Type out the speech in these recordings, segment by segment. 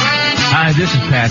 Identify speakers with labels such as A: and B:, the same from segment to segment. A: Hi, this is Pat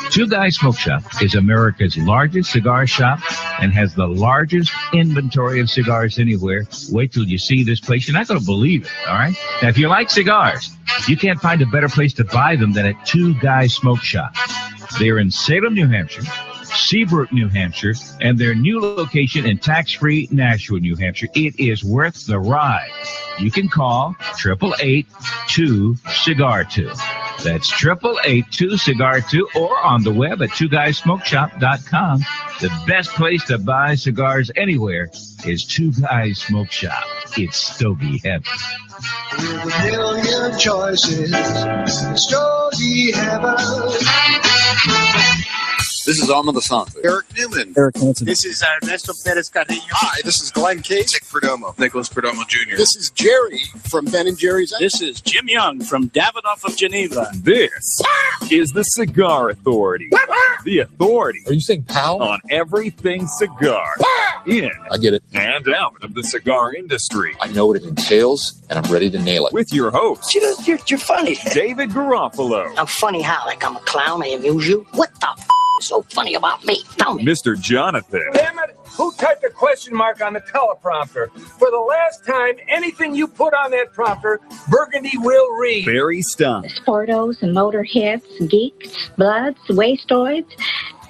A: Two Guys Smoke Shop is America's largest cigar shop and has the largest inventory of cigars anywhere. Wait till you see this place. You're not going to believe it, all right? Now, if you like cigars, you can't find a better place to buy them than at Two Guys Smoke Shop. They're in Salem, New Hampshire, Seabrook, New Hampshire, and their new location in tax free Nashua, New Hampshire. It is worth the ride. You can call 888 2 Cigar 2. That's 888 2 Cigar 2 or on the web at two twoguysmokeshop.com. The best place to buy cigars anywhere is Two Guys Smoke Shop. It's Stogie Heaven.
B: With a million choices, stogie heaven.
C: This is Alma the Santo.
D: Eric Newman.
E: Eric Hansen.
F: This is Ernesto Perez Carrillo.
D: Hi, this is Glenn Case.
C: Nick Perdomo. Nicholas Perdomo Jr.
D: This is Jerry from Ben and Jerry's.
F: This is Jim Young from Davidoff of Geneva.
G: This is the Cigar Authority. The authority
E: Are you saying pal?
G: on everything cigar in
E: I get it.
G: and out of the cigar industry.
E: I know what it entails, and I'm ready to nail it.
G: With your host,
H: You know, you're, you're funny.
G: David Garofalo,
H: I'm funny how? Like I'm a clown, I amuse you? What the f- is so funny about me? Tell me.
G: Mr. Jonathan,
I: Damn it! Who typed a question mark on the teleprompter? For the last time, anything you put on that prompter, Burgundy will read.
G: Barry Stein,
J: Sportos and motorheads, geeks, bloods, wastoids,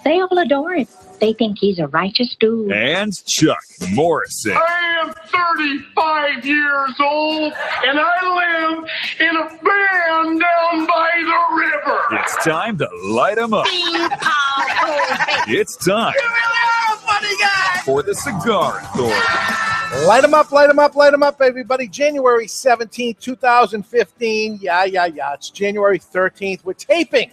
J: they all adore him. They think he's a righteous dude.
G: and Chuck Morrison.
I: I am 35 years old, and I live in a van down by the river.
G: It's time to light 'em up. It's time for the Cigar Authority.
K: Light them up, light them up, light them up, everybody. January 17th, 2015. Yeah, yeah, yeah. It's January 13th. We're taping.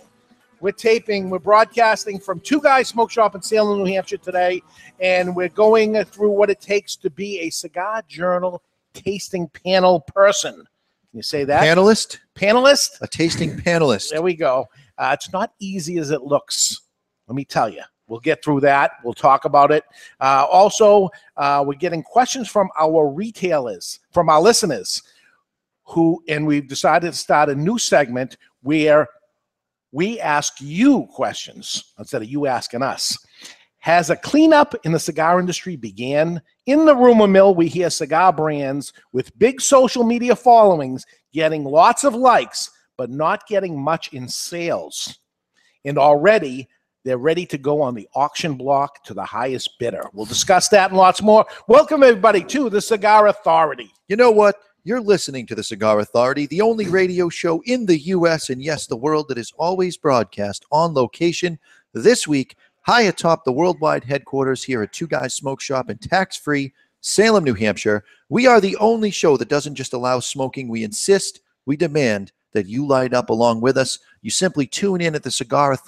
K: We're taping. We're broadcasting from Two Guys Smoke Shop in Salem, New Hampshire today. And we're going through what it takes to be a cigar journal tasting panel person. Can you say that?
L: Panelist,
K: Panelist?
L: a tasting panelist.
K: There we go. Uh, it's not easy as it looks. Let me tell you. We'll get through that. We'll talk about it. Uh, also, uh, we're getting questions from our retailers, from our listeners, who, and we've decided to start a new segment where we ask you questions instead of you asking us. Has a cleanup in the cigar industry began? In the rumor mill, we hear cigar brands with big social media followings getting lots of likes, but not getting much in sales. And already they're ready to go on the auction block to the highest bidder. We'll discuss that and lots more. Welcome, everybody, to the Cigar Authority.
L: You know what? You're listening to the Cigar Authority, the only radio show in the U.S. and yes, the world that is always broadcast on location. This week, high atop the worldwide headquarters here at Two Guys Smoke Shop in tax free Salem, New Hampshire, we are the only show that doesn't just allow smoking. We insist, we demand that you light up along with us. You simply tune in at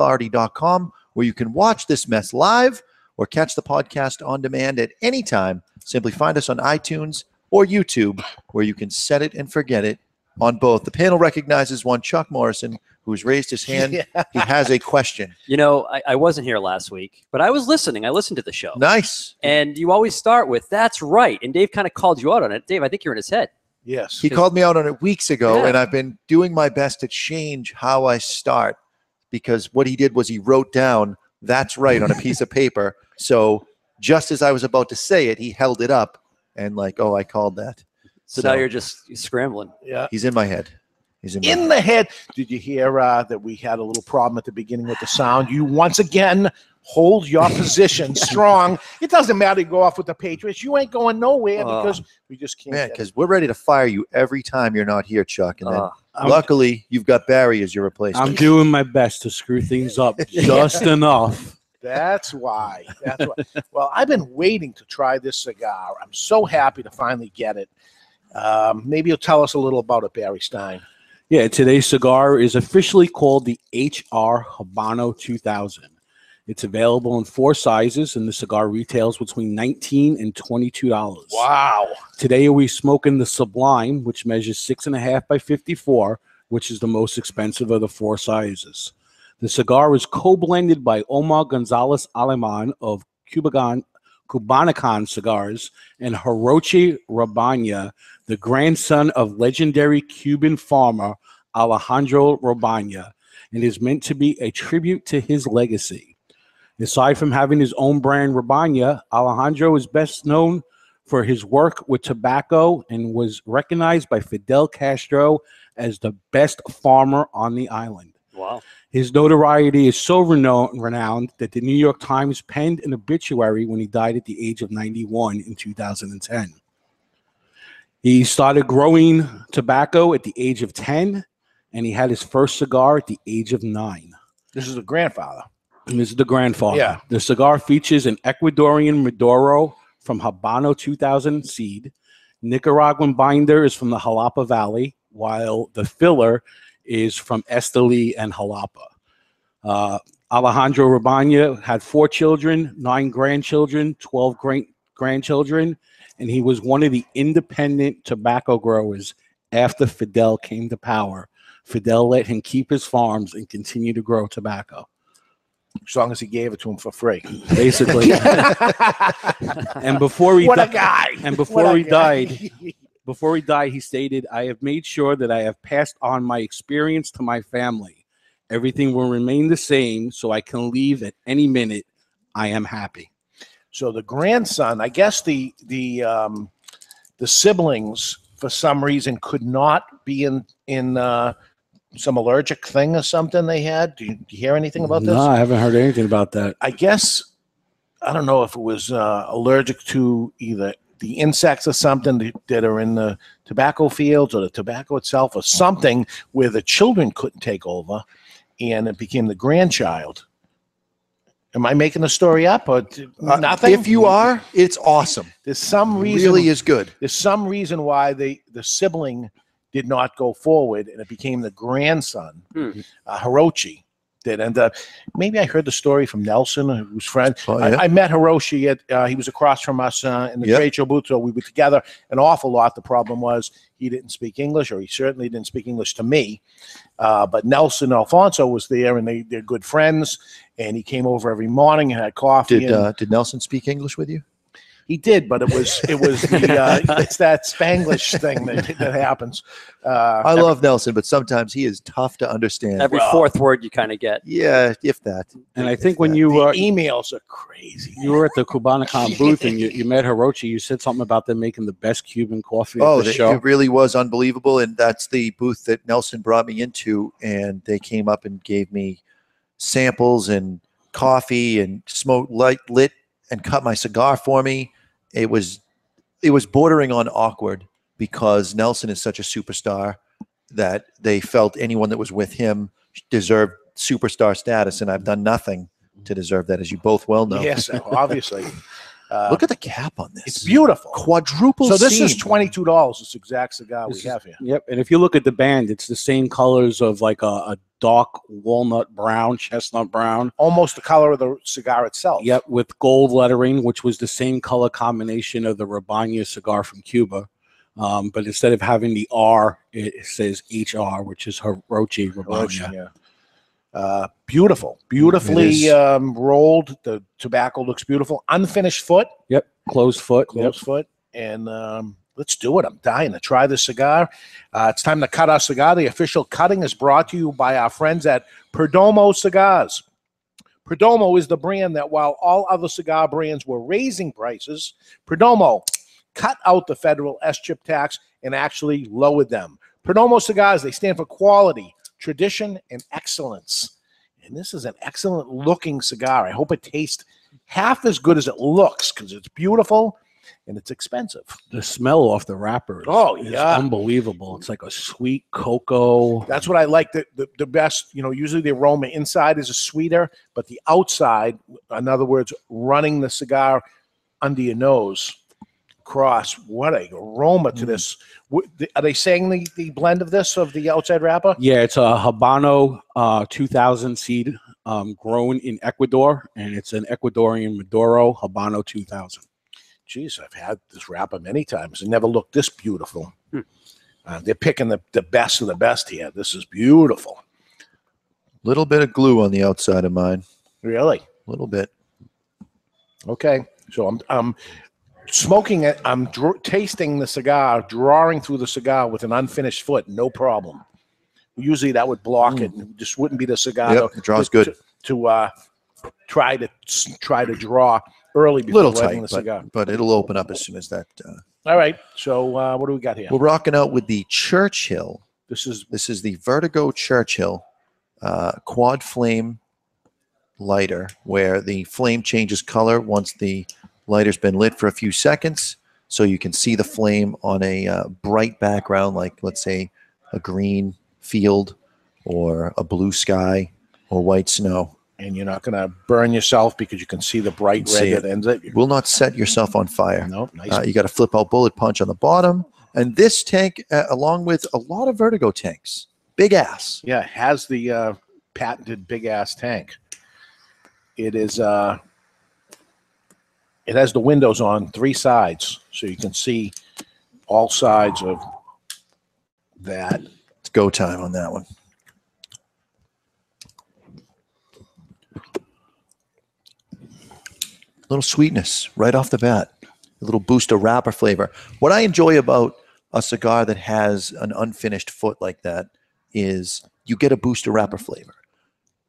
L: thecigarauthority.com where you can watch this mess live or catch the podcast on demand at any time. Simply find us on iTunes or YouTube where you can set it and forget it on both. The panel recognizes one Chuck Morrison who's raised his hand. He has a question.
M: You know, I, I wasn't here last week, but I was listening. I listened to the show.
L: Nice.
M: And you always start with, that's right. And Dave kind of called you out on it. Dave, I think you're in his head.
K: Yes.
L: He called me out on it weeks ago,
M: Yeah.
L: and I've been doing my best to change how I start because what he did was he wrote down that's right on a piece of paper. So just as I was about to say it, he held it up and like, oh, I called that.
M: So,
L: So-
M: now you're just scrambling.
K: Yeah.
L: He's in my head. He's in my
K: in
L: head.
K: the head. Did you hear uh, that we had a little problem at the beginning with the sound? You once again hold your position strong. It doesn't matter. You go off with the Patriots. You ain't going nowhere
M: Oh.
K: because we just can't.
L: man
K: get it.
L: because we're ready to fire you every time you're not here, Chuck. And then
M: Ah.
L: luckily you've got Barry as your replacement.
F: I'm doing my best to screw things up just enough.
K: That's why. That's why. well, I've been waiting to try this cigar. I'm so happy to finally get it. Um, maybe you'll tell us a little about it, Barry Stein.
F: Yeah, today's cigar is officially called the HR Habano 2000. It's available in four sizes, and the cigar retails between 19 and 22 dollars.
K: Wow.
F: Today we smoking the Sublime, which measures six and a half by 54, which is the most expensive of the four sizes. The cigar is co-blended by Omar Gonzalez Aleman of Cubagon, Cubanicon Cigars and Hirochi Rabanya, the grandson of legendary Cuban farmer Alejandro Rabanya, and is meant to be a tribute to his legacy. Aside from having his own brand, Rabanya, Alejandro is best known for his work with tobacco and was recognized by Fidel Castro as the best farmer on the island.
M: Wow.
F: His notoriety is so reno- renowned that the New York Times penned an obituary when he died at the age of 91 in 2010. He started growing tobacco at the age of 10, and he had his first cigar at the age of nine.
K: This is the grandfather.
F: And this is the grandfather.
K: Yeah.
F: The cigar features an Ecuadorian Maduro from Habano 2000 seed. Nicaraguan binder is from the Jalapa Valley, while the filler is from Esteli and Jalapa. Uh, Alejandro Rabanya had four children, nine grandchildren, 12 grand- grandchildren, and he was one of the independent tobacco growers after Fidel came to power. Fidel let him keep his farms and continue to grow tobacco.
K: As long as he gave it to him for free.
F: Basically. and before he
K: What a
F: di-
K: guy.
F: and
K: What
F: before
K: a
F: he
K: guy.
F: died before he died he stated i have made sure that i have passed on my experience to my family everything will remain the same so i can leave at any minute i am happy
K: So the grandson, I guess the the um, the siblings for some reason could not be in in uh, some allergic thing or something they had. Do you, do you hear anything about this?
F: no i haven't heard anything about that
K: I guess I don't know if it was uh, allergic to either the insects or something that, that are in the tobacco fields or the tobacco itself or something where the children couldn't take over and it became the grandchild. Am I making the story up or t- nothing?
L: Uh, if you are, it's awesome.
K: There's some reason
L: Really is good.
K: There's some reason why they the sibling did not go forward and it became the grandson
M: Hmm.
K: uh, Hirochi did. And uh, maybe I heard the story from Nelson, who's friend.
L: Oh, yeah.
K: I, I met Hiroshi at uh, he was across from us uh, in the
L: Yep.
K: trade show booth, so we were together an awful lot. The problem was he didn't speak English, or he certainly didn't speak English to me. Uh, but Nelson Alfonso was there, and they they're good friends. And he came over every morning and had coffee.
L: Did
K: and-
L: uh, did Nelson speak English with you?
K: he did, but it was it was the uh, it's that Spanglish thing that, that happens. Uh,
L: I love Nelson, but sometimes he is tough to understand.
M: Every fourth word you kind of get.
L: Yeah, if that.
F: and i think when you uh,
K: emails are crazy.
F: you were at the Cubanicon booth and you, you met Hirochi. You said something about them making the best Cuban coffee at
L: Oh,
F: the
L: th-
F: show.
L: it really was unbelievable. And that's the booth that Nelson brought me into. And they came up and gave me samples and coffee and smoke light lit and cut my cigar for me. It was it was bordering on awkward because Nelson is such a superstar that they felt anyone that was with him deserved superstar status. And I've done nothing to deserve that, as you both well know.
K: Yes, obviously. Uh,
L: Look at the cap on this.
K: It's beautiful.
L: Quadruple.
K: So this is
L: seam.
K: twenty two dollars. This exact cigar
F: This
K: we
F: is-
K: have here.
F: Yep. And if you look at the band, it's the same colors of like a, a dark walnut brown, chestnut brown.
K: Almost the color of the cigar
L: Mm,
K: itself.
F: Yep, with gold lettering, which was the same color combination of the Rabanya cigar from Cuba. Um, but instead of having the R, it says HR, which is Hirochi Rabanya.
K: Yeah. Uh, beautiful, beautifully
F: is.
K: um, rolled. The tobacco looks beautiful. Unfinished foot,
F: Yep, closed foot.
K: close foot, and um, let's do it. I'm dying to try this cigar. Uh, it's time to cut our cigar. The official cutting is brought to you by our friends at Perdomo Cigars. Perdomo is the brand that, while all other cigar brands were raising prices, Perdomo cut out the federal S chip tax and actually lowered them. Perdomo cigars, they stand for quality, tradition, and excellence. And this is an excellent looking cigar. I hope it tastes half as good as it looks because it's beautiful and it's expensive.
F: The smell off the wrapper is,
K: Oh,
F: is
K: yeah.
F: unbelievable. It's like a sweet cocoa.
K: That's what I like the, the, the best. You know, usually the aroma inside is a sweeter, but the outside, in other words, running the cigar under your nose cross. What a aroma
F: Mm.
K: to this. Wh- the- Are they saying the, the blend of this, of the outside wrapper?
F: Yeah, it's a Habano uh, 2000 seed um, grown in Ecuador, and it's an Ecuadorian Maduro Habano 2000.
K: Jeez, I've had this wrapper many times. It never looked this beautiful.
L: Hmm.
K: Uh, they're picking the, the best of the best here. This is beautiful.
L: Little bit of glue on the outside of mine.
K: Really?
L: A little bit.
K: Okay. So I'm I'm smoking it. I'm dr- tasting the cigar, drawing through the cigar with an unfinished foot. No problem. Usually that would block it. It just wouldn't be the cigar.
L: Hmm. Yep,
K: to-
L: the draw's
K: to,
L: good.
K: To, to, uh, try to try to draw early before
L: little
K: lighting
L: tight,
K: the cigar.
L: but, but it'll open up as soon as that. Uh,
K: All right. So uh, what do we got here?
L: We're rocking out with the Churchill.
K: This is
L: this is the Vertigo Churchill uh, quad flame lighter, where the flame changes color once the lighter's been lit for a few seconds, so you can see the flame on a uh, bright background, like let's say a green field or a blue sky or white snow.
K: and you're not going to burn yourself because you can see the bright red
L: See
K: that
L: it.
K: ends it.
L: will not set yourself on fire.
K: No, nice.
L: Uh, you got to flip out bullet punch on the bottom. And this tank, uh, along with a lot of Vertigo tanks, big ass.
K: Yeah, it has the uh, patented big ass tank. It is. Uh, it has the windows on three sides, so you can see all sides of that.
L: It's go time on that one. little sweetness right off the bat, a little boost of wrapper flavor. What I enjoy about a cigar that has an unfinished foot like that is you get a boost of wrapper flavor.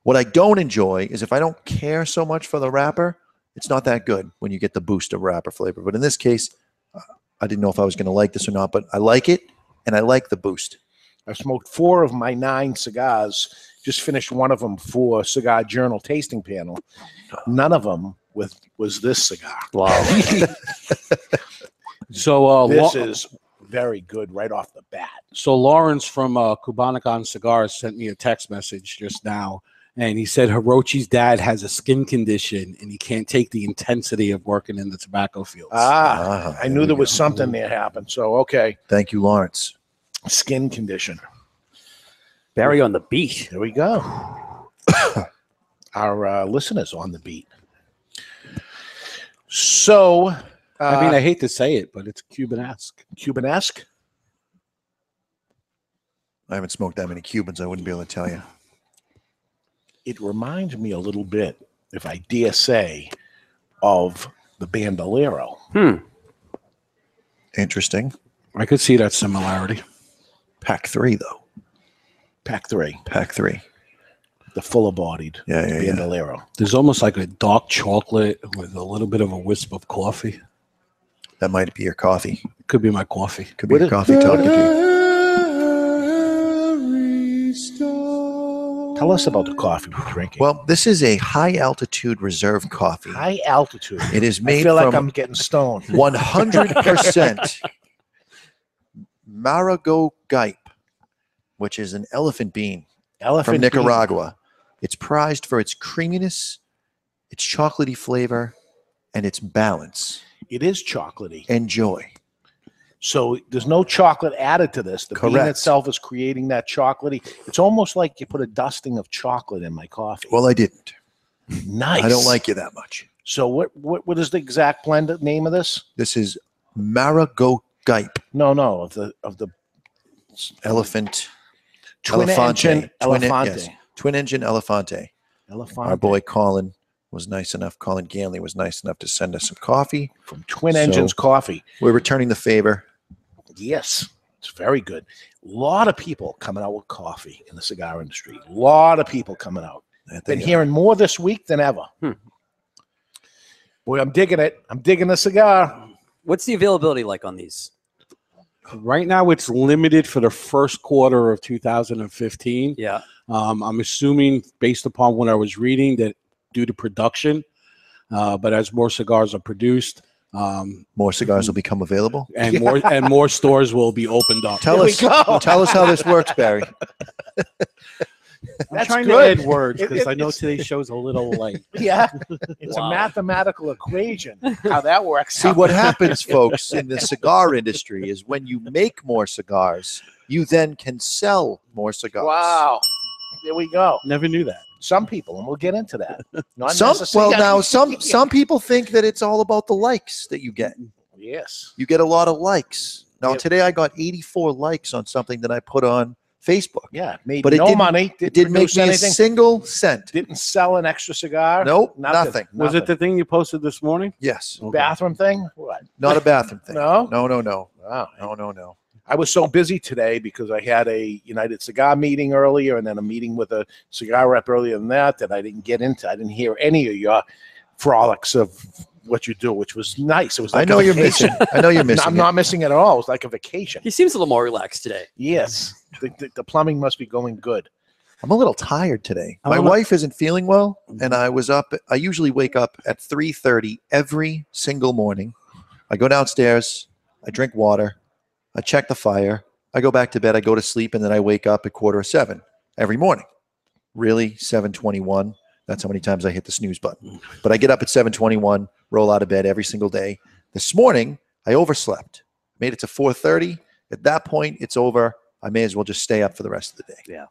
L: What I don't enjoy is if I don't care so much for the wrapper, it's not that good when you get the boost of wrapper flavor. But in this case, uh, I didn't know if I was going to like this or not, but I like it and I like the boost.
K: I've smoked four of my nine cigars. Just finished one of them for Cigar Journal tasting panel. None of them with was this cigar.
M: Wow.
F: So uh,
K: this
F: Lau-
K: is very good right off the bat.
F: so Lawrence from uh, Kubanicon Cigars sent me a text message just now, and he said Hirochi's dad has a skin condition and he can't take the intensity of working in the tobacco fields.
K: Ah, I knew
F: we
K: there was something there happened. So okay,
L: Thank you, Lawrence.
K: skin condition.
M: Barry on the beat.
K: There we go. Our uh, listeners on the beat. So, uh,
F: I mean, I hate to say it, but it's Cubanesque.
K: Cubanesque.
L: I haven't smoked that many Cubans. I wouldn't be able to tell you.
K: it reminds me a little bit, if I dare say, of the Bandolero.
M: Hmm.
L: Interesting.
F: I could see that similarity.
L: Pack three, though.
K: Pack three,
L: Pack three.
K: the fuller bodied
L: Yeah, yeah, yeah.
K: Bandolero.
F: There's almost like a dark chocolate with a little bit of a wisp of coffee.
L: That might be your coffee.
F: Could be my coffee.
L: Could be
F: What
L: your
F: it-
L: coffee talking to you.
K: Tell us about the coffee we're drinking.
L: Well, this is a high altitude reserve coffee.
K: High altitude.
L: It is
K: I
L: made
K: feel like
L: from
K: I'm getting stoned.
L: 100% Marigo Gype, which is an elephant bean
K: Elephant
L: from
K: bean.
L: Nicaragua. It's prized for its creaminess, its chocolatey flavor, and its balance.
K: It is chocolatey.
L: Enjoy.
K: So there's no chocolate added to this. The bean
L: Correct.
K: itself is creating that chocolatey. It's almost like you put a dusting of chocolate in my coffee.
L: Well, I didn't.
K: Nice.
L: I don't like you that much.
K: So what what what is the exact blend name of this?
L: This is Marigo Gype,
K: No, no, of the of the
L: elephant.
K: Twin
L: Elefante.
K: engine
L: Twin en-
K: Elefante.
L: yes. Twin engine Elefante.
K: Elefante.
L: Our boy Colin was nice enough. Colin Ganley was nice enough to send us some coffee.
K: from Twin
L: So-
K: Engines Coffee.
L: We're returning the favor.
K: Yes, it's very good. A lot of people coming out with coffee in the cigar industry. A lot of people coming out.
L: That
K: Been
L: they-
K: hearing more this week than ever.
M: Hmm.
K: Boy, I'm digging it. I'm digging the cigar.
M: What's the availability like on these?
F: Right now, it's limited for the first quarter of 2015.
M: Yeah.
F: Um, I'm assuming, based upon what I was reading, that due to production, uh, but as more cigars are produced, um,
L: More cigars will become available.
F: and more and more stores will be opened up.
L: Tell
K: Here we
L: us,
K: go.
L: tell us how this works, Barry.
F: I'm
K: That's
F: trying
K: good.
F: to add words
K: It-
F: because
K: it-
F: I know
K: it's-
F: today's show's a little light.
K: Yeah, it's
M: Wow.
K: a mathematical equation. How that works.
L: See what happens, folks, in the cigar industry is when you make more cigars, you then can sell more cigars.
K: Wow. There we go.
F: Never knew that.
K: Some people, and we'll get into that. Not
L: Some well
K: necessarily-
L: now some some people think that it's all about the likes that you get.
K: Yes.
L: You get a lot of likes. Now today I got 84 likes on something that I put on Facebook.
K: Yeah, made
L: but it
K: no
L: didn't-
K: money.
L: it didn't make
K: produce
L: me
K: anything.
L: a single cent.
K: Didn't sell an extra cigar.
L: Nope, nothing.
F: Was it the thing you posted this morning?
L: Yes.
K: bathroom thing? What?
L: Not a bathroom thing.
K: No.
L: No. No. No.
K: Wow.
L: No. No. No.
K: I was so busy today because I had a United Cigar meeting earlier and then a meeting with a cigar rep earlier than that that I didn't get into. I didn't hear any of your frolics of what you do, which was nice. It was.
L: I
K: Like
L: know
K: a
L: you're
K: vacation.
L: missing- I know you're missing
K: I'm
L: it.
K: not missing at all. It was like a vacation.
M: He seems a little more relaxed today.
K: Yes, the, the, the plumbing must be going good.
L: I'm a little tired today.
K: I'm
L: My
K: a li-
L: wife isn't feeling well, and I was up. I usually wake up at 3:30 every single morning. I go downstairs, I drink water, I check the fire, I go back to bed, I go to sleep, and then I wake up at quarter of seven every morning. Really, 7:21. That's how many times I hit the snooze button. But I get up at 7:21, roll out of bed every single day. This morning, I overslept. Made it to 4:30. At that point, it's over. I may as well just stay up for the rest of the day.
K: Yeah.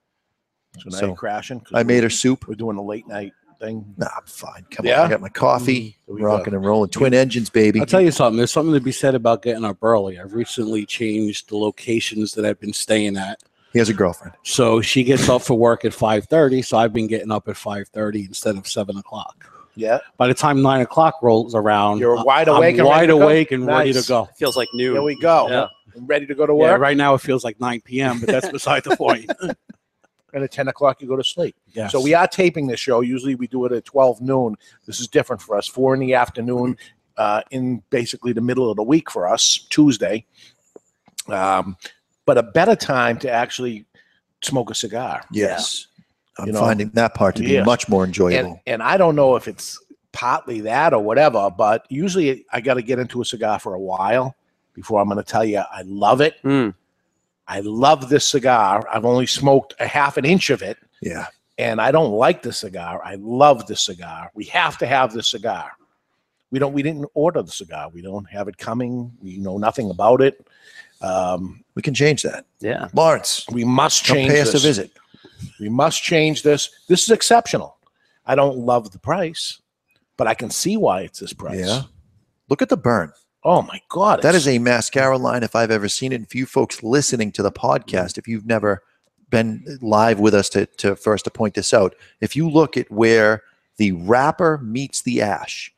K: So now
L: So,
K: you're crashing. 'cause
L: I made her
K: we're-
L: soup.
K: We're doing a late night thing.
L: Nah, I'm fine. Come
K: Yeah?
L: on, I got my coffee,
K: There we go.
L: rocking and rolling, twin engines, baby.
F: Mm-hmm. I'll tell you something. There's something to be said about getting up early. I've recently changed the locations that I've been staying at.
L: He has a girlfriend.
F: So she gets up for work at 5:30. So I've been getting up at 5:30 instead of seven o'clock.
K: Yeah.
F: By the time nine o'clock rolls around,
K: You're
F: I-
K: wide
F: Uh, I'm
K: awake. and ready
F: wide
K: to go?
F: awake, and ready to
K: Nice.
F: go.
M: Feels like noon.
K: Here we go.
F: Yeah.
K: And ready to go to
F: Yeah,
K: work.
F: right now it feels like 9 p.m., but that's beside the point.
K: and at 10 o'clock you go to sleep.
F: Yes.
K: So we are taping this show. Usually we do it at 12 noon. This is different for us. Four in the afternoon, uh, in basically the middle of the week for us, Tuesday. Um, but a better time to actually smoke a cigar.
L: Yes. I'm
K: You know,
L: finding that part to be
K: yeah.
L: much more
K: And,
L: enjoyable.
K: and I don't know if it's partly that or whatever, but usually I got to get into a cigar for a while before I'm going to tell you I love it.
L: Hmm.
K: I love this cigar. I've only smoked a half an inch of it.
L: yeah.
K: and I don't like the cigar. I love the cigar. We have to have the cigar. We don't. We didn't order the cigar. We don't have it coming. We know nothing about it. Um,
L: we can change that.
M: Yeah,
L: Lawrence,
K: we must
L: come
K: change.
L: pay us a
K: this.
L: visit.
K: We must change this. This is exceptional. I don't love the price, but I can see why it's this price.
L: Yeah. Look at the burn.
K: Oh my God.
L: That
K: it's-
L: is a mascara line if I've ever seen it. And for you folks listening to the podcast, if you've never been live with us to, to for us to point this out, if you look at where the wrapper meets the ash,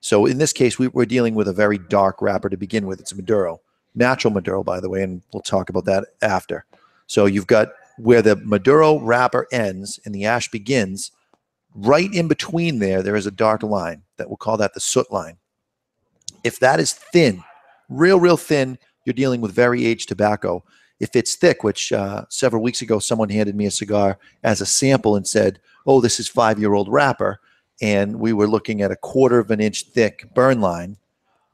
L: so in this case, we, we're dealing with a very dark wrapper to begin with. It's Maduro, natural Maduro, by the way, and we'll talk about that after. So you've got where the Maduro wrapper ends and the ash begins. Right in between there, there is a dark line that we'll call that the soot line. If that is thin, real, real thin, you're dealing with very aged tobacco. If it's thick, which uh, several weeks ago someone handed me a cigar as a sample and said, "Oh, this is five-year-old wrapper," and we were looking at a quarter of an inch thick burn line.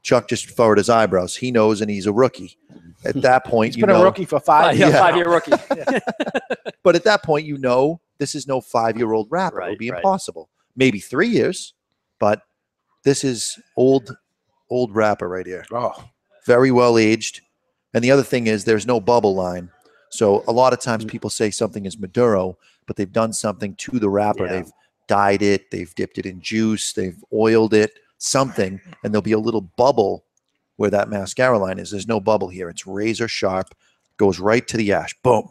L: Chuck just furrowed his eyebrows. He knows, and he's a rookie. At that point,
K: He's
L: you
K: been a
L: know,
K: rookie for five.
L: Yeah,
K: years now.
L: five-year
M: rookie.
L: but at that point, you know this is no five-year-old wrapper. it would be impossible. Maybe three years, but this is old, old wrapper right here.
K: Oh,
L: very well aged. And the other thing is there's no bubble line. So a lot of times people say something is Maduro, but they've done something to the wrapper. They've dyed it, they've dipped it in juice, they've oiled it, something, and there'll be a little bubble where that mascara line is. There's no bubble here. It's razor sharp, goes right to the ash. Boom.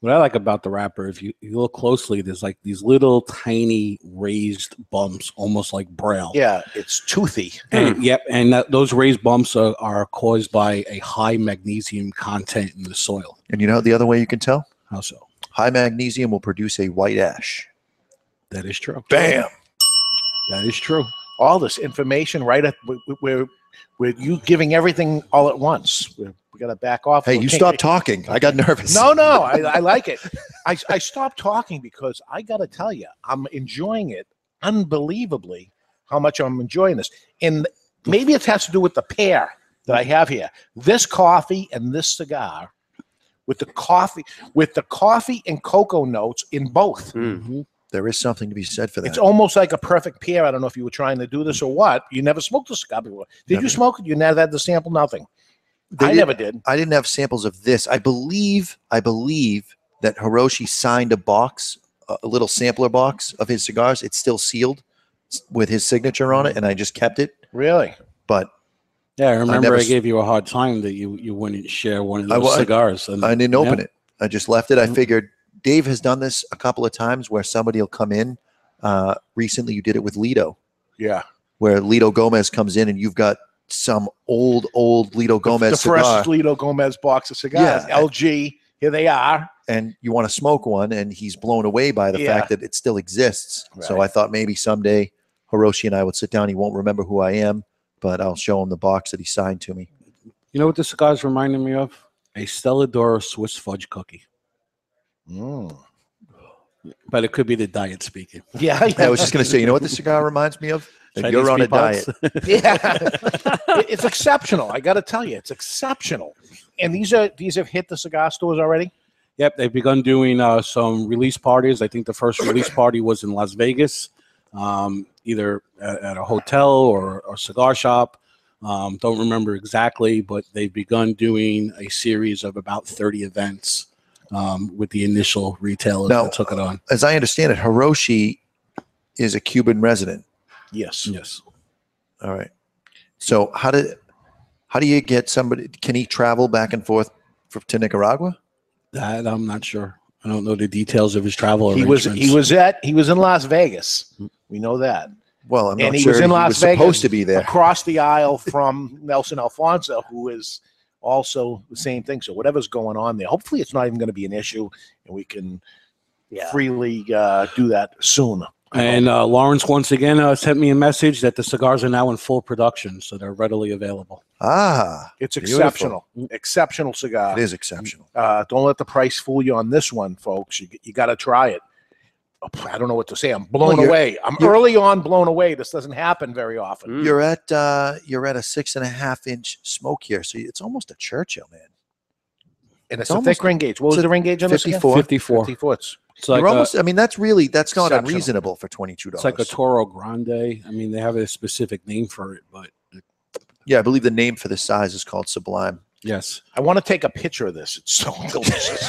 F: What I like about the wrapper, if you, you look closely, there's like these little tiny raised bumps, almost like braille.
K: Yeah, it's toothy.
L: Hmm.
F: And, yep, and that, those raised bumps are, are caused by a high magnesium content in the soil.
L: And you know the other way you can tell?
F: How so?
L: High magnesium will produce a white ash.
F: That is true.
K: Bam.
F: That is true.
K: All this information right at where with you giving everything all at once. We're, we got to back off.
L: Hey,
K: We're
L: you
K: taking-
L: stopped talking. I got nervous.
K: No, no, I, I like it. I, I stopped talking because I got to tell you, I'm enjoying it unbelievably how much I'm enjoying this. And maybe it has to do with the pair that I have here this coffee and this cigar with the coffee with the coffee and cocoa notes in both
F: Mm-hmm.
L: There is something to be said for that.
K: it's almost like a perfect pair i don't know if you were trying to do this or what you never smoked a cigar before did you smoke it you never had the sample nothing
L: They
K: i
L: did-
K: never did
L: I didn't have samples of this. I believe, I believe that Hiroshi signed a box a a little sampler box of his cigars. It's still sealed s- with his signature on it, and I just kept it.
K: Really?
L: But
F: Yeah, I remember I,
L: never s-
F: gave you a hard time that you, you wouldn't share one of
L: I
F: those
L: wa-
F: cigars. And,
L: I didn't
F: yeah. Mm.
L: open it. I just left it. I figured Dave has done this a couple of times where somebody will come in. Uh, recently, you did it with Lido,
K: Yeah.
L: where Lido Gomez comes in and you've got some old, old Lido Gomez
K: the
L: cigar,
K: fresh Lido Gomez box of cigars.
L: Yeah.
K: LG. Here they are.
L: and you want to smoke one, and he's blown away by the
K: Yeah.
L: fact that it still exists. So I thought maybe someday Hiroshi and I would sit down. He won't remember who I am, but I'll show him the box that he signed to me.
F: You know what the cigar's reminding me of? A Stella Doro Swiss fudge cookie.
K: Mm.
F: But it could be the diet speaking.
K: Yeah,
L: I was just going to say, you know what this cigar reminds me of? That
F: Chinese
L: you're on a
F: meat pots.
L: diet.
K: yeah, It- it's exceptional. I got to tell you, it's exceptional. And these are these have hit the cigar stores already.
F: Yep, they've begun doing uh, some release parties. I think the first release party was in Las Vegas, um, either at, at a hotel or or cigar shop. Um, don't remember exactly, but they've begun doing a series of about 30 events um, with the initial retailers
L: Now-
F: that took it on.
L: As I understand it, Hiroshi is a Cuban resident.
K: Yes.
F: Yes.
L: All right. So how did how do you get somebody? Can he travel back and forth for, to Nicaragua?
F: That I'm not sure. I don't know the details of his travel
K: He was
F: arrangements.
K: he was at he was in Las Vegas. We know that.
L: Well, I'm
K: and
L: not
K: he
L: sure
K: was in Las Vegas,
L: supposed to be there.
K: across the aisle from Nelson Alfonso, who is also the same thing. So whatever's going on there, hopefully it's not even going to be an issue, and we can freely uh, do that soon.
F: And uh, Lawrence once again uh, sent me a message that the cigars are now in full production, so they're readily available.
L: Ah,
K: It's
F: Beautiful.
K: exceptional, exceptional cigar.
L: It is exceptional.
K: Uh, don't let the price fool you on this one, folks. You, you got to try it. I don't know what to say. I'm blown
L: Well, you're-
K: away. I'm
L: you're-
K: early on blown away. This doesn't happen very often.
L: You're at uh, you're at a six and a half inch smoke here, so it's almost a Churchill, man.
K: and
L: it's
K: it's, a
L: almost-
K: thick ring gauge. What was
L: it's a
K: the ring gauge on this? again?
L: 54.
F: 54.
K: 54. It's,
F: It's like
L: you're
F: a-
L: almost. I mean, that's really that's not
F: Exceptional.
L: unreasonable for twenty two
F: It's
L: dollars.
F: like a Toro Grande. I mean, they have a specific name for it, but
L: yeah, I believe the name for the size is called Sublime.
F: yes,
K: I want to take a picture of this. It's so delicious.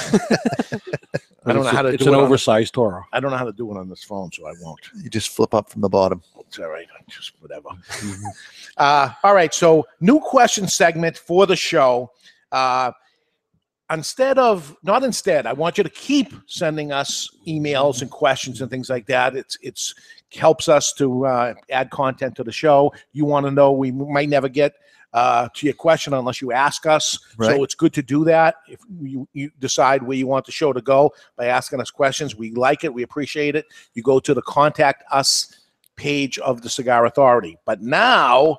K: I don't
F: It's
K: know
F: a-
K: how to
F: It's
K: do
F: an
K: it. on-
F: oversized Toro.
K: I don't know how to do it on this phone, so I won't.
L: You just flip up from the bottom.
K: It's all right. I Just whatever.
F: Mm-hmm.
K: Uh, all right. So, new question segment for the show. Uh, instead of not instead, I want you to keep sending us emails and questions and things like that. It's it's helps us to uh, add content to the show. You want to know we might never get. Uh, to your question, unless you ask us,
L: Right.
K: so it's good to do that. If you, you decide where you want the show to go by asking us questions, we like it, we appreciate it. You go to the contact us page of the Cigar Authority, but now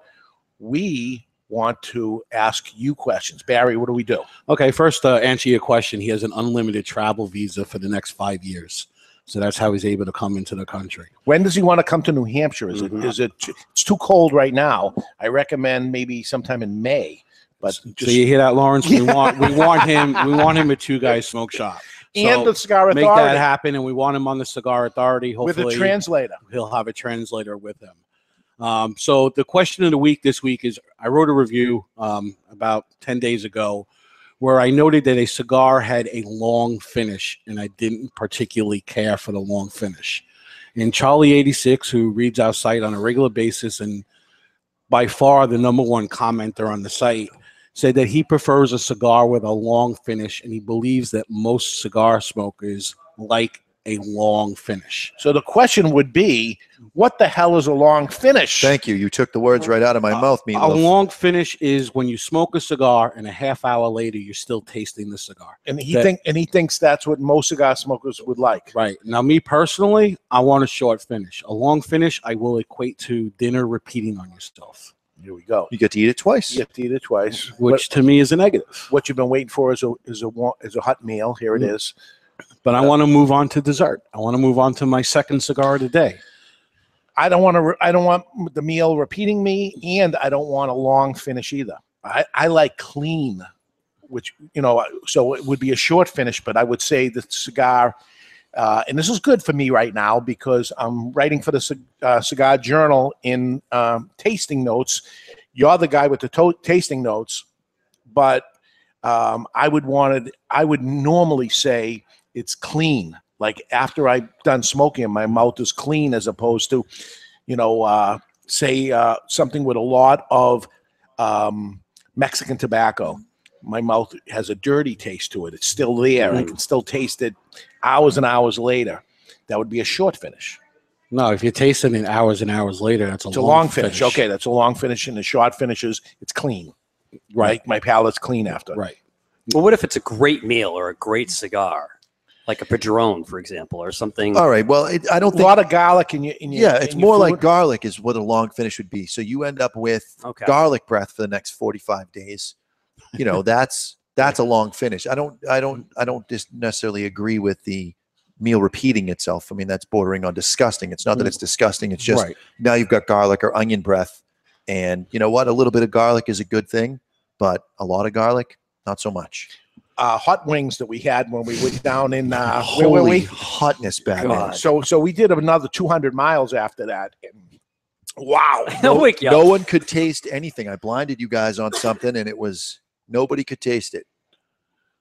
K: we want to ask you questions. Barry, what do we do?
F: Okay, first uh, answer your question. He has an unlimited travel visa for the next five years, so that's how he's able to come into the country.
K: When does he want to come to New Hampshire? Is it
L: Mm-hmm.
K: is it t- it's too cold right now? I recommend maybe sometime in May. But
F: so you hear that, Lawrence? We want we want him. We want him at Two Guys Smoke Shop
K: And the Cigar
F: Make that
K: Authority.
F: happen, and we want him on the Cigar Authority.
K: With a
F: Hopefully,
K: translator.
F: He'll have a translator with him. Um, so the question of the week this week is: I wrote a review um, about ten days ago where I noted that a cigar had a long finish, and I didn't particularly care for the long finish. And Charlie86, who reads our site on a regular basis and by far the number one commenter on the site, said that he prefers a cigar with a long finish, and he believes that most cigar smokers like a long finish.
K: so the question would be, what the hell is a long finish? Uh,
L: Thank you. You took the words right out of my mouth,
F: A
L: Meatloaf.
F: long finish is when you smoke a cigar and a half hour later you're still tasting the cigar.
K: And he
F: That-
K: think and he thinks that's what most cigar smokers would like.
F: Right. Now, me personally, I want a short finish. A long finish, I will equate to dinner repeating on yourself,
K: Here we go.
L: You get to eat it twice.
K: You get to eat it twice.
F: which to me is a negative.
K: what you've been waiting for is a is a wa- is a hot meal. Here it
F: Mm.
K: is. Uh,
F: But I want to move on to dessert. I want to move on to my second cigar of the day.
K: I don't want to. Re- I don't want m- the meal repeating me, and I don't want a long finish either. I, I like clean, which you know. I- So it would be a short finish, but I would say the cigar, uh, and this is good for me right now because I'm writing for the cig- uh, cigar journal in um, tasting notes. You're the guy with the to- tasting notes, but um, I would wanted. I would normally say it's clean. Like after I've done smoking, my mouth is clean as opposed to, you know, uh, say uh, something with a lot of um, Mexican tobacco. My mouth has a dirty taste to it. It's still there. I can still taste it hours and hours later. That would be a short finish.
F: No, if you're tasting it hours and hours later, that's a,
K: It's a long finish. Okay, that's a long finish, and the short finishes, it's clean. Right, my palate's clean after.
F: Right.
M: Well, what if it's a great meal or a great cigar, like a Padron, for example, or something?
L: All right. Well, it, I don't
K: A
L: think
K: lot of garlic in your. In your
L: yeah,
K: in
L: it's
K: your
L: more like
K: food.
L: garlic is what a long finish would be. So you end up with
K: Okay.
L: garlic breath for the next forty-five days. You know, that's that's a long finish. I don't, I don't, I don't just necessarily agree with the meal repeating itself. I mean, that's bordering on disgusting. It's not that it's disgusting. It's just
F: Right.
L: now you've got garlic or onion breath, and you know what? A little bit of garlic is a good thing, but a lot of garlic, not so much.
K: uh, hot wings that we had when we went down in uh, where were
L: Holy
K: we?
L: hotness, Batman.
K: So so we did another 200 miles after that. And wow,
L: no,
K: Wake you
L: no
K: up.
L: one could taste anything. I blinded you guys on something, and it was nobody could taste it.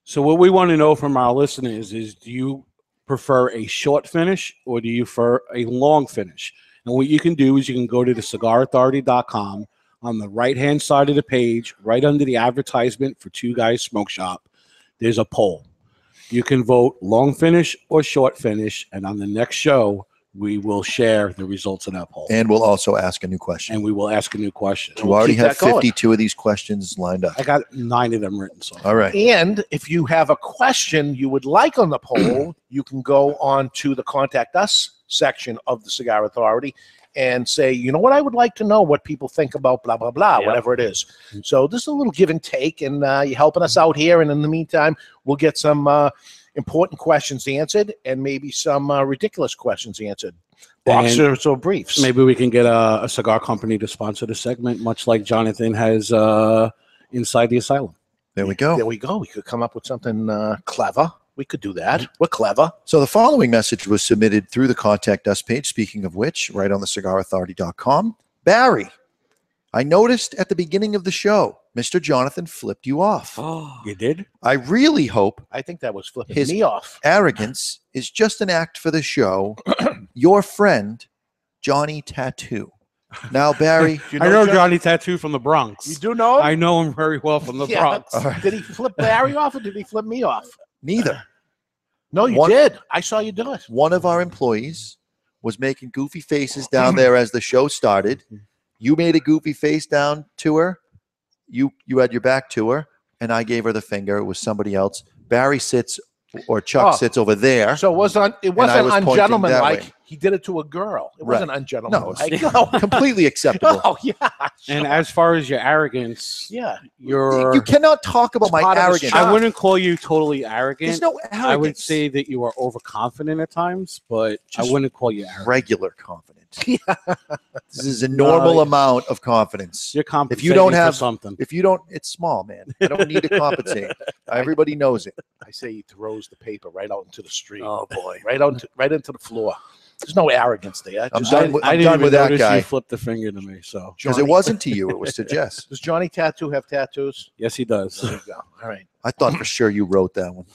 F: So what we want to know from our listeners is do you prefer a short finish or do you prefer a long finish? And what you can do is you can go to the cigarauthority.com on the right hand side of the page, right under the advertisement for Two Guys Smoke Shop, there's a poll. You can vote long finish or short finish, and on the next show, we will share the results of that poll.
L: And we'll also ask a new question.
F: And we will ask a new question.
L: You already have 52 of these questions lined up.
F: I got nine of them written. So
L: All right.
K: And if you have a question you would like on the poll, you can go on to the contact us section of the Cigar Authority and say, you know what, I would like to know what people think about blah blah blah, whatever it is.
L: Mm-hmm.
K: So this is a little give and take, and uh, you're helping us out here. And in the meantime, we'll get some uh, important questions answered, and maybe some uh, ridiculous questions answered. Boxer, so briefs.
F: Maybe we can get a, a cigar company to sponsor the segment, much like Jonathan has uh, inside the asylum.
L: There we go.
K: There we go. We could come up with something uh, clever. We could do that.
L: Mm-hmm.
K: We're clever.
L: So the following message was submitted through the contact us page, speaking of which, right on the cigarauthority.com. Barry, I noticed at the beginning of the show, Mr. Jonathan flipped you off.
F: Oh, you did?
L: I really hope
K: I think that was flipping
L: his
K: me off.
L: arrogance is just an act for the show. Your friend, Johnny Tattoo. Now, Barry,
F: I know Johnny Tattoo from the Bronx. You
K: do know?
F: I know him very well from the
K: Yeah,
F: Bronx.
K: that's- Did he flip Barry off or did he flip me off?
L: Neither.
K: No, you did. I saw you do it.
L: One of our employees was making goofy faces down there as the show started. You made a goofy face down to her. You you had your back to her, and I gave her the finger. It was somebody else. Barry sits or Chuck
K: Oh.
L: sits over there.
K: So it wasn't it
L: And I
K: wasn't
L: was pointing that way.
K: ungentlemanlike. He did it to a girl. It
L: Right.
K: wasn't
L: No,
K: ungentlemanlike.
L: it's completely acceptable.
K: Oh yeah,
F: And as far as your arrogance,
K: yeah,
F: you're
L: you cannot talk about my arrogance.
F: I wouldn't call you totally arrogant.
L: There's no
F: I would
L: arrogance.
F: say that you are overconfident at times, but I
L: Just
F: wouldn't call you arrogant.
L: regular confidence. this is a normal
F: No.
L: amount of confidence.
F: You're
L: If you
F: compensating
L: don't
F: for
L: have
F: something.
L: if you don't, it's small, man. I don't need to compensate. Everybody knows it.
K: I say he throws the paper right out into the street.
M: Oh boy,
K: right out into, right into the floor. There's no arrogance there.
L: I'm
K: Just-
L: done with-
F: I
L: I'm
F: didn't
L: done
F: even
L: with that
F: notice
L: guy.
F: you flipped the finger to me. So
L: Because it wasn't to you, it was to Jess.
K: Does Johnny Tattoo have tattoos?
F: Yes, he does.
K: There you go. All right.
L: I thought for sure you wrote that one.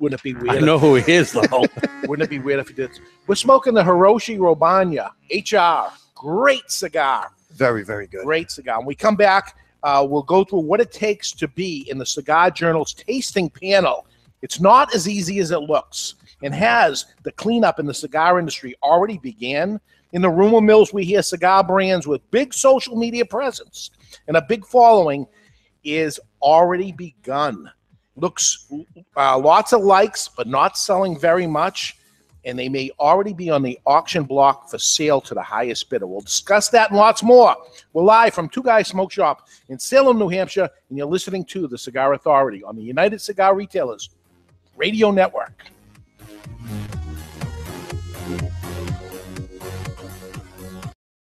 K: Wouldn't it be
F: I
K: weird?
F: know who he is though.
K: Wouldn't it be weird if he did? We're smoking the Hiroshi Robanya HR. Great cigar.
L: Very, very good.
K: Great cigar. When we come back, uh, we'll go through what it takes to be in the Cigar Journal's tasting panel. It's not as easy as it looks. And has the cleanup in the cigar industry already began? In the rumor mills, we hear cigar brands with big social media presence and a big following is already begun. Looks uh, lots of likes, but not selling very much. And they may already be on the auction block for sale to the highest bidder. We'll discuss that and lots more. We're live from Two Guys Smoke Shop in Salem, New Hampshire, and you're listening to the Cigar Authority on the United Cigar Retailers Radio Network.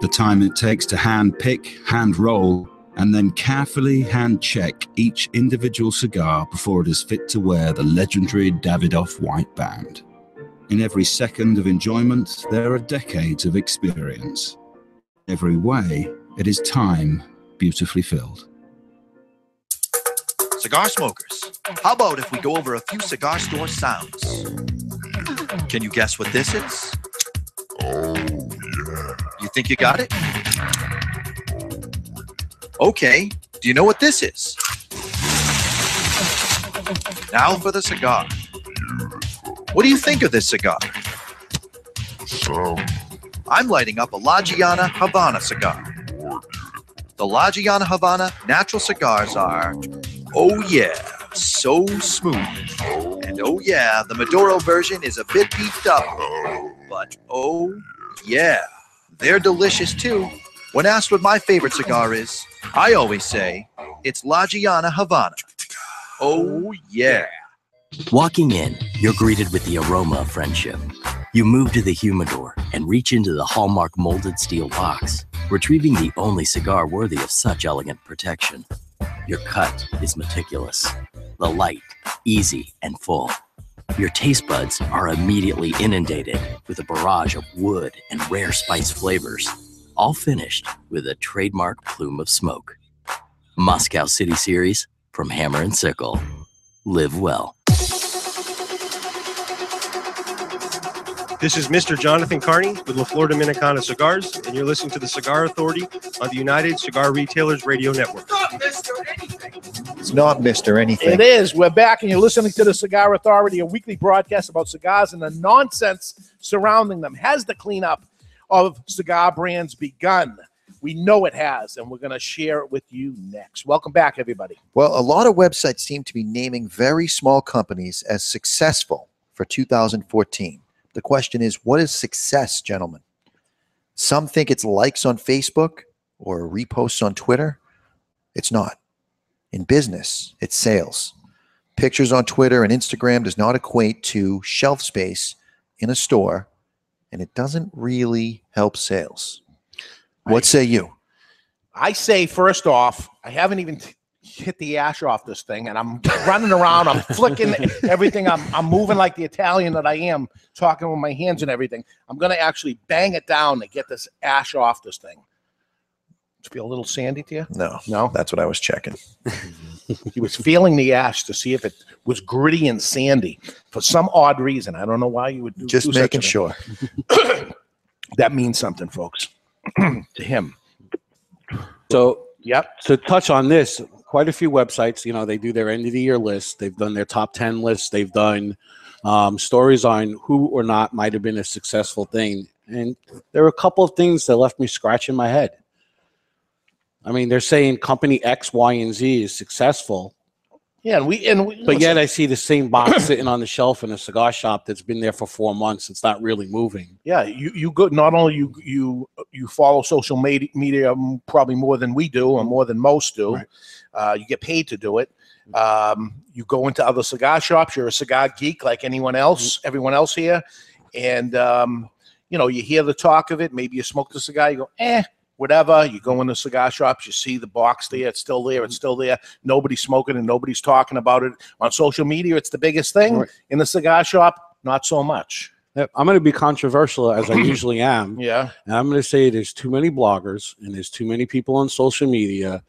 N: the time it takes to hand pick, hand roll, and then carefully hand check each individual cigar before it is fit to wear the legendary Davidoff white band. In every second of enjoyment, there are decades of experience. Every way, it is time beautifully filled.
L: Cigar smokers, how about if we go over a few cigar store sounds? Can you guess what this is? You think you got it? Okay. Do you know what this is? Now for the cigar. What do you think of this cigar? I'm lighting up a La Giana Havana cigar. The La Giana Havana natural cigars are, oh yeah, so smooth. And oh yeah, the Maduro version is a bit beefed up. But oh yeah, they're delicious too. When asked what my favorite cigar is, I always say it's La Giana Havana. Oh, yeah.
O: Walking in, you're greeted with the aroma of friendship. You move to the humidor and reach into the Hallmark molded steel box, retrieving the only cigar worthy of such elegant protection. Your cut is meticulous, the light, easy, and full. Your taste buds are immediately inundated with a barrage of wood and rare spice flavors, all finished with a trademark plume of smoke. Moscow City Series from Hammer and Sickle. Live well.
P: This is Mr. Jonathan Carney with La Flor Dominicana Cigars, and you're listening to the Cigar Authority on the United Cigar Retailers Radio Network.
L: It's not Mr. Anything.
K: It is. We're back, and you're listening to the Cigar Authority, a weekly broadcast about cigars and the nonsense surrounding them. Has the cleanup of cigar brands begun? We know it has, and we're going to share it with you next. Welcome back, everybody.
L: Well, a lot of websites seem to be naming very small companies as successful for 2014. The question is, what is success, gentlemen? Some think it's likes on Facebook or reposts on Twitter. It's not. In business, it's sales. Pictures on Twitter and Instagram does not equate to shelf space in a store, and it doesn't really help sales. What say you?
K: I say, first off, I haven't even t- hit the ash off this thing, and I'm running around, I'm flicking everything, I'm, I'm moving like the Italian that I am, talking with my hands and everything. I'm going to actually bang it down to get this ash off this thing. To be a little sandy to you?
L: No, no, that's what I was checking.
K: he was feeling the ash to see if it was gritty and sandy for some odd reason. I don't know why you would do,
L: Just
K: do such a
L: making
K: thing.
L: sure.
K: that means something, folks. to him.
F: So, yep. To touch on this, quite a few websites, you know, they do their end of the year list. They've done their top 10 lists. They've done um, stories on who or not might have been a successful thing. And there were a couple of things that left me scratching my head. I mean, they're saying company X, Y, and Z is successful,
K: Yeah, and we and we,
F: but yet I see the same box sitting on the shelf in a cigar shop that's been there for four months. It's not really moving.
K: Yeah, you you go. Not only you you you follow social media, media um, probably more than we do, or more than most do. Uh, you get paid to do it. Um, you go into other cigar shops. You're a cigar geek like anyone else, everyone else here, and um, you know you hear the talk of it. Maybe you smoke the cigar. You go, eh, whatever. You go in the cigar shops, you see the box there. It's still there. It's still there. Nobody's smoking and nobody's talking about it on social media. It's the biggest thing in the cigar shop. Not so much.
F: Yep, I'm going to be controversial as I usually am.
K: Yeah.
F: And I'm going to say there's too many bloggers and there's too many people on social media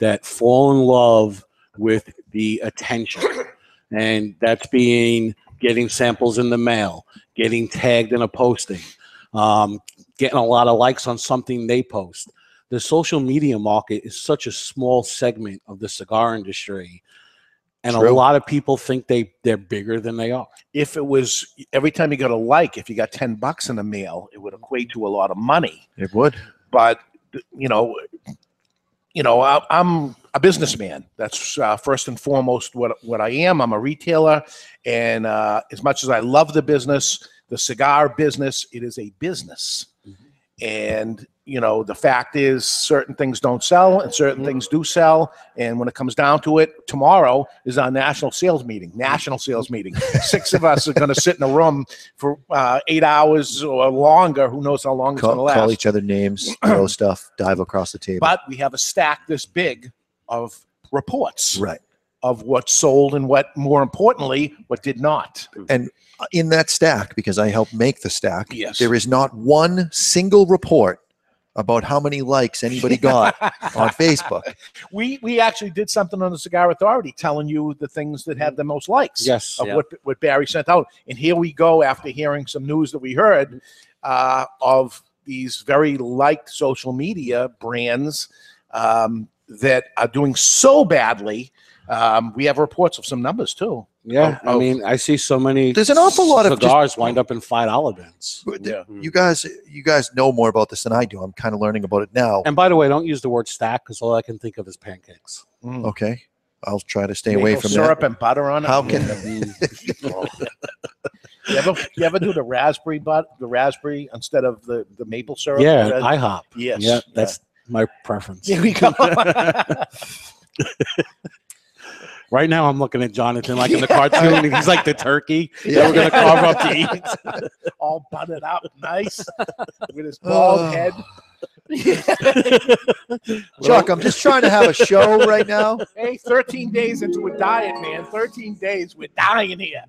F: that fall in love with the attention. and that's being getting samples in the mail, getting tagged in a posting, um, getting a lot of likes on something they post. The social media market is such a small segment of the cigar industry. And a
K: True.
F: lot of people think they, they're bigger than they are.
K: If it was every time you got a like, if you got 10 bucks in the mail, it would equate to a lot of money.
L: It would.
K: but you know, you know, I, I'm a businessman. That's uh, first and foremost what what I am. I'm a retailer, and uh, as much as I love the business, the cigar business, it is a business.
L: Mm-hmm.
K: And you know, the fact is, certain things don't sell, and
L: Mm-hmm.
K: certain things do sell. And when it comes down to it, tomorrow is our national sales meeting. National sales meeting. Six of us are going to sit in a room for uh, eight hours or longer. Who knows how long it's going to
L: Call,
K: last?
L: call each other names, throw stuff, dive across the table.
K: But we have a stack this big of reports
L: right.
K: of what sold and what, more importantly, what did not.
L: and uh, in that stack, because I helped make the stack,
K: Yes.
L: there is not one single report about how many likes anybody got on Facebook.
K: We we actually did something on the Cigar Authority, telling you the things that had the most likes.
F: Yes.
K: of
F: Yeah.
K: what what Barry sent out, and here we go after hearing some news that we heard uh, of these very liked social media brands um, that are doing so badly. Um, we have reports of some numbers too.
F: Yeah, I mean, I see so many.
L: There's an awful lot of just-
F: cigars wind up in five dollar bins.
L: Yeah. You guys, you guys know more about this than I do. I'm kind of learning about it
K: Oh.
L: now.
F: And by the way, don't use the word stack because all I can think of is pancakes.
L: Okay, I'll try to Mm. stay away
K: Maple
L: from
K: syrup
L: that.
K: and butter on it.
L: How can-
K: you ever you ever do the raspberry but the raspberry instead of the the maple syrup?
F: yeah,
K: Red-
F: and IHOP.
K: Yes.
F: yeah, that's my preference.
K: Here we go.
F: Right now, I'm looking at Jonathan like in the
K: Yeah.
F: cartoon, and he's like the turkey that we're gonna carve up to eat.
K: eat. All butted up, nice with his bald
L: Oh.
K: head.
L: Chuck, I'm just trying to have a show right now.
K: Hey, 13 days into a diet, man. 13 days, we're dying here.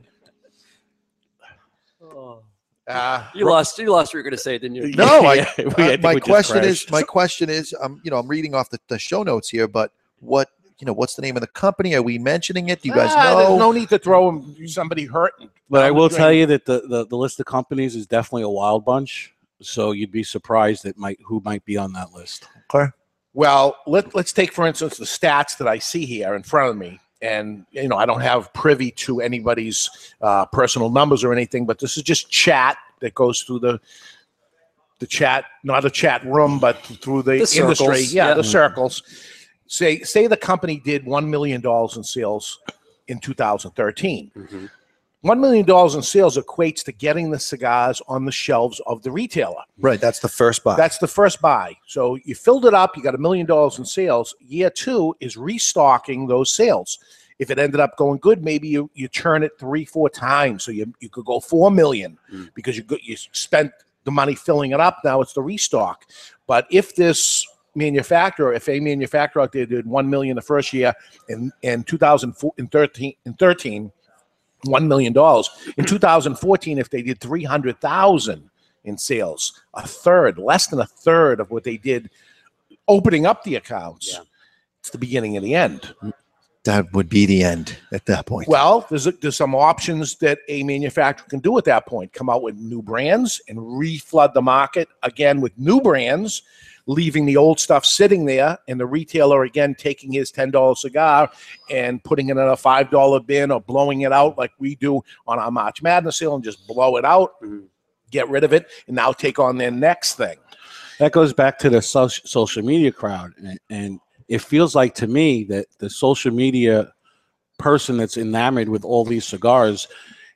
K: Uh,
M: You lost. You lost. What you were going to say, didn't you?
L: No, I, uh, my question is, my question is, um, you know, I'm reading off the, the show notes here, but what, you know, what's the name of the company? Are we mentioning it? Do you guys
K: ah,
L: know?
K: There's no need to throw him, somebody hurting.
F: But I will tell
K: Right.
F: you that the, the the list of companies is definitely a wild bunch. So you'd be surprised at might who might be on that list.
L: Okay.
K: Well, let, let's take, for instance, the stats that I see here in front of me. And, you know, I don't have privy to anybody's uh, personal numbers or anything, but this is just chat that goes through the the chat, not a chat room, but through the,
M: The circles,
K: industry. Yeah,
M: yeah.
K: the circles. Say, say the company did $1 million in sales in 2013. $1 million in sales equates to getting the cigars on the shelves of the retailer.
L: Right, that's the first buy.
K: That's the first buy. So you filled it up, you got a million dollars in sales. Year two is restocking those sales. If it ended up going good, maybe you, you turn it three, four times. So you, you could go four million because you go, you spent the money filling it up. Now it's the restock. But if this manufacturer, if a manufacturer out there did one million the first year and in 2013 in 13 one million dollars in 2014 if they did 300000 in sales a third less than a third of what they did opening up the accounts it's the beginning of the end
L: that would be the end at that point.
K: well there's, a, there's some options that a manufacturer can do at that point come out with new brands and reflood the market again with new brands leaving the old stuff sitting there and the retailer again taking his $10 cigar and putting it in a $5 bin or blowing it out like we do on our March Madness sale and just blow it out, get rid of it, and now take on their next thing.
F: that goes back to the social social media crowd and, and it feels like to me that the social media person that's enamored with all these cigars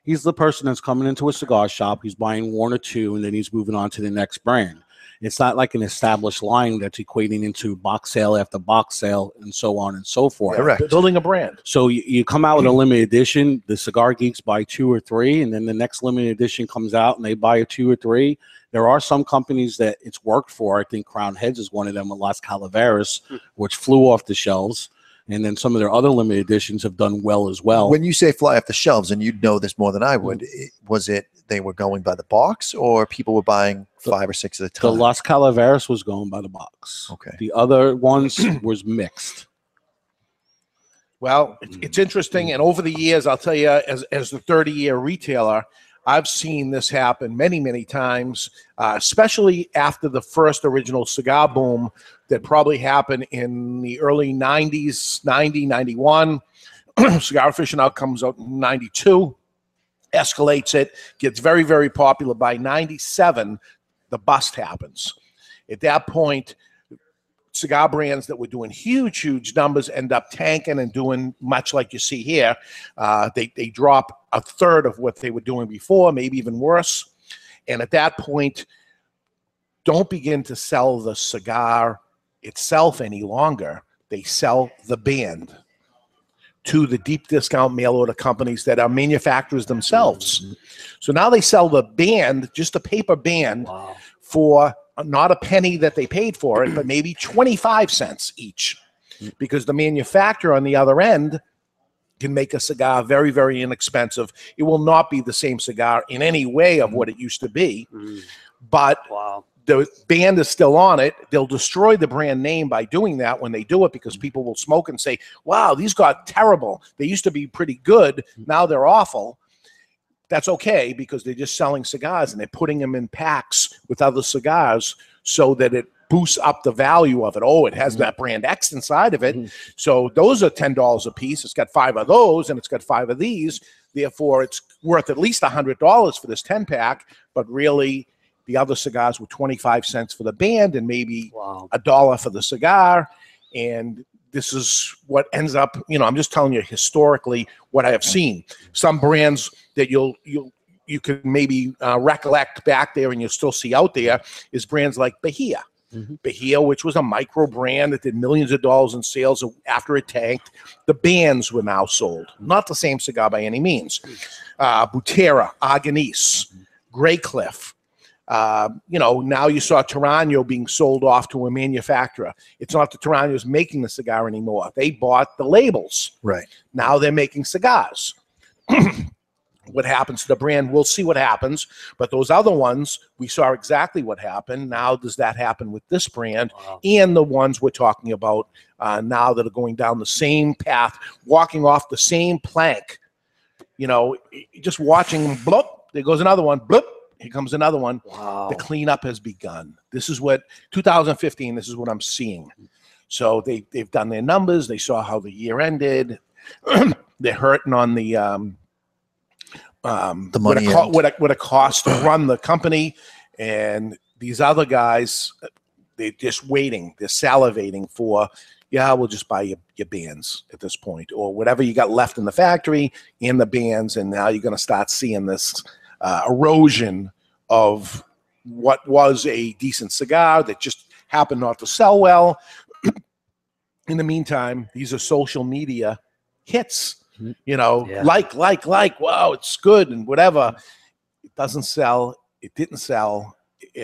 F: he's the person that's coming into a cigar shop he's buying one or two and then he's moving on to the next brand it's not like an established line that's equating into box sale after box sale and so on and so forth
K: Building a brand.
F: so you, you come out with a limited edition, the cigar geeks buy two or three, and then the next limited edition comes out and they buy a two or three. There are some companies that it's worked for. I think Crown Heads is one of them with Las Calaveras, which flew off the shelves. And then some of their other limited editions have done well as well.
L: When you say fly off the shelves, and you'd know this more than I would, it- was it they were going by the box, or people were buying five or six at a
F: The
L: time?
F: Las Calaveras was going by the box.
L: Okay.
F: The other ones was mixed.
K: Well, it's, it's interesting, and over the years, I'll tell you, as as the thirty year retailer, I've seen this happen many, many times, uh, especially after the first original cigar boom that probably happened in the early nineties, 90, 91. cigar fishing out comes out in ninety two escalates it, gets very, very popular. By 97, the bust happens. At that point, cigar brands that were doing huge, huge numbers end up tanking and doing much like you see here. Uh, they, they drop a third of what they were doing before, maybe even worse. And at that point, don't begin to sell the cigar itself any longer. They sell the band to the deep discount mail order companies that are manufacturers themselves. So now they sell the band, just a paper band, for not a penny that they paid for it, but maybe 25 cents each. Because the manufacturer on the other end can make a cigar very, very inexpensive. It will not be the same cigar in any way of what it used to be but the band is still on it. They'll destroy the brand name by doing that when they do it because people will smoke and say, wow, these got terrible. They used to be pretty good. Now they're awful. That's okay because they're just selling cigars and they're putting them in packs with other cigars so that it boosts up the value of it. Oh, it has that brand X inside of it. So those are $10 a piece. It's got five of those and it's got five of these. Therefore, it's worth at least $100 for this 10 pack, but really the other cigars were 25 cents for the band and maybe a dollar for the cigar. And this is what ends up, you know, I'm just telling you historically what I have seen. Some brands that you'll, you'll, you can maybe uh, recollect back there and you'll still see out there is brands like Bahia. Bahia, which was a micro brand that did millions of dollars in sales after it tanked. The bands were now sold. Not the same cigar by any means. Uh, Butera, Agonice, Grey Cliff. Uh, you know, now you saw Tarano being sold off to a manufacturer. It's not that Tarano's making the cigar anymore. They bought the labels.
L: Right.
K: Now they're making cigars. what happens to the brand? We'll see what happens. But those other ones, we saw exactly what happened. Now, does that happen with this brand and the ones we're talking about uh, now that are going down the same path, walking off the same plank? You know, y- y- just watching them, bloop, there goes another one, bloop, here comes another one. The cleanup has begun. This is what 2015, this is what I'm seeing. So they, they've done their numbers, they saw how the year ended. They're hurting on the um, um,
L: The
K: what, it
L: money
K: co-
L: end.
K: what, it, what it costs to run the company. And these other guys, they're just waiting, they're salivating for, yeah, we'll just buy your, your bands at this point, or whatever you got left in the factory in the bands. And now you're going to start seeing this uh, erosion of what was a decent cigar that just happened not to sell well. in the meantime, these are social media hits. You know, like, like, like, wow, it's good and whatever. It doesn't sell. It didn't sell.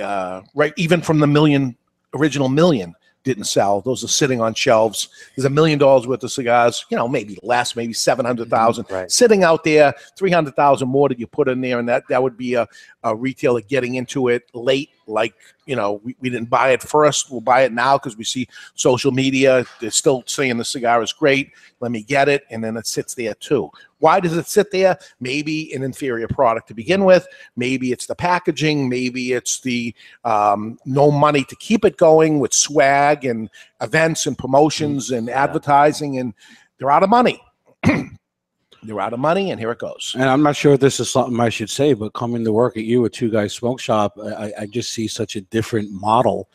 K: Uh, right, even from the million original million didn't sell. Those are sitting on shelves. There's a million dollars worth of cigars. You know, maybe less, maybe seven hundred thousand sitting out there. Three hundred thousand more that you put in there, and that that would be a, a retailer getting into it late. Like you know, we, we didn't buy it first. We'll buy it now because we see social media. They're still saying the cigar is great. Let me get it, and then it sits there too. Why does it sit there? Maybe an inferior product to begin with. Maybe it's the packaging. Maybe it's the um, no money to keep it going with swag and events and promotions and advertising. And they're out of money. they're out of money, and here it goes.
F: And I'm not sure if this is something I should say, but coming to work at you at Two Guys Smoke Shop, I, I- I just see such a different model,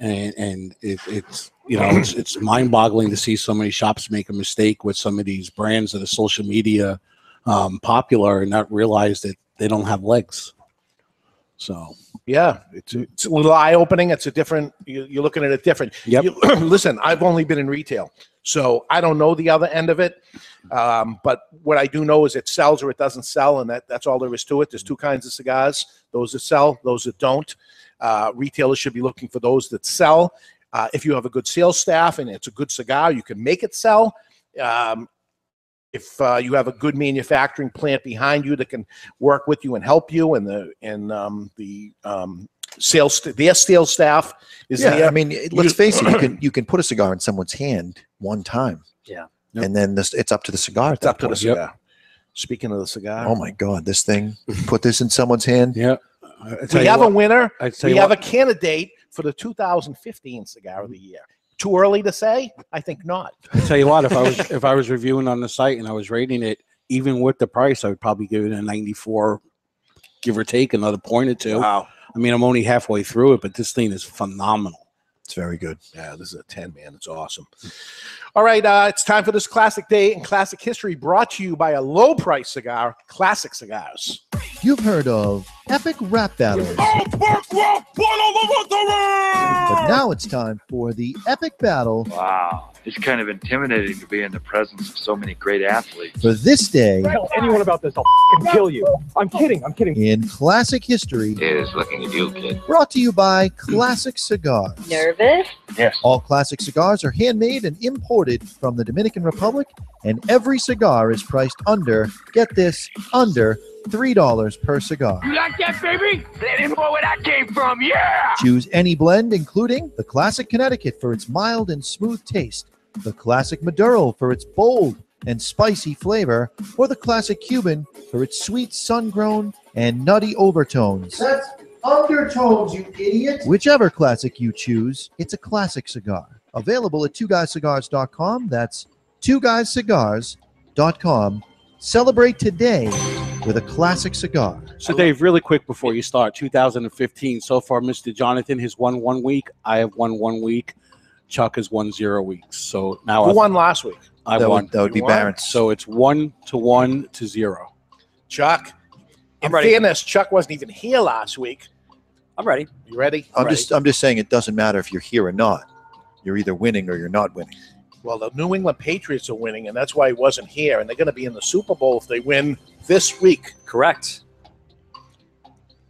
F: and and it, it's you know it's, it's mind-boggling to see so many shops make a mistake with some of these brands that are social media um, popular and not realize that they don't have legs. So
K: Yeah, it's a, it's a little eye opening. It's a different. You, you're looking at it different.
F: Yep.
K: You, listen, I've only been in retail, so I don't know the other end of it. Um, but what I do know is it sells or it doesn't sell, and that that's all there is to it. There's two kinds of cigars: those that sell, those that don't. Uh, retailers should be looking for those that sell. Uh, if you have a good sales staff and it's a good cigar, you can make it sell. Um, if uh, you have a good manufacturing plant behind you that can work with you and help you, and the and um, the um, sales st- their sales staff is
L: yeah,
K: there.
L: I mean, it- let's face it. You can you can put a cigar in someone's hand one time,
M: Yeah.
L: and then this it's up to the cigar. It's
K: up to the cigar. Speaking of the cigar,
L: Oh my God, this thing! Put this in someone's hand.
F: Yeah,
K: we have a winner.
F: I tell
K: We
F: you
K: have
F: what.
K: a candidate for the 2015 cigar of the year. Too early to say? I think not.
F: I tell you what, if I was if I was reviewing on the site and I was rating it, even with the price, I would probably give it a ninety four, give or take another point or two.
K: Wow.
F: I mean, I'm only halfway through it, but this thing is phenomenal.
L: It's very good.
K: Yeah, this is a 10 man. It's awesome. All right, uh, it's time for this classic day in classic history brought to you by a low price cigar, Classic Cigars.
L: You've heard of epic rap battles,
K: Oh,
L: but now it's time for the epic battle
Q: Wow. It's kind of intimidating to be in the presence of so many great athletes.
L: for this day
Q: Tell anyone about this, I'll kill you. I'm kidding. I'm kidding.
L: in classic history.
Q: Is looking at you, kid.
L: Brought to you by Classic Cigars.
J: Nervous?
Q: Yes.
L: All classic cigars are handmade and imported from the Dominican Republic, and every cigar is priced under, get this, under $3 per cigar.
B: You like that, baby? Let him know where that came from, yeah!
L: Choose any blend, including the Classic Connecticut for its mild and smooth taste, the Classic Maduro for its bold and spicy flavor, or the Classic Cuban for its sweet, sun grown, and nutty overtones.
B: That's undertones, you idiot!
L: Whichever classic you choose, it's a classic cigar. Available at two twoguyscigars.com. That's two twoguyscigars.com. Celebrate today with a classic cigar.
F: So, Dave, really quick before you start, 2015 so far, Mr. Jonathan has won one week. I have won one week. Chuck has won zero weeks. So now
K: Who
F: I've-
K: won last week?
F: I
L: That would-
F: won.
L: that would be You won? Barron's.
F: So it's one to one to zero.
K: Chuck. In
M: ready.
K: fairness, Chuck wasn't even here last week.
M: I'm ready.
K: You ready?
L: I'm just I'm just saying it doesn't matter if you're here or not. You're either winning or you're not winning.
K: Well, the New England Patriots are winning, and that's why he wasn't here. And they're going to be in the Super Bowl if they win this week.
M: Correct.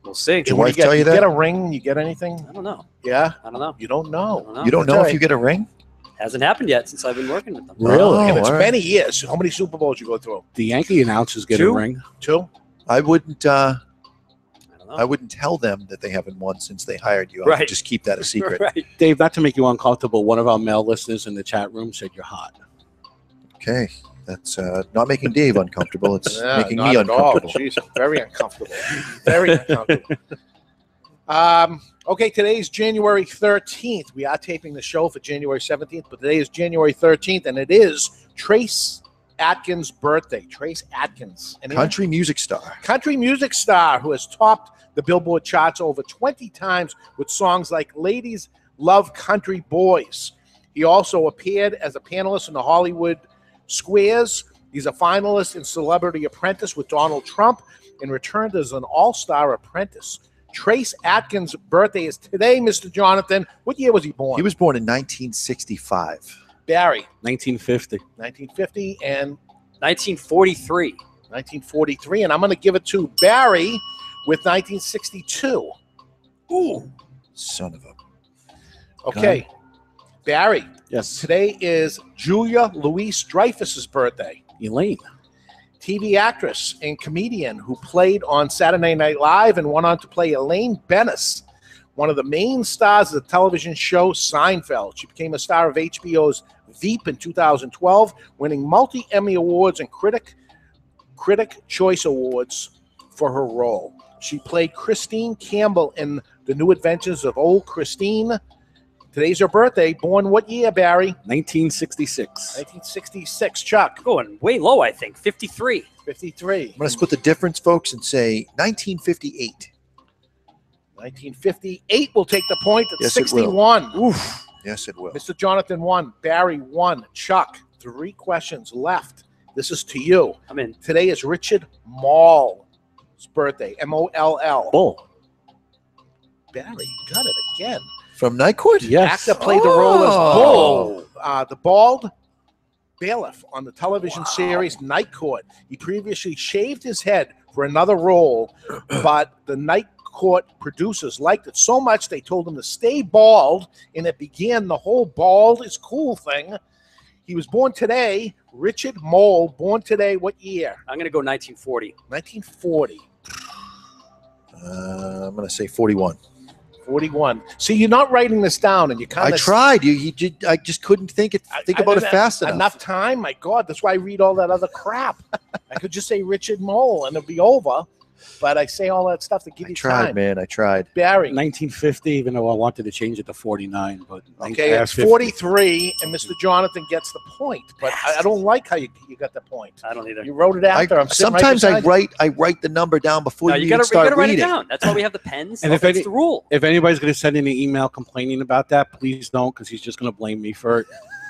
M: We'll see.
K: And when you get, you get a ring? You get anything?
M: I don't know.
K: Yeah.
M: I don't know.
K: You don't know.
M: know.
L: You don't know if you get a ring?
M: Hasn't happened yet since I've been working with them.
K: and
L: Oh,
K: it's
L: all right.
K: many years. How many Super Bowls you go through?
F: The Yankee announcers get a
K: Two?
F: ring.
K: Two.
L: I wouldn't uh
M: don't know.
L: I wouldn't tell them that they haven't won since they hired you. I would
F: Right.
L: just keep that a secret.
F: Dave, not to make you uncomfortable, one of our male listeners in the chat room said you're hot.
L: Okay. That's uh, not making Dave uncomfortable. It's
K: Yeah,
L: making
K: not
L: me
K: at all.
L: uncomfortable.
K: Jeez, very uncomfortable. Very uncomfortable. Um, okay, today is January 13th. We are taping the show for January 17th, but today is January 13th, and it is Trace Atkins' birthday. Trace Atkins. Anyone?
L: Country music star.
K: country music star who has topped the Billboard charts over 20 times with songs like Ladies Love Country Boys. He also appeared as a panelist in the Hollywood Squares. He's a finalist in Celebrity Apprentice with Donald Trump and returned as an all star apprentice. Trace Atkins' birthday is today, Mr. Jonathan. What year was he born?
L: He was born in 1965.
K: Barry,
F: 1950.
K: 1950 and
M: 1943.
K: 1943, and I'm going to give it to Barry with 1962. Ooh.
L: Son of a
K: Okay. Barry.
F: Yes.
K: Today is Julia Louise Dreyfus's birthday.
F: Elaine.
K: TV actress and comedian who played on Saturday Night Live and went on to play Elaine Bennis, one of the main stars of the television show Seinfeld. She became a star of HBO's Veep in 2012, winning multi Emmy Awards and critic Critic Choice Awards for her role. She played Christine Campbell in The New Adventures of Old Christine. Today's her birthday. Born what year, Barry?
F: 1966.
K: 1966. Chuck.
M: Going way low, I think. 53.
K: 53.
L: I'm going to split the difference, folks, and say 1958.
K: 1958 will take the point at
L: Yes, it will.
K: 61.
L: Yes, it will.
K: Mr. Jonathan won. Barry won. Chuck, three questions left. This is to you.
M: I'm in.
K: Today is Richard Mall's birthday. M O L L.
F: Bull.
K: Barry got it again.
L: From Nyquist?
K: Yes. Actor played the role as
L: Oh.
K: Bull, uh, the bald bailiff on the television series Night Court. He previously shaved his head for another role, but the Night Court producers liked it so much they told him to stay bald, and it began the whole bald is cool thing. He was born today, Richard Mole, born today, what year?
M: I'm going to go 1940.
K: 1940.
L: Uh, I'm going to say 41.
K: 41. See, you're not writing this down, and you kind of.
L: I tried. You, you, did- I just couldn't think it. Think about it fast enough.
K: Enough time, my God. That's why I read all that other crap. I could just say Richard Mole, and it'd be over. But I say all that stuff to give you
L: tried,
K: time.
L: man. I tried.
K: Barry.
F: 1950, even though I wanted to change it to 49, but
K: Okay, it's 43, and Mr. Jonathan gets the point. But I, I don't like how you, you got the point.
M: I don't either.
K: You wrote it after. I, am
L: sometimes I write. I write the number down before
M: No,
L: you,
M: you
L: even
M: got to
L: start
M: write it
L: reading.
M: down. That's why we have the pens.
F: And if,
M: That's
F: any,
M: the rule.
F: if anybody's going to send in an email complaining about that, please don't, because he's just going to blame me for it.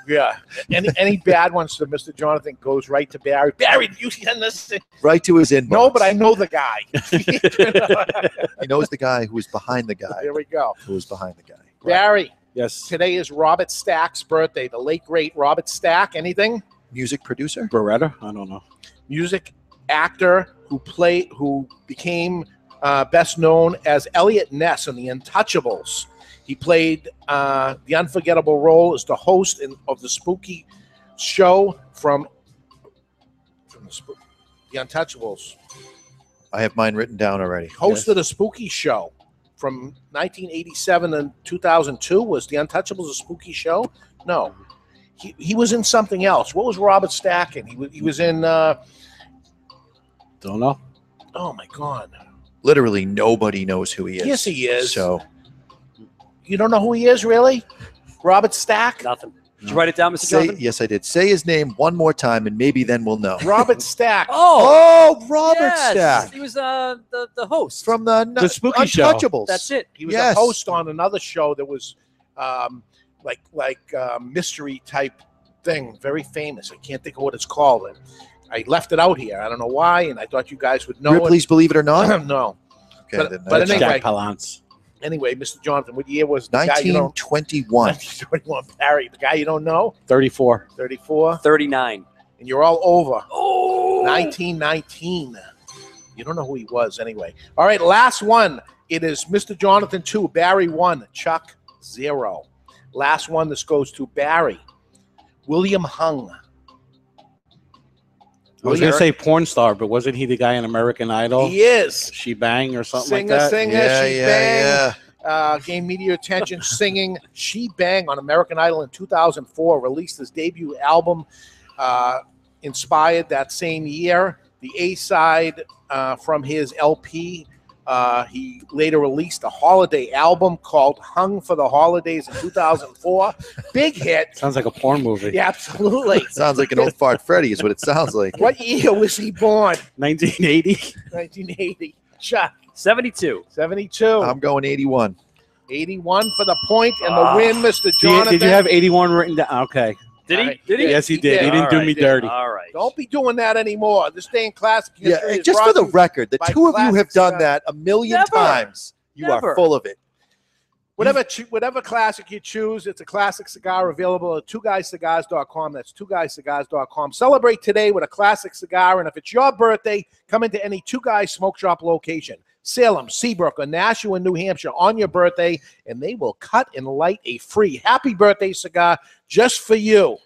K: Yeah. Any any bad ones to Mr. Jonathan goes right to Barry. Barry, you send this. thing?"
L: Right to his inbox.
K: No, but I know the guy.
L: he knows the guy who was behind the guy.
K: There we go.
L: Who was behind the guy?
K: Barry.
F: Yes.
K: Today is Robert Stack's birthday, the late great Robert Stack. Anything?
L: Music producer.
F: Beretta? I don't know.
K: Music actor who played who became uh, best known as Elliot Ness in The Untouchables. He played uh, the unforgettable role as the host in, of the spooky show from from the, spook the Untouchables.
L: I have mine written down already.
K: hosted a spooky show from 1987 and 2002 was the untouchables a spooky show no he, he was in something else what was robert stack in he was, he was in uh,
F: Don't know.
K: oh my god
L: Literally nobody knows who he is.
K: Yes, he is.
L: So
K: you don't know who he is really robert stack
M: nothing Did you write it down, Mr.
L: say
M: Jonathan?
L: yes, I did. Say his name one more time, and maybe then we'll know.
K: robert stack
M: Oh,
L: oh, Robert
M: yes.
L: Stack.
M: He was uh, the the host
L: from the,
K: The spooky show.
L: Untouchables.
M: That's it.
K: he was
L: Yes.
K: a host on another show that was um, like like uh, mystery type thing very famous i can't think of what it's called i left it out here i don't know why and i thought you guys would know
L: Ripley's
K: it.
L: Believe It or Not.
K: no
L: Okay,
K: But-
L: then
K: but
L: that's
K: anyway- Jack
F: Palance.
K: anyway mr jonathan what year was the guy you don't
L: 1921.
K: 21 Barry, the guy you don't know,
F: 34.
K: 34,
M: 39.
K: and you're all over. Oh, 1919. You don't know who he was anyway. All right, last one. It is Mr. Jonathan 2, Barry 1, Chuck 0. Last one. This goes to Barry. William Hung.
F: I was going to say porn star, but wasn't he the guy in American Idol?
K: He is.
F: She Bang or something
K: singer,
F: like that?
K: singer, she bang. Uh, gained media attention singing She Bang on American Idol in 2004, released his debut album, uh, inspired that same year. The A side uh, from his LP. Uh, he later released a holiday album called Hung for the Holidays in 2004. Big hit.
F: Sounds like a porn movie.
K: Yeah, absolutely.
L: sounds like an old fart Freddy is what it sounds like.
K: What year was he born?
F: 1980.
K: 1980. Chuck.
M: 72.
K: 72.
L: I'm going 81.
K: 81 for the point and the
F: Ah.
K: win, Mr.
F: Did you,
K: Jonathan.
F: did you have 81 written down? Okay.
M: Did he?
K: Did he?
F: Yes, he
K: He
F: did.
K: did.
F: He didn't
K: All
F: do
K: right,
F: me
K: did.
F: dirty.
M: All right.
K: Don't be doing that anymore. This day in classic
L: Yeah,
K: history.
L: and
K: is
L: just for
K: brought
L: the
K: to you
L: record, the
K: by
L: two of you
K: Classic
L: have done
K: Cigar.
L: that a million
K: Never.
L: times. You
K: Never.
L: are full of it.
K: Whatever, choo- whatever classic you choose, it's a classic cigar available at two twoguyscigars.com. That's two twoguyscigars.com. Celebrate today with a classic cigar. And if it's your birthday, come into any Two Guys Smoke Shop location, Salem, Seabrook, or Nashua, New Hampshire, on your birthday, and they will cut and light a free happy birthday cigar just for you.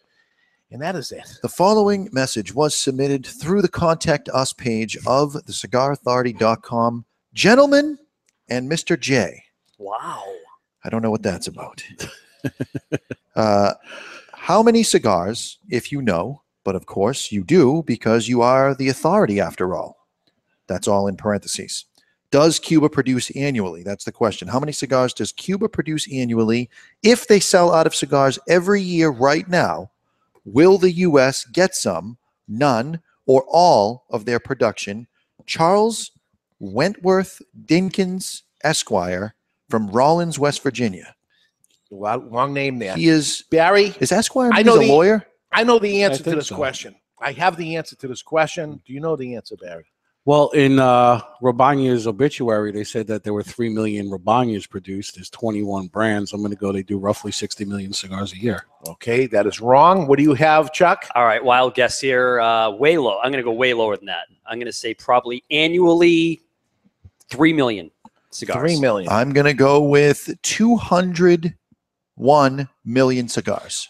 K: And that is it.
L: The following message was submitted through the contact us page of thecigarauthority.com. Gentlemen and Mr. J.
M: Wow.
L: I don't know what that's about. uh, how many cigars, if you know, but of course you do because you are the authority after all. That's all in parentheses. Does Cuba produce annually? That's the question. How many cigars does Cuba produce annually? If they sell out of cigars every year right now, will the U.S. get some, none, or all of their production? Charles Wentworth Dinkins Esquire from Rollins, West Virginia.
K: Wow, long name there.
L: He is
K: Barry.
L: Is Esquire?
K: I know
L: he's a
K: the-
L: lawyer.
K: I know the answer to
L: think
K: this
L: so.
K: question. I have the answer to this question. Do you know the answer, Barry?
F: Well, in uh, Rabania's obituary, they said that there were 3 million Rabanias produced. There's 21 brands. I'm going to go, they do roughly 60 million cigars a year.
K: Okay, that is wrong. What do you have, Chuck?
M: All right, wild guess here. Uh, way low. I'm going to go way lower than that. I'm going to say probably annually three million cigars.
L: I'm going to go with 201 million cigars.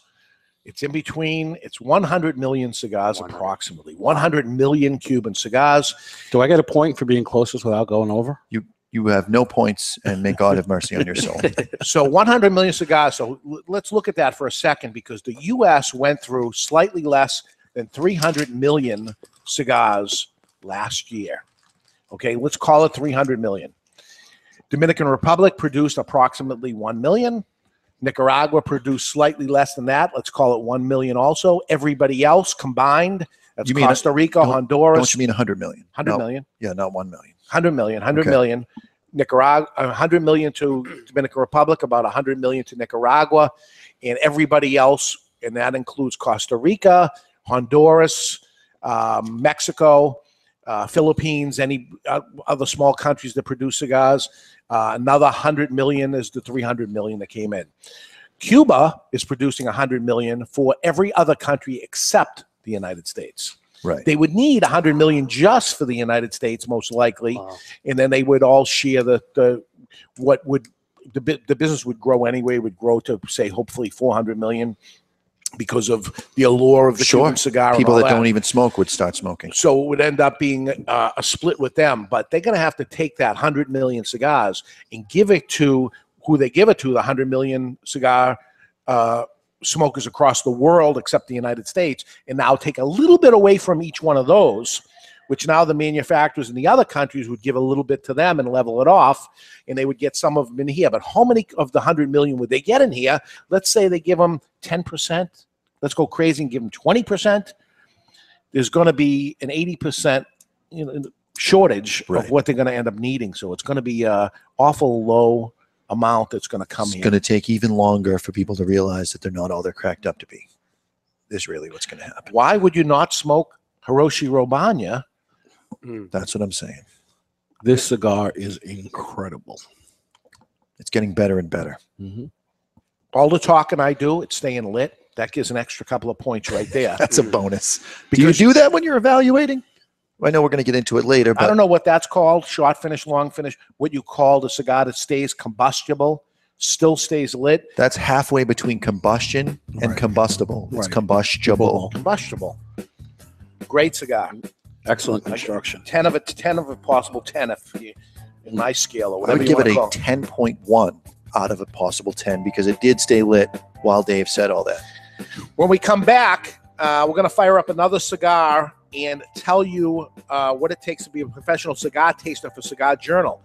K: It's in between. It's 100 million cigars, approximately 100 million Cuban cigars.
F: Do I get a point for being closest without going over?
L: You you have no points, and may God have mercy on your soul.
K: so 100 million cigars. So l- let's look at that for a second because the U.S. went through slightly less than 300 million cigars last year. Okay, let's call it 300 million. Dominican Republic produced approximately 1 million. Nicaragua produced slightly less than that. Let's call it 1 million also. Everybody else combined, that's
L: You mean-
K: Costa Rica,
L: don't-
K: Honduras.
L: Don't you mean 100 million?
K: 100
L: No.
K: million.
L: Yeah, not 1 million.
K: 100 million, 100
L: Okay.
K: million. Nicaragua, 100 million to Dominican Republic, about 100 million to Nicaragua, and everybody else, and that includes Costa Rica, Honduras, um, Mexico, uh, Philippines, any uh, other small countries that produce cigars. Uh, another 100 million is the 300 million that came in. Cuba is producing 100 million for every other country except the United States.
L: Right.
K: They would need 100 million just for the United States, most likely, and then they would all share the, the what would the, bu- the business would grow anyway would grow to say hopefully 400 million because of the allure of the
L: sure.
K: Cuban cigar. and
L: People
K: all
L: that, don't even smoke would start smoking.
K: so it would end up being uh, a split with them, but they're going to have to take that 100 million cigars and give it to who they give it to the 100 million cigar uh, smokers across the world, except the United States, and now take a little bit away from each one of those, which now the manufacturers in the other countries would give a little bit to them and level it off, and they would get some of them in here. But how many of the 100 million would they get in here? Let's say they give them 10%. Let's go crazy and give them 20% there's going to be an 80% you know, shortage of what they're going to end up needing. So it's going to be a awful low amount that's going to come
L: It's
K: here.
L: going to take even longer for people to realize that they're not all they're cracked up to be. Is really what's going to happen.
K: Why would you not smoke Hiroshi Robanya?
H: Hmm.
L: That's what I'm saying.
F: This cigar is incredible.
L: It's getting better and better.
K: All the talking I do, it's staying lit. That gives an extra couple of points right there.
L: That's a bonus. do you do that when you're evaluating? I know we're going to get into it later, but
K: I don't know what that's called short finish, long finish, what you call the cigar that stays combustible, still stays lit,
L: That's halfway between combustion and combustible. It's combustible.
K: combustible. Great cigar.
F: Excellent
K: construction. Ten of a ten of a possible ten if you, in my scale or
L: I
K: whatever
L: would
K: you
L: give
K: want
L: it
K: to
L: a
K: call. it.
L: 10.1 out of a possible 10 because it did stay lit while Dave said all that.
K: When we come back, uh, we're going to fire up another cigar and tell you uh, what it takes to be a professional cigar taster for Cigar Journal.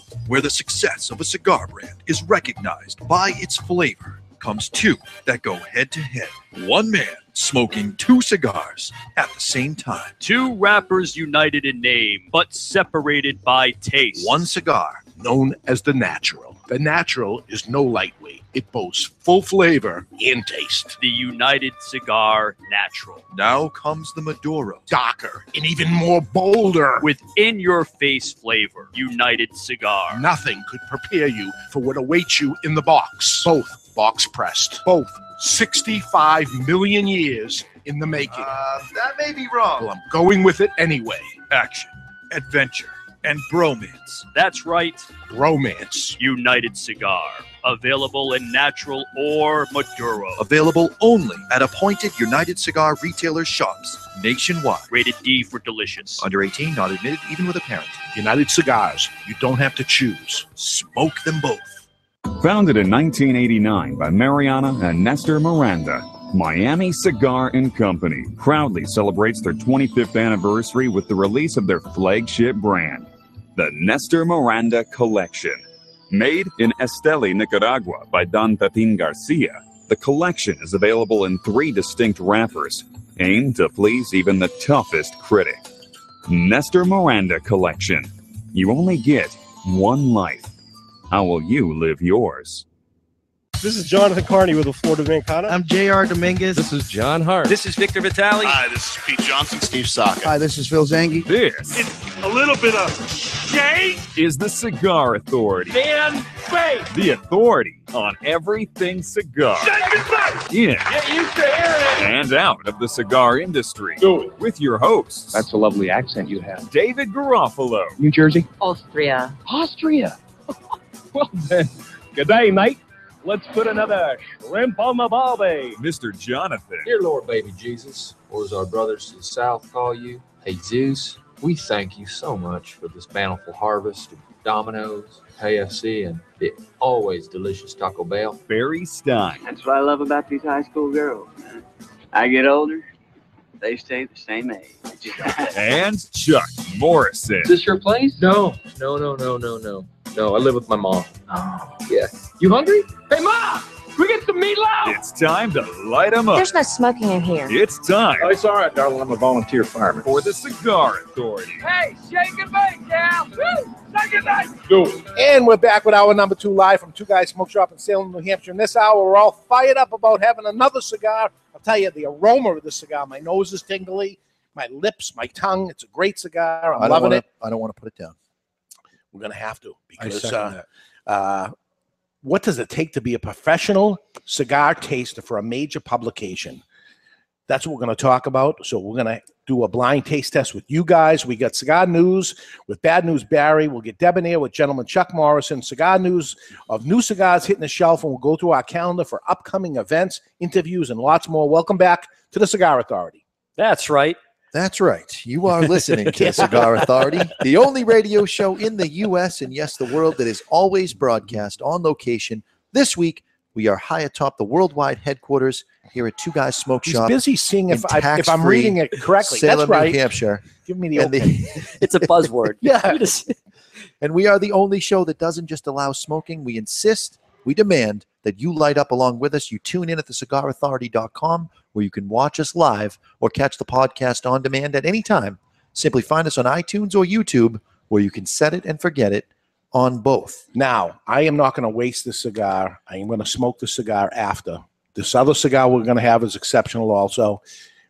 H: where the success of a cigar brand is recognized by its flavor, comes two that go head to head. One man smoking two cigars at the same time.
I: Two rappers united in name, but separated by taste.
H: One cigar
K: known as the natural. The natural is no lightweight. It boasts full flavor and taste.
I: The United Cigar Natural.
H: Now comes the Maduro.
K: Darker and even more bolder.
I: With in your face flavor. United Cigar.
K: Nothing could prepare you for what awaits you in the box. Both box pressed. Both 65 million years in the making.
L: Uh,
P: That may be wrong.
K: well, I'm going with it anyway.
H: Action, adventure, and bromance.
I: That's right.
K: Romance.
I: United Cigar. Available in natural or Maduro.
H: Available only at appointed United Cigar retailer shops nationwide.
I: Rated D for delicious.
H: Under 18, not admitted even with a parent.
K: United Cigars. You don't have to choose. Smoke them both.
R: Founded in 1989 by Mariana and Nestor Miranda, Miami Cigar and Company proudly celebrates their 25th anniversary with the release of their flagship brand, the Nestor Miranda Collection. Made in Esteli, Nicaragua by Don Pepin Garcia, the collection is available in three distinct wrappers, aimed to please even the toughest critic. Nestor Miranda Collection. You only get one life. How will you live yours?
P: This is Jonathan Carney with the Florida Mancana. I'm
S: J.R. Dominguez. This is John Hart.
P: This is Victor Vitale.
T: Hi, this is Pete Johnson. Steve Saka.
S: Hi, this is Phil Zangi.
R: This
T: It's a little bit of shade.
R: is the Cigar Authority,
T: Dan Faith.
R: the authority on everything cigar. In
T: Get used to hearing
R: and out of the cigar industry. With your hosts. That's a lovely accent you have. David Garofalo. New Jersey.
U: Austria. Austria. well then, good day, mate. Let's put another shrimp on the barbie.
R: Mr. Jonathan.
A: Dear Lord, baby Jesus, or as our brothers to the south call you, hey Zeus, we thank you so much for this bountiful harvest of Domino's, KFC, and the always delicious Taco Bell.
R: Barry Stein.
V: That's what I love about these high school girls. man. I get older, they stay the same age.
R: And Chuck Morrison.
A: Is this your place? No, no, no, no, no, no. No, I live with my mom. Oh. Yeah. You hungry? Hey, Mom! We get some meatloaf!
R: It's time to light 'em up.
J: There's no smoking in here.
R: It's time.
P: Oh, it's all right, darling. I'm a volunteer fireman.
R: For the Cigar Authority.
G: Hey, shake it bake, gal. Woo! Shake it bake.
K: And we're back with hour number two live from Two Guys Smoke Shop in Salem, New Hampshire. And this hour, we're all fired up about having another cigar. I'll tell you, the aroma of the cigar, my nose is tingly, my lips, my tongue. It's a great cigar. I'm
L: I don't
K: loving
L: wanna-
K: it.
L: I don't want to put it down.
K: We're going to have to
L: I
K: because
L: second
K: uh, uh, what does it take to be a professional cigar taster for a major publication? That's what we're going to talk about. So we're going to do a blind taste test with you guys. We got cigar news with Bad News Barry. We'll get debonair with gentleman Chuck Morrison. Cigar news of new cigars hitting the shelf, and we'll go through our calendar for upcoming events, interviews, and lots more. Welcome back to the Cigar Authority.
M: That's right.
L: That's right. You are listening to the Cigar Authority, the only radio show in the U.S. and yes, the world that is always broadcast on location. This week, we are high atop the worldwide headquarters here at Two Guys Smoke
K: He's
L: Shop.
K: busy seeing
L: in
K: if I- if I'm
L: tax-free
K: reading it correctly. That's
L: Salem, New
K: right.
L: Hampshire.
K: Give me the
L: And
K: open.
M: it's a buzzword.
L: yeah. and we are the only show that doesn't just allow smoking. We insist, we demand that you light up along with us. You tune in at thecigarauthority.com where you can watch us live or catch the podcast on demand at any time. Simply find us on iTunes or YouTube where you can set it and forget it on both.
K: Now, I am not going to waste this cigar. I am going to smoke the cigar after. This other cigar we're going to have is exceptional also,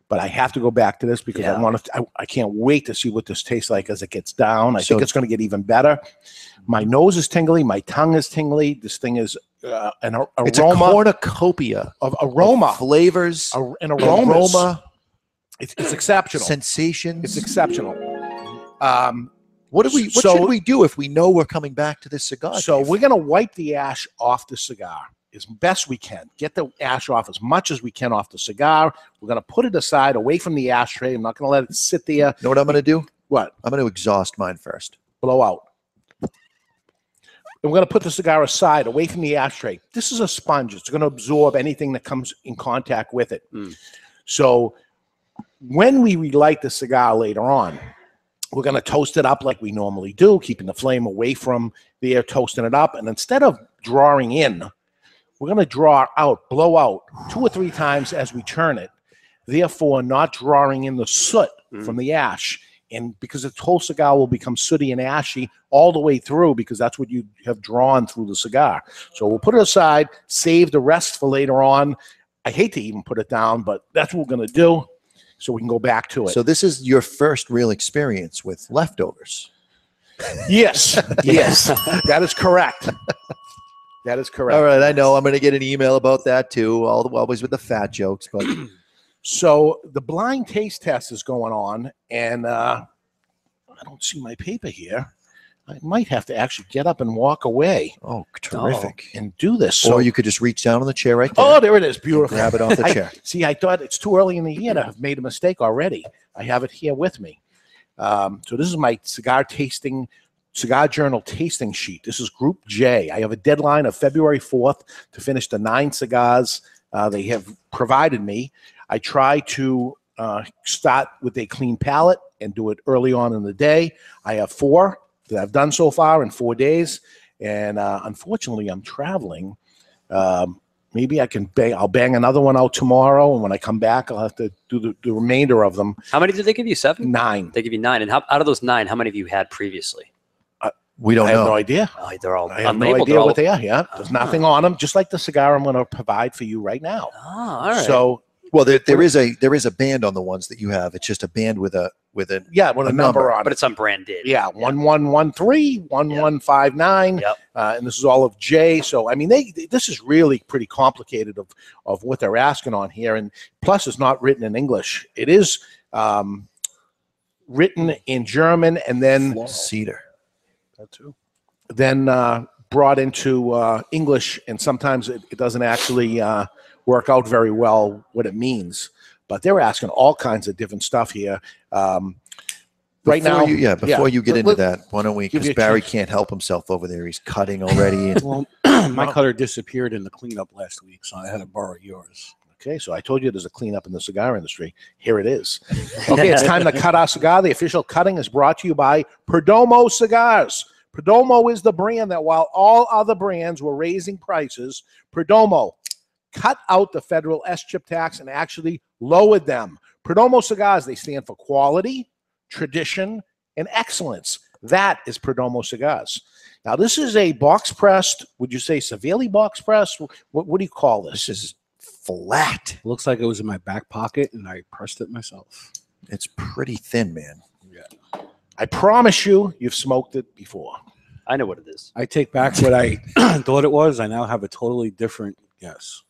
K: but I have to go back to this because I want to, I, I can't wait to see what this tastes like as it gets down. I
L: So-
K: think it's going to get even better. My nose is tingly. My tongue is tingly. This thing is uh, an ar- aroma.
L: It's a cornucopia
K: of aroma,
L: flavors,
K: and aromas.
L: aroma.
K: It's, it's exceptional.
L: Sensations.
K: It's exceptional. Um,
L: what do we? What
K: so-
L: should we do if we know we're coming back to this cigar?
K: So we're going to wipe the ash off the cigar. as best we can. Get the ash off as much as we can off the cigar. We're going to put it aside, away from the ashtray. I'm not going to let it sit there.
L: Know what I'm going to do?
K: What?
L: I'm going to exhaust mine first.
K: Blow out. And we're going to put the cigar aside, away from the ashtray. This is a sponge. It's going to absorb anything that comes in contact with it. So when we relight the cigar later on, we're going to toast it up like we normally do, keeping the flame away from the air, toasting it up. And instead of drawing in, we're going to draw out, blow out two or three times as we turn it, therefore not drawing in the soot
L: Mm.
K: from the ash. And because the whole cigar will become sooty and ashy all the way through, because that's what you have drawn through the cigar. So we'll put it aside, save the rest for later on. I hate to even put it down, but that's what we're going to do so we can go back to it.
L: So this is your first real experience with leftovers.
K: Yes, yes, that is correct. That is correct.
L: All right, I know I'm going to get an email about that too. All the always with the fat jokes, but
K: So the blind taste test is going on, and uh, I don't see my paper here. I might have to actually get up and walk away.
L: Oh, terrific.
K: and do this. So
L: or you could just reach down on the chair right there.
K: Oh, there it is. Beautiful.
L: grab it off the
K: I-
L: chair.
K: see, I thought it's too early in the year to have made a mistake already. I have it here with me. Um, so this is my cigar tasting, cigar journal tasting sheet. This is Group J. I have a deadline of February 4th to finish the nine cigars uh, they have provided me. I try to uh, start with a clean palate and do it early on in the day. I have four that I've done so far in four days. And uh, unfortunately, I'm traveling. Um, maybe I can bang. I'll bang another one out tomorrow, and when I come back, I'll have to do the, the remainder of them.
M: How many did they give you? Seven?
K: Nine.
M: They give you nine. And how, out of those nine, how many have you had previously?
L: We
K: I have no idea.
M: Oh, they're all
K: I have no
M: unlabeled.
K: idea
M: They're all-
K: what they are. Yeah, there's
M: Ah.
K: nothing on them. Just like the cigar I'm going to provide for you right now.
M: Ah, all right.
K: So
L: well, there, there is a there is a band on the ones that you have. It's just a band with a with a
K: yeah, with a, number, on it.
M: But it's unbranded.
K: Yeah, one one one three, one one five nine. Uh, and this is all of J. So I mean, they they- this is really pretty complicated of of what they're asking on here, and plus it's not written in English. It is um, written in German, and then
L: cedar.
K: That too. Then uh, brought into uh, English, and sometimes it, it doesn't actually uh, work out very well what it means. But they're asking all kinds of different stuff here. Um, right
L: Before
K: now,
L: you, yeah. Before you get
K: Let-
L: into
K: let-
L: that, why don't we?
K: give you
L: Because
K: a
L: Barry
K: chance.
L: can't help himself over there. He's cutting already. and-
F: Well, my cutter disappeared in the cleanup last week, so I had to borrow yours.
K: Okay, so I told you there's a cleanup in the cigar industry. Here it is. Okay, it's time to cut our cigar. The official cutting is brought to you by Perdomo Cigars. Perdomo is the brand that, while all other brands were raising prices, Perdomo cut out the federal S chip tax and actually lowered them. Perdomo cigars, they stand for quality, tradition, and excellence. That is Perdomo cigars. Now, this is a box pressed, would you say severely box pressed? What, what do you call this?
L: This is flat.
F: Looks like it was in my back pocket, and I pressed it myself.
L: It's pretty thin, man.
K: I promise you, you've smoked it before.
M: I know what it is.
F: I take back what I thought it was. I now have a totally different guess.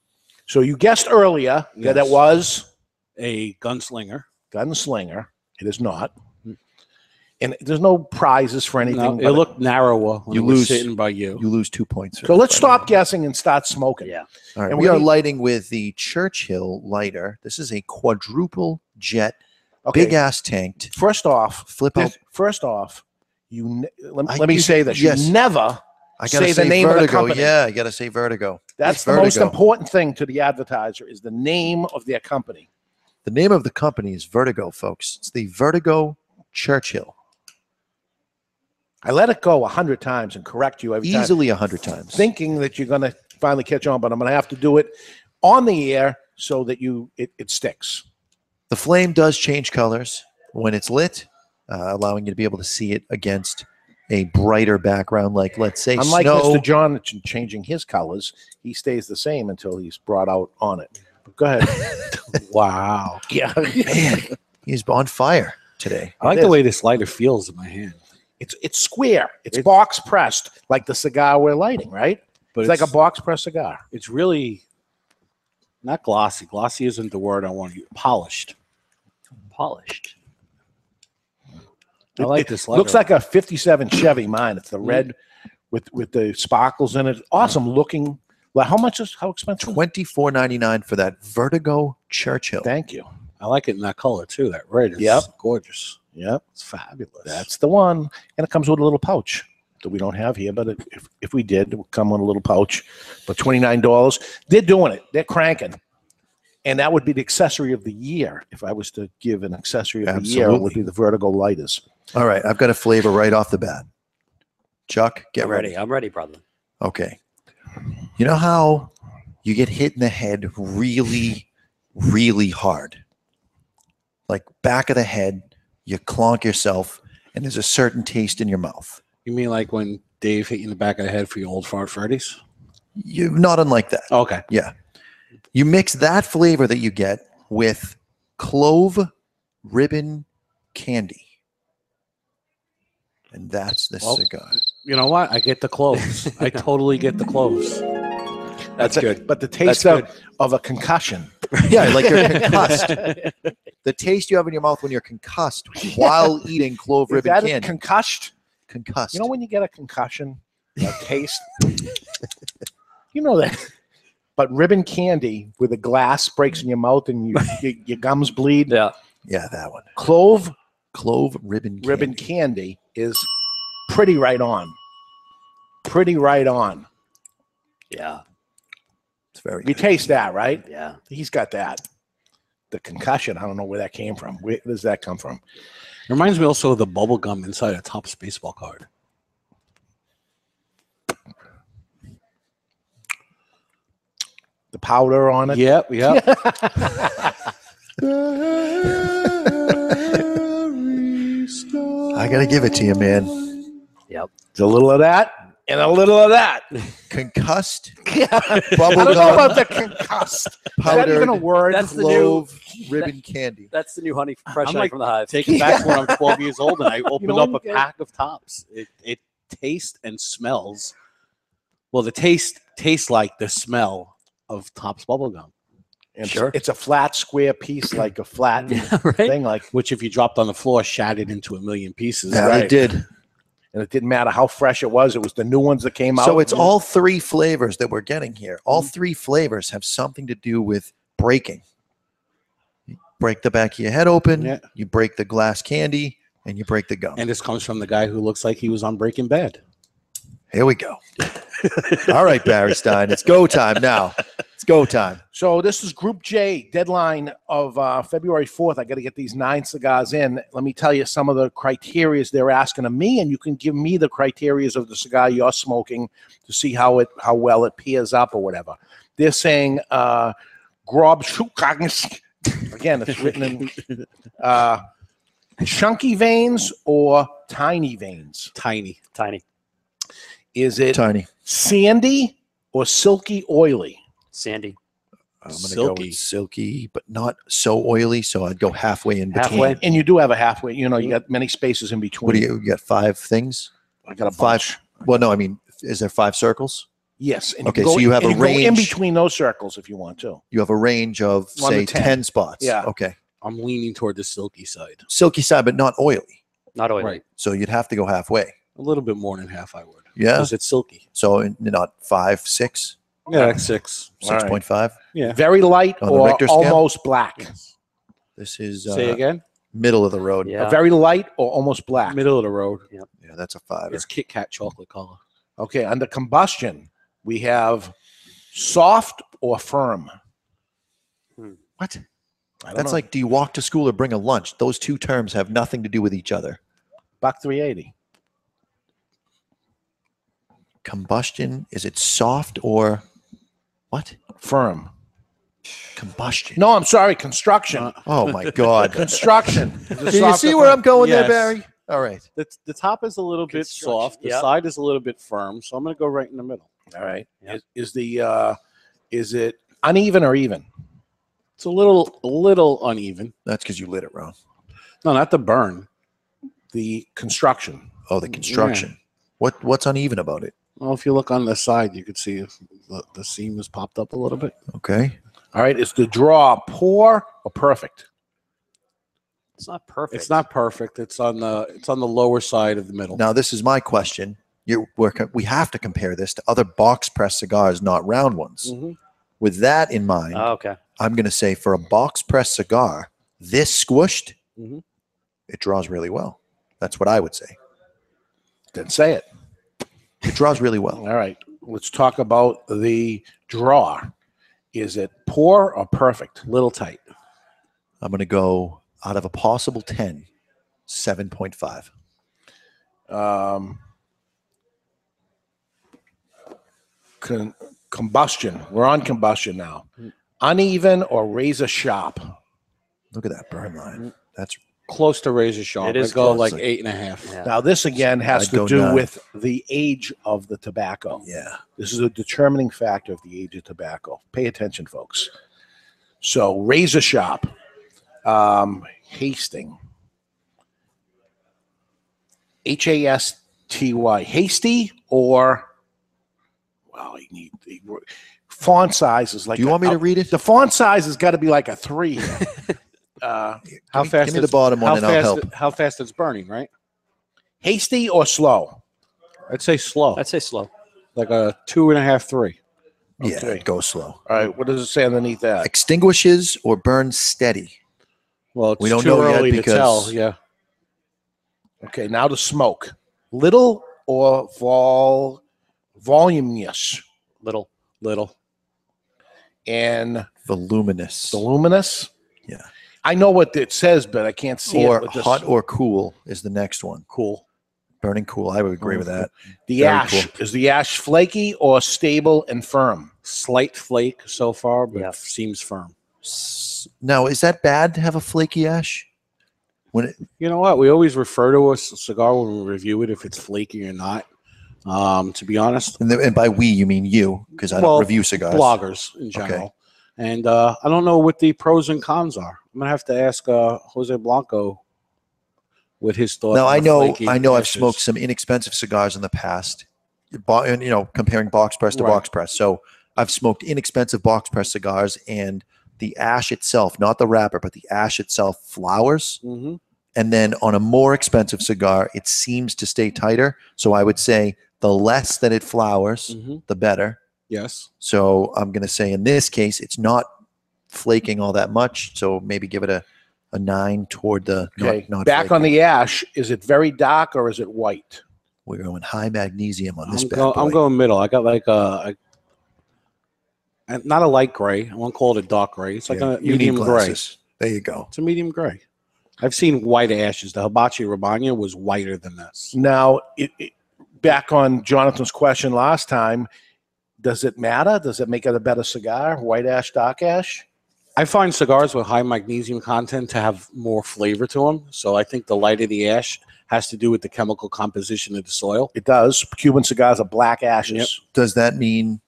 K: So you guessed earlier that it
F: Yes.
K: was
F: a gunslinger. Hmm.
K: Gunslinger. It is not. And there's no prizes for anything.
F: No,
K: but-
F: it looked narrower. When
L: You
F: it was
L: lose-
F: sitting by you.
L: You lose two points. for
K: so
L: that,
K: let's
L: by the
K: stop guessing and start smoking. Yeah.
L: All right,
K: And
L: we
K: we
L: are
K: need-
L: lighting with the Churchill lighter. This is a quadruple jet, big ass tanked.
K: First off,
L: flip out.
K: This- first off, you ne- let,
L: I-
K: let me say this.
L: yes.
K: You never
L: I gotta
K: say, the name
L: Vertigo.
K: of the company.
L: Yeah, I gotta say Vertigo.
K: That's
L: It's
K: the most
L: Vertigo.
K: important thing to the advertiser is the name of their company.
L: The name of the company is Vertigo, folks. It's the Vertigo Churchill.
K: I let it go a hundred times and correct you every time.
L: Easily a hundred times.
K: thinking that you're going to finally catch on, but I'm going to have to do it on the air so that you it, it sticks.
L: The flame does change colors when it's lit, uh, allowing you to be able to see it against a brighter background, like let's say
K: Unlike
L: snow.
K: Mr. John ch- changing his colors, he stays the same until he's brought out on it. But go ahead.
F: wow.
K: Yeah.
L: Man, he's on fire today.
F: I like the way this lighter feels in my hand.
K: It's it's square. It's, box pressed like the cigar we're lighting, right?
F: But
K: it's, like a
F: it's-
K: box press cigar.
F: It's really not glossy. Glossy isn't the word I want to use. Polished.
M: Polished.
F: I
K: It-
F: like
K: it
F: this lighter. Mm.
K: Looks like a 57 Chevy mine. It's the red with with the sparkles in it. Awesome looking Well, how much is how expensive?
L: Twenty four ninety nine for that Vertigo Churchill.
K: Thank you.
F: I like it in that color too. That red is
K: Yep.
F: gorgeous.
K: Yep, it's fabulous. That's the one, and it comes with a little pouch that we don't have here. But it, if if we did, it would come with a little pouch. But twenty nine dollars, they're doing it. They're cranking, and that would be the accessory of the year. If I was to give an accessory of the year, it would be
L: Absolutely.
K: the Vertigo lighters.
L: All right, I've got a flavor right off the bat. Chuck, get
M: I'm
L: ready.
M: ready. I'm ready, brother.
L: Okay. You know how you get hit in the head really, really hard? Like back of the head, you clonk yourself, and there's a certain taste in your mouth.
F: You mean like when Dave hit you in the back of the head for your old fart Freddy's?
L: You not unlike that.
F: Okay.
L: Yeah. You mix that flavor that you get with clove ribbon candy. And that's the
F: Well,
L: cigar.
F: You know what? I get the cloves. I totally get the cloves.
K: That's good. But the taste
F: That's
K: of, of a concussion.
L: Yeah, like you're concussed. the taste you have in your mouth when you're concussed while eating clove
K: Is
L: ribbon
K: that a
L: candy.
K: concussed?
L: Concussed.
K: You know when you get a concussion, a taste. you know that. But ribbon candy with a glass breaks in your mouth and you, you, your gums bleed.
M: Yeah.
L: Yeah, that one.
K: Clove
L: Clove ribbon candy.
K: ribbon candy is pretty right on. Pretty right on.
M: Yeah.
L: It's very.
K: You taste that, right?
M: Yeah.
K: He's got that. The concussion. I don't know where that came from. Where does that come from?
F: Reminds me also of the bubble gum inside a Topps baseball card.
K: The powder on it.
F: Yep, yep.
L: I gotta give it to you, man.
M: Yep.
K: It's a little of that and a little of that.
L: Concussed
K: I don't
L: Bubble
K: know
L: gum.
K: about the concussed. Is that even a
L: Powdered
K: word?
M: That's the new.
L: clove ribbon candy.
M: That's the new honey fresh
F: I'm
M: honey
F: like
M: from the hive.
F: Taking back when I'm 12 years old and I opened
K: know
F: up
K: what
F: a
K: you get?
F: pack of Tops. It, it tastes and smells. Well, the taste tastes like the smell of Tops bubble gum,
K: And
M: Sure.
K: It's a flat square piece, like a flat
M: right.
K: thing, like,
F: which if you dropped on the floor, shattered into a million pieces.
L: Yeah, they
K: right.
L: did.
K: and it didn't matter how fresh it was. It was the new ones that came out. Mm-hmm.
L: So it's all three flavors that we're getting here. All three flavors have something to do with breaking. You break the back of your head open,
F: Yeah.
L: you break the glass candy, and you break the gum.
F: And this comes from the guy who looks like he was on Breaking Bad.
L: Here we go. All right, Barry Stein, it's go time now. It's go time.
K: So this is Group J deadline of uh, February 4th. I got to get these nine cigars in. Let me tell you some of the criterias they're asking of me, and you can give me the criterias of the cigar you're smoking to see how it how well it pairs up or whatever. They're saying uh, Grob Schukagens. Again, it's written in uh, chunky veins or tiny veins.
F: Tiny.
M: Tiny.
K: Is it
L: Tiny.
K: sandy or silky oily?
M: Sandy.
L: I'm gonna go
F: Silky.
L: with silky, but not so oily. So I'd go halfway in between.
K: Halfway, and you do have a halfway. You know, you got many spaces in between.
L: What do you, you got? Five things?
K: I got a
L: Five.
K: bunch.
L: Well, no, I mean, is there five circles?
K: Yes. And
L: Okay, so you have
K: and
L: a
K: Go in
L: range.
K: between those circles if you want to.
L: You have a range of
K: One to
L: say
K: 10.
L: 10 spots.
K: Yeah.
L: Okay.
F: I'm leaning toward the silky side.
L: Silky side, but not oily.
M: Not oily.
F: Right.
L: So you'd have to go halfway.
F: A little bit more than half, I would.
L: Yeah.
F: Because it's silky.
L: So n- not five, six,
F: Yeah, like six.
K: All
L: six
K: right.
L: point five.
F: Yeah.
K: Very light
L: On the
K: or
L: Richter scale?
K: almost black.
L: This is
F: Say
L: uh,
F: again.
L: middle of the road.
M: Yeah.
K: A very light or almost black.
F: Middle of the road.
L: Yeah, that's a five.
F: It's Kit Kat chocolate color.
K: Okay. Under combustion, we have soft or firm.
F: Hmm.
L: What?
K: I don't
L: That's
K: know.
L: like, do you walk to school or bring a lunch? Those two terms have nothing to do with each other.
K: buck 380.
L: Combustion, is it soft or what?
K: Firm.
L: Combustion.
K: No, I'm sorry. Construction.
L: Oh my God.
K: construction. is a
L: do you
K: soft
L: see
K: or
L: where
K: firm.
L: I'm going
F: Yes.
L: there, Barry? All right.
F: The, the top is a little bit
M: Construction,
F: soft. The
M: yeah.
F: side is a little bit firm. So I'm going to go right in the middle.
K: All right.
M: Yeah.
K: Is, is the uh, is it uneven or even?
F: It's a little, a little uneven.
L: That's because you lit it wrong.
F: No, not the burn.
K: The construction.
L: Oh, the construction. What what's uneven about it?
F: Well, if you look on the side, you could see if the, the seam has popped up a little bit.
L: Okay.
K: All right. Is the draw poor or perfect?
M: It's not perfect.
F: It's not perfect. It's on the it's on the lower side of the middle.
L: Now this is my question. You're, we're, co- we have to compare this to other box press cigars, not round ones.
B: Mm-hmm.
L: With that in mind,
B: Ah,
M: Oh, okay.
L: I'm going to say for a box press cigar, this squished,
M: Mhm.
L: it draws really well. That's what I would say. Then say it. It draws really well.
K: All right. Let's talk about the draw. Is it poor or perfect?
F: Little tight.
L: I'm going to go out of a possible 10, 7.5.
K: Um, con- combustion. We're on combustion now. Uneven or razor sharp?
L: Look at that
K: mm-hmm.
L: burn line. That's
F: close to razor sharp.
K: It is
F: I go
K: close.
F: like eight and a half.
K: Now, this again has
F: I'd
K: to
F: go
K: do
F: nine.
K: with the age of the tobacco.
L: Yeah.
K: This is a determining factor of the age of tobacco. Pay attention, folks. So, razor shop, um, hasting, H A S T Y, hasty or, well, you need the font size is like. Do you want me to read it? The font size has got to be like a three. here. uh,
F: How fast?
K: is
F: is- how fast- How fast it's burning, right?
K: Hasty or slow?
F: I'd say slow. I'd
M: say slow.
F: Like a two and a half, three.
L: Yeah, go slow.
K: All right. What does it say underneath that?
L: Extinguishes or burns steady.
F: Well,
L: we
K: it's
L: don't
K: too
L: know
K: early
L: yet
K: to
L: because
K: tell, yeah. Okay, now to smoke. Little or vol voluminous?
M: Little.
F: Little.
K: And
L: voluminous.
K: Voluminous?
L: Yeah.
K: I know what it says, but I can't see
L: or
K: it. with this.
L: hot or cool is the next one.
F: Cool.
L: Burning cool. I would agree with
K: Mhm.
L: that.
K: The
L: Very
K: ash.
L: cool.
K: Is the ash flaky or stable and firm?
F: Slight flake so far, but seems firm.
L: Now, is that bad to have a flaky ash? When it,
F: You know what? We always refer to a c- cigar when we review it if it's flaky or not. Um, to be honest,
L: and, the, and by we you mean you because I don't
F: Well,
L: review cigars.
F: Bloggers in
L: Okay.
F: general. And uh, I don't know what the pros and cons are. I'm gonna have to ask uh, Jose Blanco what his thoughts.
L: Now
F: on
L: I
F: the
L: know
F: flaky
L: I know I've
F: ashes.
L: smoked some inexpensive cigars in the past, bo- and you know comparing box press to
F: Right.
L: box press. So I've smoked inexpensive box press cigars, and the ash itself, not the wrapper, but the ash itself, flowers.
F: Mhm.
L: And then on a more expensive cigar, it seems to stay tighter. So I would say the less that it flowers,
K: Mm-hmm.
F: Mhm.
L: the better.
F: Yes.
L: So I'm going to say in this case, it's not flaking all that much. So maybe give it a, a nine toward the not-
K: Okay.
L: not
K: Back
L: flaking.
K: on the ash. Is it very dark or is it white?
L: We're going high magnesium on this
F: I'm,
L: bad
F: go- I'm
L: boy.
F: going middle. I got like a, a and not a light gray. I won't call it a dark gray. It's like
L: Yeah,
F: a
L: you need
F: medium gray.
L: glasses. There you go.
F: It's a medium gray. I've seen white ashes. The hibachi Rabania was whiter than this.
K: Now, it, it, back on Jonathan's question last time, does it matter? Does it make it a better cigar? White ash, dark ash?
F: I find cigars with high magnesium content to have more flavor to them. So I think the light of the ash has to do with the chemical composition of the soil.
K: It does. Cuban cigars are black ashes.
L: Does that mean,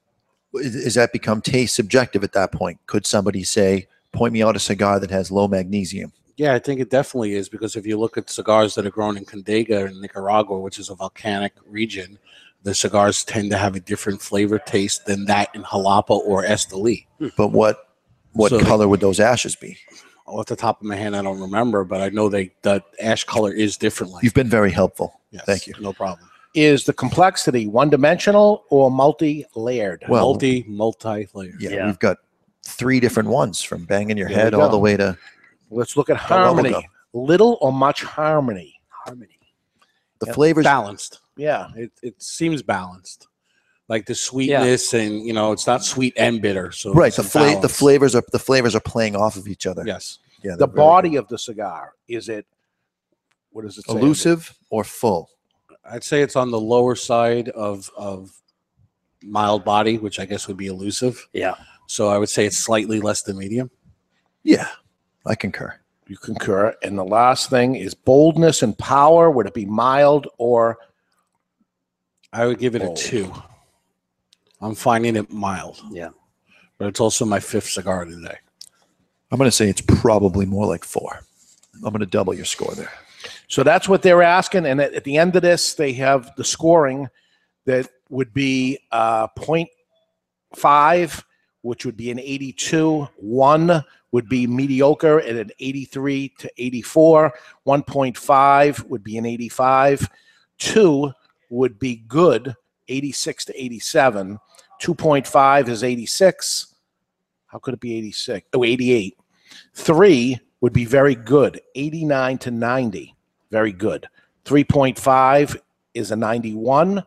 L: is, is that become taste subjective at that point? Could somebody say, point me out a cigar that has low magnesium?
F: Yeah, I think it definitely is because if you look at cigars that are grown in Condega in Nicaragua, which is a volcanic region, the cigars tend to have a different flavor taste than that in Jalapa or Esteli.
L: But what what
F: So-
L: color would those ashes be?
F: Off the top of my head, I don't remember, but I know they the ash color is different. Like,
L: You've been very helpful. Thank you.
F: no problem.
K: Is the complexity one dimensional or multi layered?
L: Well-
F: multi, multi layer.
L: Yeah, we've got three different ones from banging your
K: There
L: head
K: you
L: all
K: go.
L: the way to
K: Let's look at
L: bubble
K: harmony.
L: gum.
K: Little or much harmony?
L: the
F: Yeah.
L: flavors.
F: balanced.
K: Yeah.
F: It, it seems balanced. Like the sweetness and you know, it's not sweet and bitter. So
L: Right,
F: it's
L: the
F: a
L: fla- the
F: balance.
L: flavors are the flavors are playing off of each other.
F: Yes.
L: Yeah,
K: The
L: they're very
K: body of the cigar, is it, what does it say?
L: elusive or full.
F: I'd say it's on the lower side of of mild body, which I guess would be elusive.
M: Yeah.
F: So I would say it's slightly less than medium.
L: Yeah, I concur.
K: You concur. And the last thing is boldness and power. Would it be mild or
F: I would give it a two. I'm finding it mild.
M: Yeah.
F: But it's also my fifth cigar today.
L: I'm going to say it's probably more like four. I'm going to double your score there.
K: So that's what they're asking. And at, at the end of this, they have the scoring that would be uh, 0.5, which would be an 82. One would be mediocre at an 83 to 84. 1.5 would be an 85. Two would be good 86 to 87. 2.5 is 86. How could it be 86? Oh, 88. Three would be very good 89 to 90. Very good. 3.5 is a 91.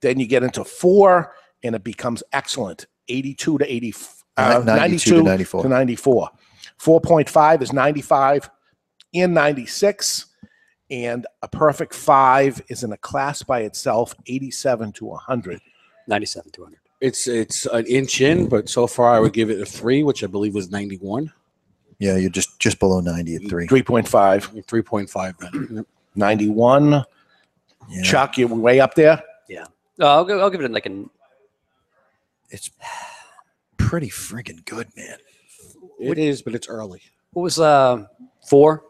K: Then you get into four and it becomes excellent 82 to 80, uh, 92 to 94. 4.5 is 95 and 96. And a perfect five is in a class by itself 87 to 100.
M: 97 to 100.
F: It's it's an inch in, but so far I would give it a three, which I believe was ninety one.
L: Yeah, you're just just below 90 at three.
K: 3.5.
F: 3.5 then.
K: 91. Chuck, you're way up there.
M: Yeah. Uh, I'll, go, I'll give it like an.
L: It's pretty friggin' good, man.
F: It is, but it's early.
M: What was uh, four?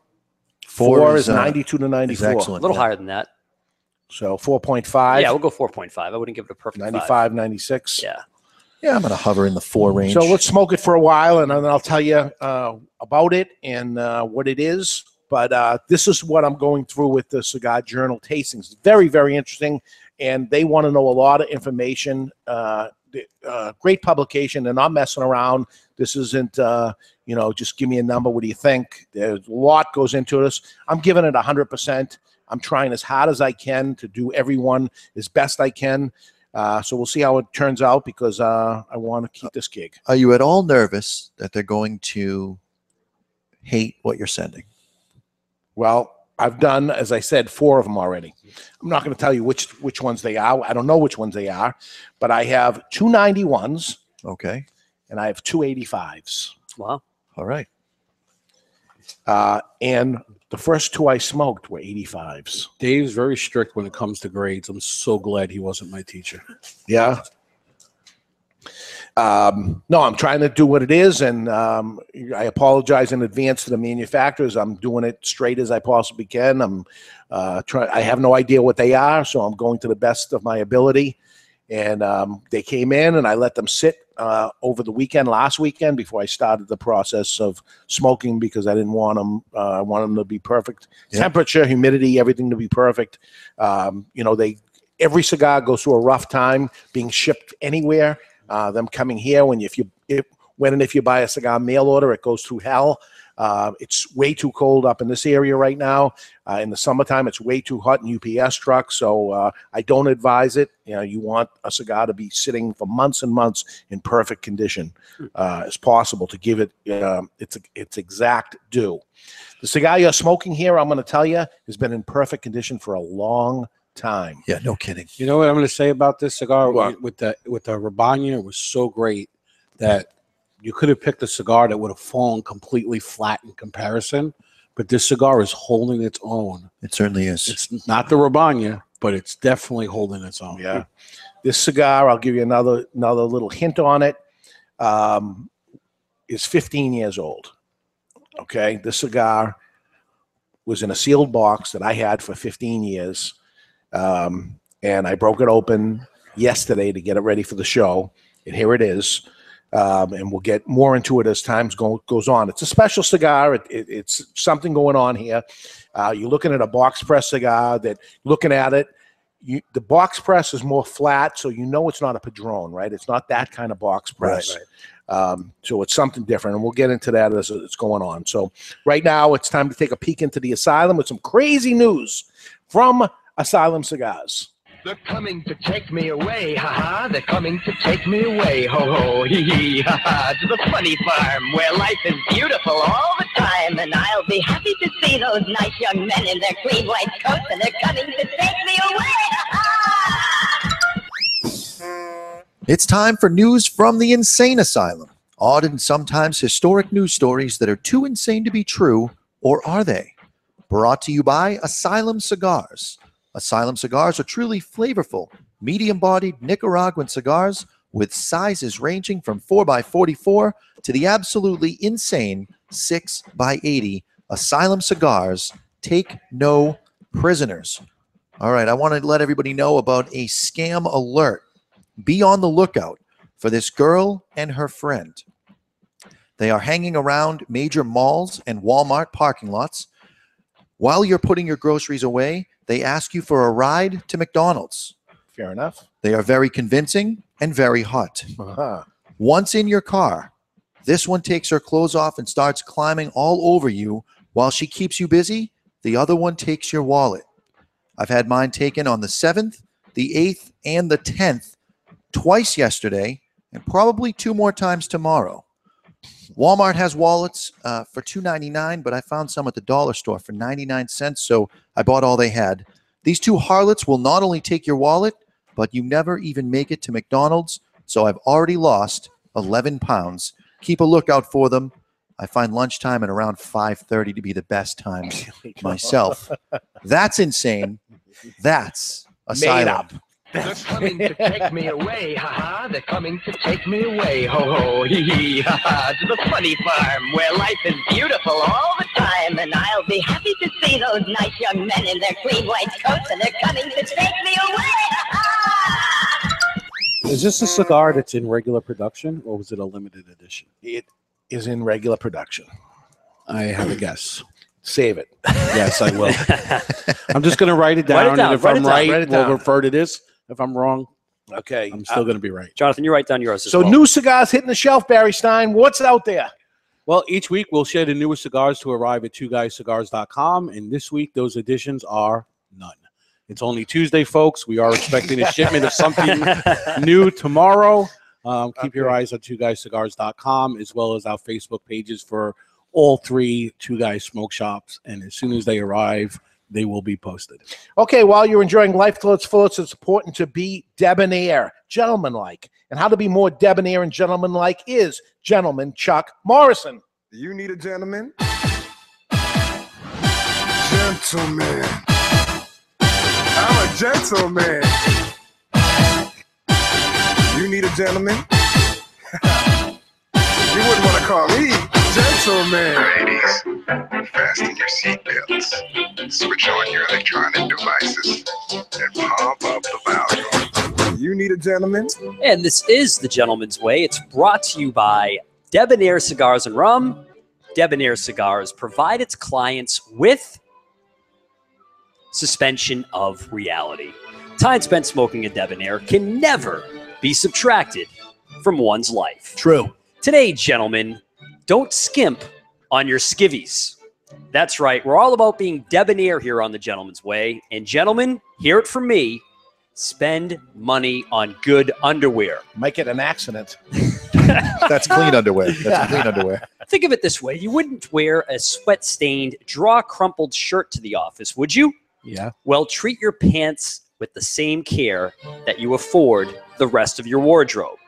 K: Four, is, 92 to 94.
M: A little higher than that.
K: So 4.5.
M: yeah, we'll go 4.5. I wouldn't give it a perfect five.
K: 95, 96.
M: Yeah.
L: Yeah, I'm going to hover in the four range.
K: Mm, So let's smoke it for a while, and then I'll tell you uh, about it and uh, what it is. But uh, this is what I'm going through with the Cigar Journal tastings. Very, very interesting, and they want to know a lot of information. Uh, the- uh, great publication. They're not messing around. This isn't, uh, you know, just give me a number. What do you think? There's a lot goes into this. I'm giving it 100%. I'm trying as hard as I can to do everyone as best I can. Uh, so we'll see how it turns out because uh, I want to keep this gig.
L: Are you at all nervous that they're going to hate what you're sending?
K: Well, I've done, as I said, four of them already. I'm not going to tell you which which ones they are. I don't know which ones they are, but I have two ninety ones.
L: Okay.
K: And I have two eighty fives.
M: Wow.
L: All right.
K: Uh, and the first two I smoked were eighty fives.
F: Dave's very strict when it comes to grades. I'm so glad he wasn't my teacher.
K: Yeah. Um, no, I'm trying to do what it is, and um, I apologize in advance to the manufacturers. I'm doing it straight as I possibly can. I'm uh, trying. I have no idea what they are, so I'm going to the best of my ability. And um, they came in, and I let them sit uh, over the weekend, last weekend, before I started the process of smoking because I didn't want them. Uh, I wanted them to be perfect
L: Yeah.
K: temperature, humidity, everything to be perfect. Um, you know, they every cigar goes through a rough time being shipped anywhere. Uh, them coming here when if you if, when and if you buy a cigar mail order, it goes through hell. Uh, it's way too cold up in this area right now. Uh, in the summertime, it's way too hot in UPS trucks, so uh, I don't advise it. You know, you want a cigar to be sitting for months and months in perfect condition
L: Hmm.
K: uh, as possible to give it um, its its exact due. The cigar you're smoking here, I'm going to tell you, has been in perfect condition for a long time.
L: Yeah, no kidding.
F: You know what I'm going to say about this cigar with the with the Rabania was so great that you could have picked a cigar that would have fallen completely flat in comparison, but this cigar is holding its own.
L: It certainly is.
F: It's not the Rabania, but it's definitely holding its own.
K: Yeah. This cigar, I'll give you another another little hint on it. Um, is 15 years old. Okay, this cigar was in a sealed box that I had for 15 years, um, and I broke it open yesterday to get it ready for the show. And here it is. Um, and we'll get more into it as time go, goes on. It's a special cigar. It, it, it's something going on here. Uh, you're looking at a box press cigar that looking at it, you, the box press is more flat, so you know it's not a padrone, right? It's not that kind of box press. Um, so it's something different, and we'll get into that as it's going on. So right now, it's time to take a peek into the asylum with some crazy news from Asylum Cigars.
B: They're coming to take me away, haha. They're coming to take me away, ho ho, hee hee, haha. To the funny farm where life is beautiful all the
D: time, and I'll be happy to see those nice young men in their clean white coats, and they're coming to take me away.
L: It's time for news from the insane asylum. Odd and sometimes historic news stories that are too insane to be true, or are they? Brought to you by Asylum Cigars. Asylum cigars are truly flavorful, medium bodied Nicaraguan cigars with sizes ranging from 4x44 to the absolutely insane 6x80. Asylum cigars take no prisoners. All right, I want to let everybody know about a scam alert be on the lookout for this girl and her friend. They are hanging around major malls and Walmart parking lots. While you're putting your groceries away, They ask you for a ride to McDonald's.
K: Fair enough.
L: They are very convincing and very hot.
K: Uh-huh.
L: Once in your car, this one takes her clothes off and starts climbing all over you while she keeps you busy. The other one takes your wallet. I've had mine taken on the 7th, the 8th, and the 10th twice yesterday, and probably two more times tomorrow. Walmart has wallets uh, for $2.99, but I found some at the dollar store for 99 cents, so I bought all they had. These two harlots will not only take your wallet, but you never even make it to McDonald's, so I've already lost 11 pounds. Keep a lookout for them. I find lunchtime at around 5:30 to be the best time myself. That's insane. That's asylum.
B: up. They're coming to take me away, haha. They're coming to take me away, ho ho, hee hee, haha. To the funny farm where life is beautiful all the
D: time, and I'll be happy to see those nice young men in their clean white coats, and they're coming to take me away.
F: Is this a cigar that's in regular production or was it a limited edition?
K: It is in regular production.
F: I have a guess.
K: Save it.
F: Yes, I will. I'm just going to write it down.
M: Write it down,
F: and if I'm
M: write it down,
F: right,
M: write it
F: we'll
M: down.
F: refer to this. If I'm wrong,
K: okay, uh,
F: I'm still going to be right.
M: Jonathan, you write down yours. as
K: So
M: well.
K: new cigars hitting the shelf, Barry Stein. What's out there?
F: Well, each week we'll share the newest cigars to arrive at twoguyscigars.com. And this week, those additions are none. It's only Tuesday, folks. We are expecting a shipment of something new tomorrow. Um, keep your eyes on twoguyscigars.com as well as our Facebook pages for all three Two Guys Smoke Shops. And as soon as they arrive, they will be posted.
K: Okay, while you're enjoying life till it's full, it's important to be debonair, gentlemanlike. And how to be more debonair and gentlemanlike is gentleman Chuck Morrison.
E: Do you need a gentleman? Gentleman. I'm a gentleman. You need a gentleman? you wouldn't want to call me gentleman. Ladies, fasten your seatbelts. Switch on your electronic devices and pump up the volume. You need a gentleman?
M: And this is The Gentleman's Way. It's brought to you by Debonair Cigars and Rum. Debonair Cigars provide its clients with suspension of reality. Time spent smoking a debonair can never be subtracted from one's life.
K: True.
M: Today, gentlemen, don't skimp on your skivvies. That's right. We're all about being debonair here on The Gentleman's Way. And, gentlemen, hear it from me spend money on good underwear.
K: Might get an accident.
L: That's clean underwear. That's clean underwear.
M: Think of it this way you wouldn't wear a sweat stained, draw crumpled shirt to the office, would you?
F: Yeah.
M: Well, treat your pants with the same care that you afford the rest of your wardrobe.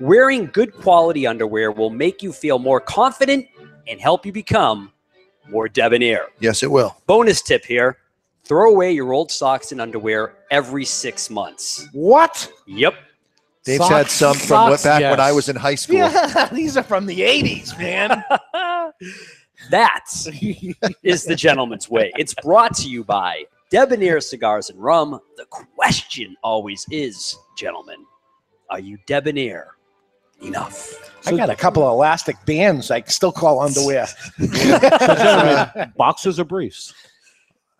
M: Wearing good quality underwear will make you feel more confident and help you become more debonair.
L: Yes, it will.
M: Bonus tip here throw away your old socks and underwear every six months.
K: What?
M: Yep.
L: Dave's had some from what- back when I was in high school.
K: Yeah, these are from the 80s, man.
M: That is the gentleman's way. It's brought to you by Debonair Cigars and Rum. The question always is, gentlemen, are you debonair enough?
K: I got a couple of elastic bands I can still call underwear.
F: boxes or briefs?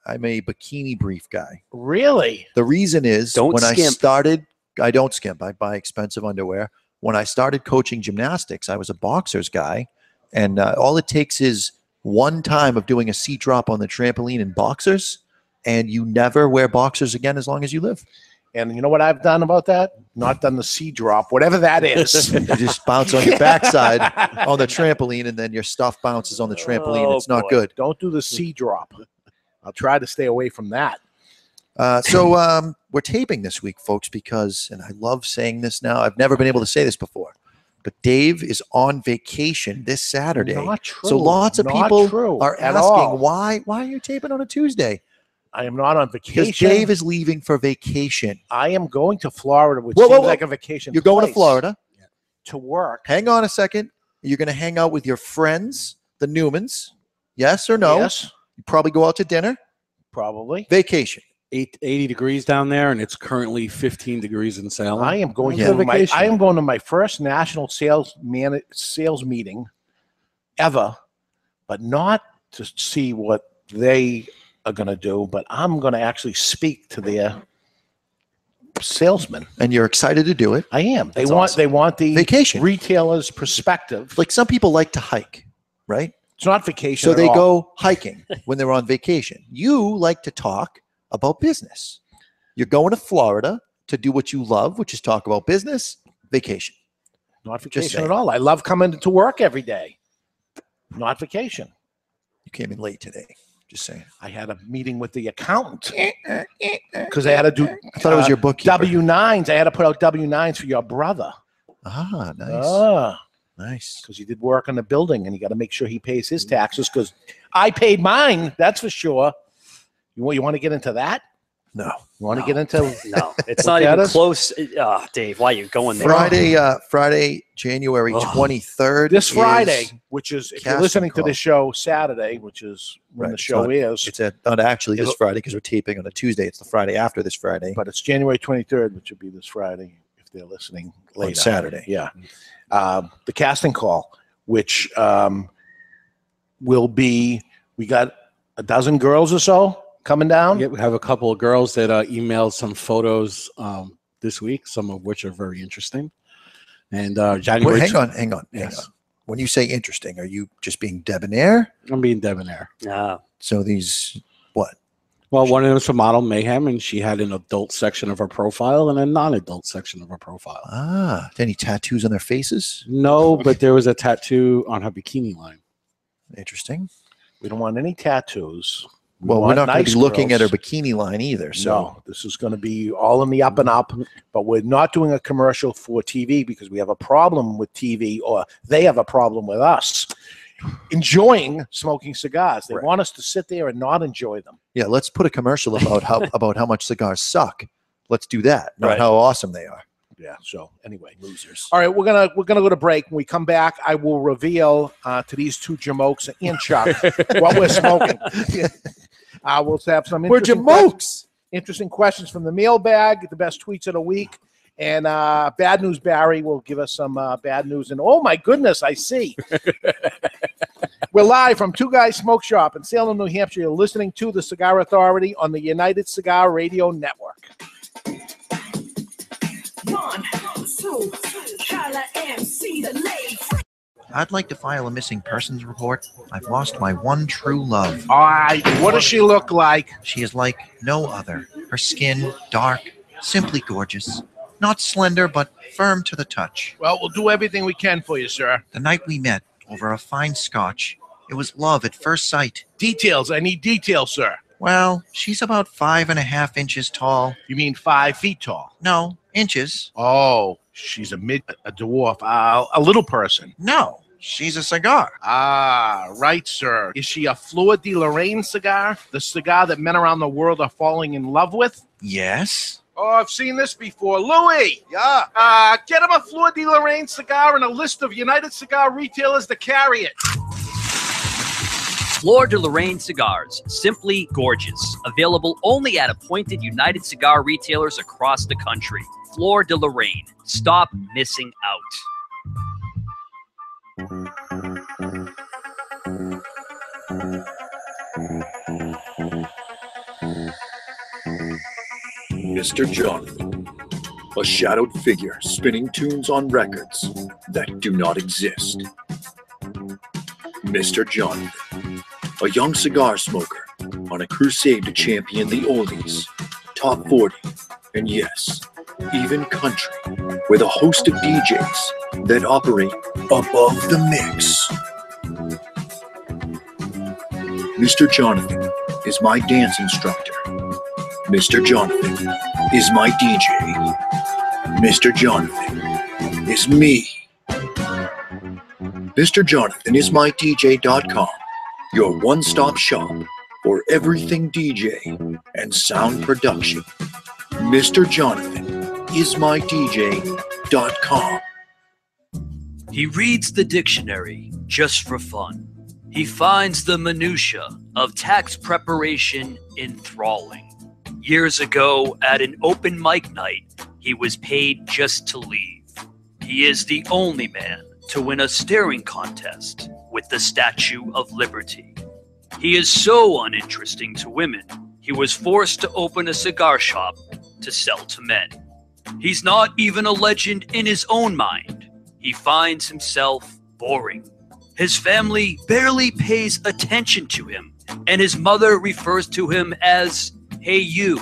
L: I'm a bikini brief guy.
K: Really?
L: The reason is
K: Don't
L: when I
K: skimp.
L: started, I don't skimp. I buy expensive underwear. When I started coaching gymnastics, I was a boxer's guy, and uh, all it takes is one time of doing a seat drop on the trampoline in boxers, and you never wear boxers again as long as you live.
K: And you know what I've done about that? Not done the C drop, whatever that is.
L: you just bounce on your backside on the trampoline, and then your stuff bounces on the trampoline.
K: Oh,
L: it's not
K: boy.
L: good.
K: Don't do the C drop. I'll try to stay away from that.
L: Uh, so um, we're taping this week, folks, because, and I love saying this now. I've never been able to say this before, but Dave is on vacation this Saturday.
K: Not
L: So
K: true.
L: lots of
K: Not
L: people
K: true
L: are
K: at
L: asking
K: all.
L: why why are you taping on a Tuesday?
K: I am not on
L: Because
K: vacation.
L: Dave is leaving for vacation.
K: I am going to Florida, which
L: Whoa, whoa,
K: seems
L: whoa.
K: like a vacation.
L: You're going to
K: place
L: Florida.
K: to work.
L: Hang on a second. You're going to hang out with your friends, the Newmans. Yes or no?
K: Yes.
L: You probably go out to dinner.
K: Probably.
L: Vacation.
F: Eight, 80 degrees down there, and it's currently 15 degrees in Salem.
K: I am going to my, I am going to my first national sales man sales meeting ever, but not to see what they are going to do, but I'm going to actually speak to their salesman.
L: And you're excited to do it.
K: I am. They want they want the
L: vacation
K: retailer's perspective.
L: Like some people like to hike, right?
K: It's not vacation.
L: So
K: at
L: they
K: all.
L: go hiking when they're on vacation. You like to talk about business. You're going to Florida to do what you love, which is talk about business, vacation.
K: Not
L: saying.
K: vacation at all. I love coming to work every day. Not vacation.
L: You came in late today. Just saying. Eh,
K: I had a meeting with the accountant because I had to do.
L: I thought it was your bookkeeper.
K: Uh, W nines. I had to put out W nines for your brother.
L: Ah, nice.
K: Ah,
L: nice.
K: Because you did work on the building, and you got to make sure he pays his taxes. Because I paid mine. That's for sure. You want you want to get into that?
L: No.
K: You want to get into
M: no?
K: Look
M: It's
K: at
M: not even
K: us.
M: close. Uh, Dave, why are you going there?
L: Friday, uh, Friday, January twenty third.
K: This Friday, which is if you're
L: casting
K: listening to
L: call.
K: this show Saturday, which is when the show is.
L: It's at, not actually this
K: It'll-
L: Friday because we're taping on a Tuesday. It's the Friday after this Friday.
K: But it's January 23rd, which would be this Friday if they're listening
L: Oh,
K: later.
L: Saturday.
K: Yeah. Um, the casting call, which um, will be, we got a dozen girls or so coming down.
F: Yeah, we have a couple of girls that uh, emailed some photos um, this week, some of which are very interesting. And uh, January.
L: Wait, hang on, hang on, hang on. When you say interesting, are you just being debonair?
F: I'm being debonair.
M: Yeah.
L: So these what?
F: Well, one of them is a model mayhem, and she had an adult section of her profile and a non-adult section of her profile.
L: Ah, any tattoos on their faces?
F: No, but there was a tattoo on her bikini line.
L: Interesting.
K: We don't want any tattoos. We
L: Well, we're
K: want
L: not going to
K: nice
L: be looking at
K: girls.
L: her bikini line either. So
K: no, this is going to be all in the up and up, but we're not doing a commercial for TV because we have a problem with TV or they have a problem with us enjoying smoking cigars. They want us to sit there and not enjoy them.
L: yeah, let's put a commercial about how about how much cigars suck. Let's do that, not
K: Right.
L: how awesome they are.
K: Yeah. So anyway,
L: losers.
K: All right, we're gonna we're gonna go to break. When we come back, I will reveal uh, to these two jamokes and Chuck what we're smoking. Uh, we'll have some
L: We're
K: interesting
L: jamokes.
K: questions- interesting questions from the mailbag, the best tweets of the week, and uh, bad news. Barry will give us some uh, bad news. And oh my goodness, I see. We're live from Two Guys Smoke Shop in Salem, New Hampshire. You're listening to the Cigar Authority on the United Cigar Radio Network.
G: One, two, Kyla MC, the lady.
L: I'd like to file a missing persons report. I've lost my one true love.
K: All right, what does she look like?
L: She is like no other. Her skin, dark, simply gorgeous. Not slender, but firm to the touch.
K: Well, we'll do everything we can for you, sir.
L: The night we met over a fine scotch, it was love at first sight.
K: Details. I need details, sir.
L: Well, she's about five and a half inches tall.
K: You mean five feet tall?
L: No, inches.
K: Oh, she's a mid, a dwarf, uh, a little person.
L: No, she's a cigar.
K: Ah, right, sir. Is she a Fleur de Lorraine cigar? The cigar that men around the world are falling in love with?
L: Yes.
K: Oh, I've seen this before. Louis! Yeah? Uh, get him a Fleur de Lorraine cigar and a list of United Cigar retailers to carry it.
M: Fleur de Lorraine cigars, simply gorgeous. Available only at appointed United Cigar retailers across the country. Fleur de Lorraine. Stop missing out.
H: Mr. Jonathan, a shadowed figure spinning tunes on records that do not exist. Mr. Jonathan, a young cigar smoker on a crusade to champion the oldies, top 40, and yes, even country, with a host of DJs that operate above the mix. Mr. Jonathan is my dance instructor. Mr. Jonathan is my DJ. Mr. Jonathan is me. Mr. Jonathan is my DJ.com, your one stop shop for everything DJ and sound production. Mr. Jonathan is my DJ.com.
I: He reads the dictionary just for fun. He finds the minutia of tax preparation enthralling. Years ago, at an open mic night, he was paid just to leave. He is the only man to win a staring contest with the Statue of Liberty. He is so uninteresting to women, he was forced to open a cigar shop to sell to men. He's not even a legend in his own mind. He finds himself boring. His family barely pays attention to him, and his mother refers to him as Hey You.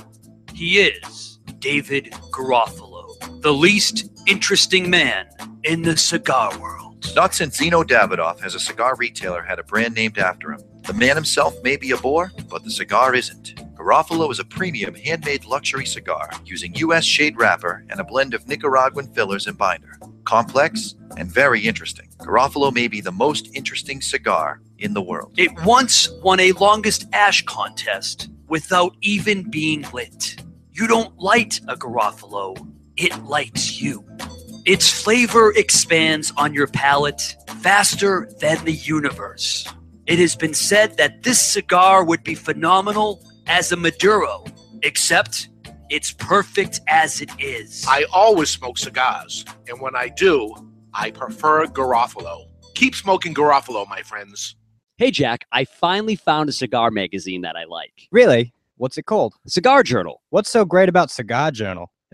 I: He is David Garofalo, the least interesting man in the cigar world.
L: Not since Zeno Davidoff has a cigar retailer had a brand named after him. The man himself may be a bore, but the cigar isn't. Garofalo is a premium handmade luxury cigar using U.S. shade wrapper and a blend of Nicaraguan fillers and binder. Complex and very interesting. Garofalo may be the most interesting cigar in the world.
I: It once won a longest ash contest without even being lit. You don't light a Garofalo, it lights you. Its flavor expands on your palate faster than the universe. It has been said that this cigar would be phenomenal as a Maduro, except it's perfect as it is.
K: I always smoke cigars, and when I do, I prefer Garofalo. Keep smoking Garofalo, my friends.
A: Hey, Jack, I finally found a cigar magazine that I like.
J: Really? What's it called?
A: Cigar Journal.
J: What's so great about Cigar Journal?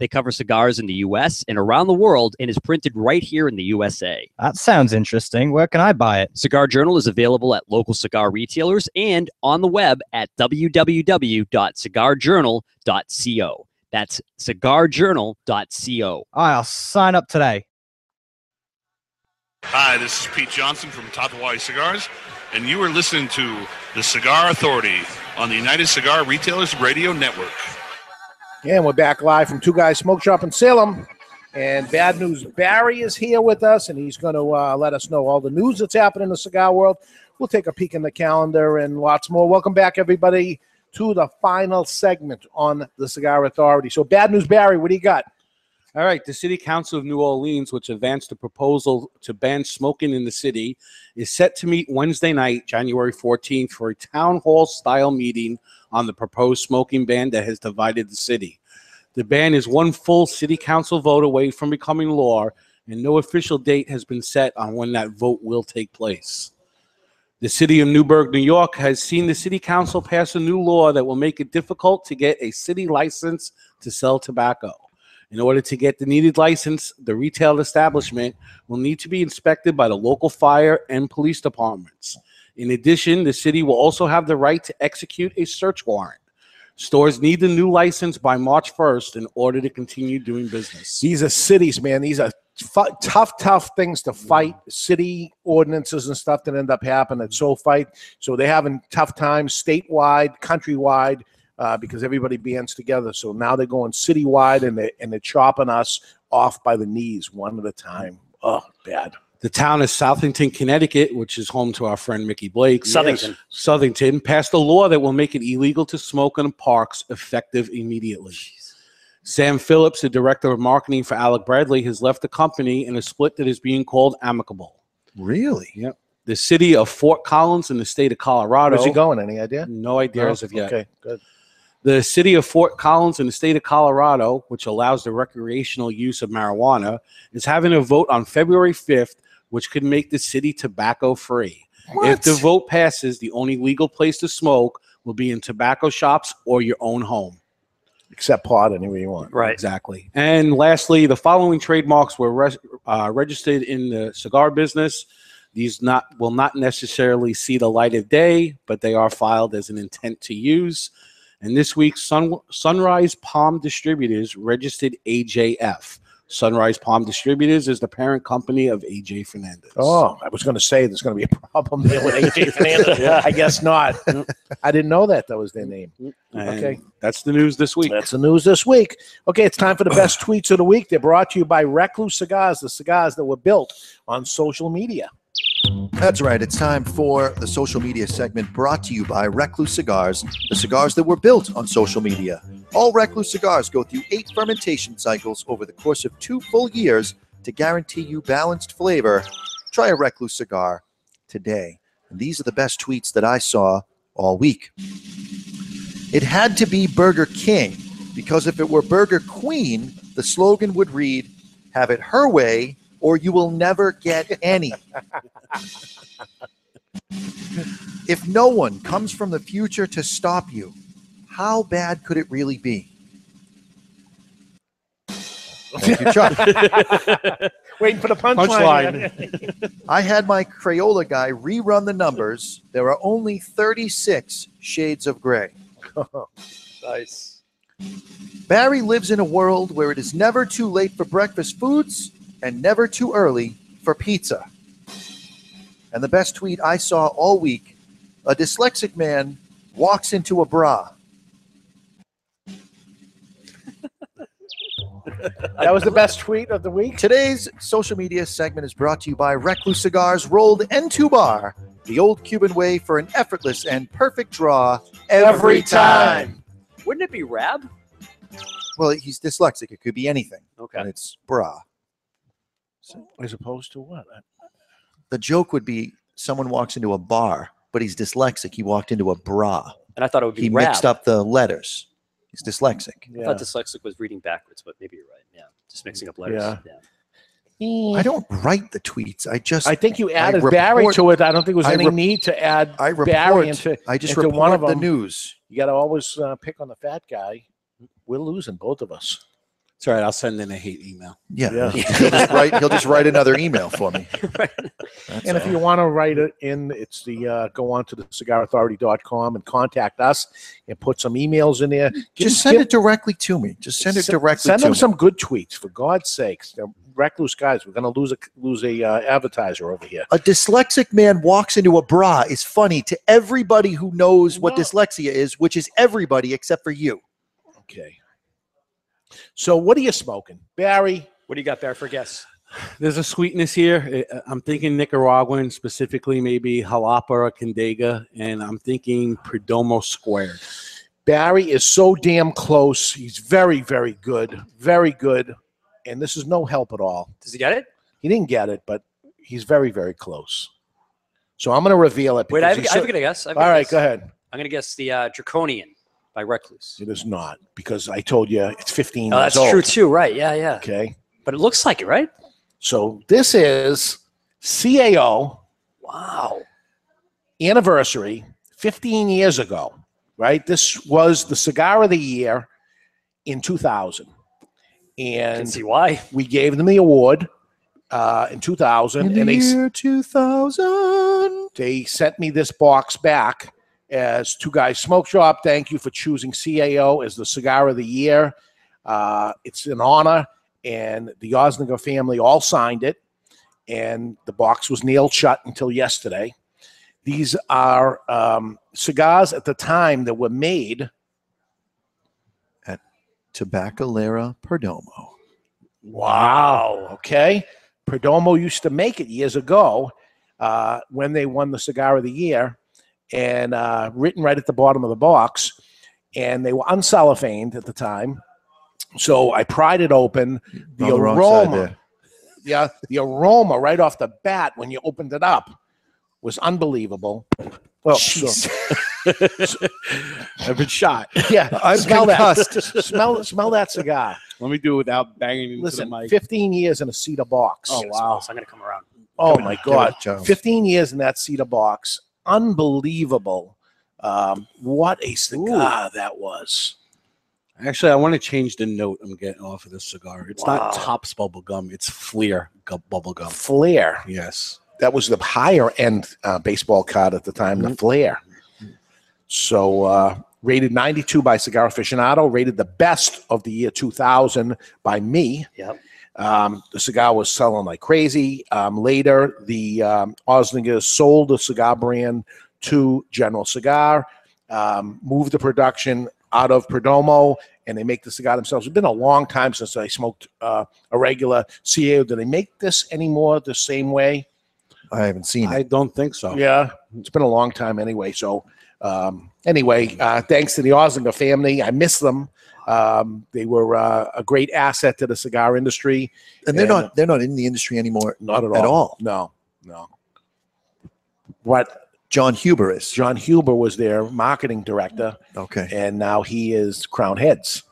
A: They cover cigars in the US and around the world and is printed right here in the USA.
J: That sounds interesting. Where can I buy it?
A: Cigar Journal is available at local cigar retailers and on the web at www.cigarjournal.co. That's cigarjournal.co.
J: I'll sign up today.
W: Hi, this is Pete Johnson from Top Hawaii Cigars, and you are listening to the Cigar Authority on the United Cigar Retailers Radio Network.
K: And we're back live from Two Guys Smoke Shop in Salem. And bad news Barry is here with us, and he's going to uh, let us know all the news that's happening in the cigar world. We'll take a peek in the calendar and lots more. Welcome back, everybody, to the final segment on the Cigar Authority. So, bad news Barry, what do you got?
F: All right, the City Council of New Orleans, which advanced a proposal to ban smoking in the city, is set to meet Wednesday night, January 14th, for a town hall style meeting on the proposed smoking ban that has divided the city. The ban is one full City Council vote away from becoming law, and no official date has been set on when that vote will take place. The city of Newburgh, New York has seen the city council pass a new law that will make it difficult to get a city license to sell tobacco. In order to get the needed license, the retail establishment will need to be inspected by the local fire and police departments. In addition, the city will also have the right to execute a search warrant. Stores need the new license by March 1st in order to continue doing business.
K: These are cities, man. These are fu- tough, tough things to fight. City ordinances and stuff that end up happening
F: Mm-hmm.
K: at so fight. So they're having tough times statewide, countrywide, uh, because everybody bands together. So now they're going citywide and they and they're chopping us off by the knees one at a time. Oh, bad.
F: The town of Southington, Connecticut, which is home to our friend Mickey Blake.
K: Southington.
F: Southington passed a law that will make it illegal to smoke in parks effective immediately. Sam Phillips, the director of marketing for Alec Bradley, has left the company in a split that is being called amicable.
L: Really?
F: Yep. The city of Fort Collins in the state of Colorado.
K: Where's he going? Any idea?
F: No idea as of yet.
K: Okay, good.
F: The city of Fort Collins in the state of Colorado, which allows the recreational use of marijuana, is having a vote on February 5th, which could make the city tobacco free. If the vote passes, the only legal place to smoke will be in tobacco shops or your own home.
K: Except pot anywhere you want.
F: Right. Exactly. And lastly, the following trademarks were res- uh, registered in the cigar business. These not will not necessarily see the light of day, but they are filed as an intent to use. And this week, Sun, Sunrise Palm Distributors registered AJF. Sunrise Palm Distributors is the parent company of AJ Fernandez.
K: Oh, I was going to say there's going to be a problem there with AJ Fernandez. I guess not. I didn't know that that was their name.
L: Mm-hmm.
F: okay. That's the news this week.
K: That's the news this week. Okay, it's time for the best tweets of the week. They're brought to you by Recluse Cigars, the cigars that were built on social media.
L: That's right. It's time for the social media segment brought to you by Recluse Cigars, the cigars that were built on social media. All Recluse cigars go through eight fermentation cycles over the course of two full years to guarantee you balanced flavor Try a Recluse cigar today. And these are the best tweets that I saw all week. It had to be Burger King because if it were Burger Queen, the slogan would read, Have it her way or you will never get any. if no one comes from the future to stop you, how bad could it really be? Thank you, Chuck.
K: Waiting for the punchline. Punchline.
L: I had my Crayola guy rerun the numbers. There are only 36 shades of gray.
K: nice.
L: Barry lives in a world where it is never too late for breakfast foods and never too early for pizza. And the best tweet I saw all week a dyslexic man walks into a bra.
K: That was the best tweet of the week.
L: Today's social media segment is brought to you by Recluse Cigars Rolled N2 Bar, the old Cuban way for an effortless and perfect draw every time.
M: Wouldn't it be Rab?
L: Well, he's dyslexic. It could be anything.
M: Okay.
L: And it's bra.
K: As opposed to what?
L: The joke would be someone walks into a bar, but he's dyslexic. He walked into a bra.
M: And I thought it would be
L: He
M: Rab.
L: mixed up the letters. He's dyslexic.
M: I thought dyslexic was reading backwards, but maybe you're right. Yeah, just mixing up letters.
L: Yeah.
M: Yeah.
L: I don't write the tweets. I just.
K: I think you
L: I
K: added Barry
L: report-
K: to it. I don't think there was
L: I
K: any
L: rep-
K: need to add
L: I report-
K: Barry into.
L: I just
K: into one
L: report
K: of
L: the
K: them.
L: news.
K: You got to always uh, pick on the fat guy. We're losing both of us.
F: It's all right. I'll send in a hate email.
L: Yeah. he'll, just write, he'll just write another email for me.
K: and if you want to write it in, it's the uh, go on to the cigarauthority.com and contact us and put some emails in there.
L: Just send it directly to me. Just send it directly
K: Send
L: to
K: them
L: me.
K: some good tweets, for God's sakes. They're recluse guys. We're going to lose a lose a uh, advertiser over here.
L: A dyslexic man walks into a bra is funny to everybody who knows what dyslexia is, which is everybody except for you.
K: Okay. So what are you smoking, Barry?
M: What do you got, Barry? For guess.
F: There's a sweetness here. I- I'm thinking Nicaraguan, specifically maybe Jalapa or Condega, and I'm thinking Perdomo Squared.
K: Barry is so damn close. He's very, very good. Very good. And this is no help at all.
M: Does he get it?
K: He didn't get it, but he's very, very close. So I'm going to reveal it.
M: Wait,
K: because
M: I've,
K: he's
M: I've
K: so-
M: got a guess. I've got
K: All
M: a
K: right,
M: guess.
K: go ahead.
M: I'm going to guess the uh, Draconian by Recluse.
K: It is not because I told you it's 15
M: Oh,
K: years
M: that's
K: old.
M: true too, right? Yeah, yeah.
K: Okay.
M: But it looks like it, right?
K: So this is CAO
M: Wow.
K: anniversary 15 years ago, right? This was the cigar of the year in 2000. And
M: see why.
K: We gave them the award uh, in 2000.
L: In the
K: and they, s-
L: year 2000.
K: they sent me this box back as Two Guys Smoke Shop. Thank you for choosing CAO as the cigar of the year. Uh, it's an honor, and the Osniger family all signed it, and the box was nailed shut until yesterday. These are um, cigars at the time that were made.
L: At Tabacalera Perdomo.
K: Wow. Okay. Perdomo used to make it years ago uh, when they won the Cigar of the Year, and uh, written right at the bottom of the box. And they were uncellophaned at the time. So I pried it open. The
L: On the wrong side
K: aroma.
L: there.
K: Yeah. The aroma right off the bat when you opened it up was unbelievable. Well, so-
F: I've been shot.
K: yeah.
F: I'm
K: Uh, smell
F: concussed.
K: that. smell, smell that cigar.
F: Let me do it without banging into
K: Listen,
F: the mic.
K: 15 years in a cedar box.
F: Oh, wow.
M: I'm going to come around.
K: Oh
F: Give it-
K: my
F: give it
K: God!
F: to Jones.
K: Fifteen years in that cedar box, unbelievable. Um, what a cigar that was!
F: Actually, I want to change the note I'm getting off of this cigar. It's
K: Wow.
F: not Tops bubble gum. It's Fleer gu- bubble gum.
K: Flair.
F: Yes,
K: that was the higher end uh, baseball card at the time.
F: Mm-hmm.
K: The Flair. So uh, rated 92 by Cigar Aficionado, rated the best of the year 2000 by me.
M: Yep.
K: Um, the cigar was selling like crazy. Um, later, the um, Oslinger sold the cigar brand to General Cigar, um, moved the production out of Perdomo, and they make the cigar themselves. It's been a long time since I smoked uh, a regular CAO. Do they make this anymore the same way?
L: I haven't seen it.
F: I don't think so.
K: Yeah, it's been a long time anyway. So, um, anyway, uh, thanks to the Oslinger family, I miss them. Um, they were uh, a great asset to the cigar industry,
L: And they're not they're not in the industry anymore.
K: Not at all.
L: At all.
K: No, No. What?
L: John Huber is.
K: John Huber was their marketing director.
L: Okay.
K: And now he is Crown Heads.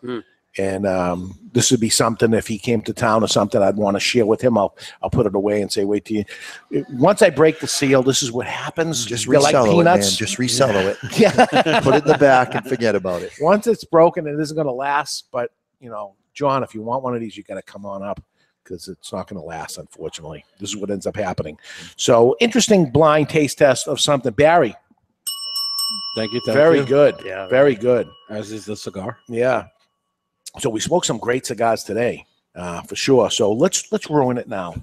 K: And um, this would be something if he came to town or something I'd want to share with him. I'll I'll put it away and say, wait till you. it- Once I break the seal, this is what happens.
L: Just
K: You're Mm-hmm. like
L: resell it, man.
K: peanuts.
L: Just resell it.
K: Yeah.
L: Put it in the back and forget about it.
K: Once it's broken, it isn't going to last. But you know, John, if you want one of these, you got to come on up because it's not going to last. Unfortunately, this is what ends up happening. So interesting blind taste test of something, Barry.
F: Thank you. thank
K: Very
F: you.
K: good. very good.
F: As is the cigar.
K: Yeah. So we smoked some great cigars today, uh, for sure. So let's let's ruin it now.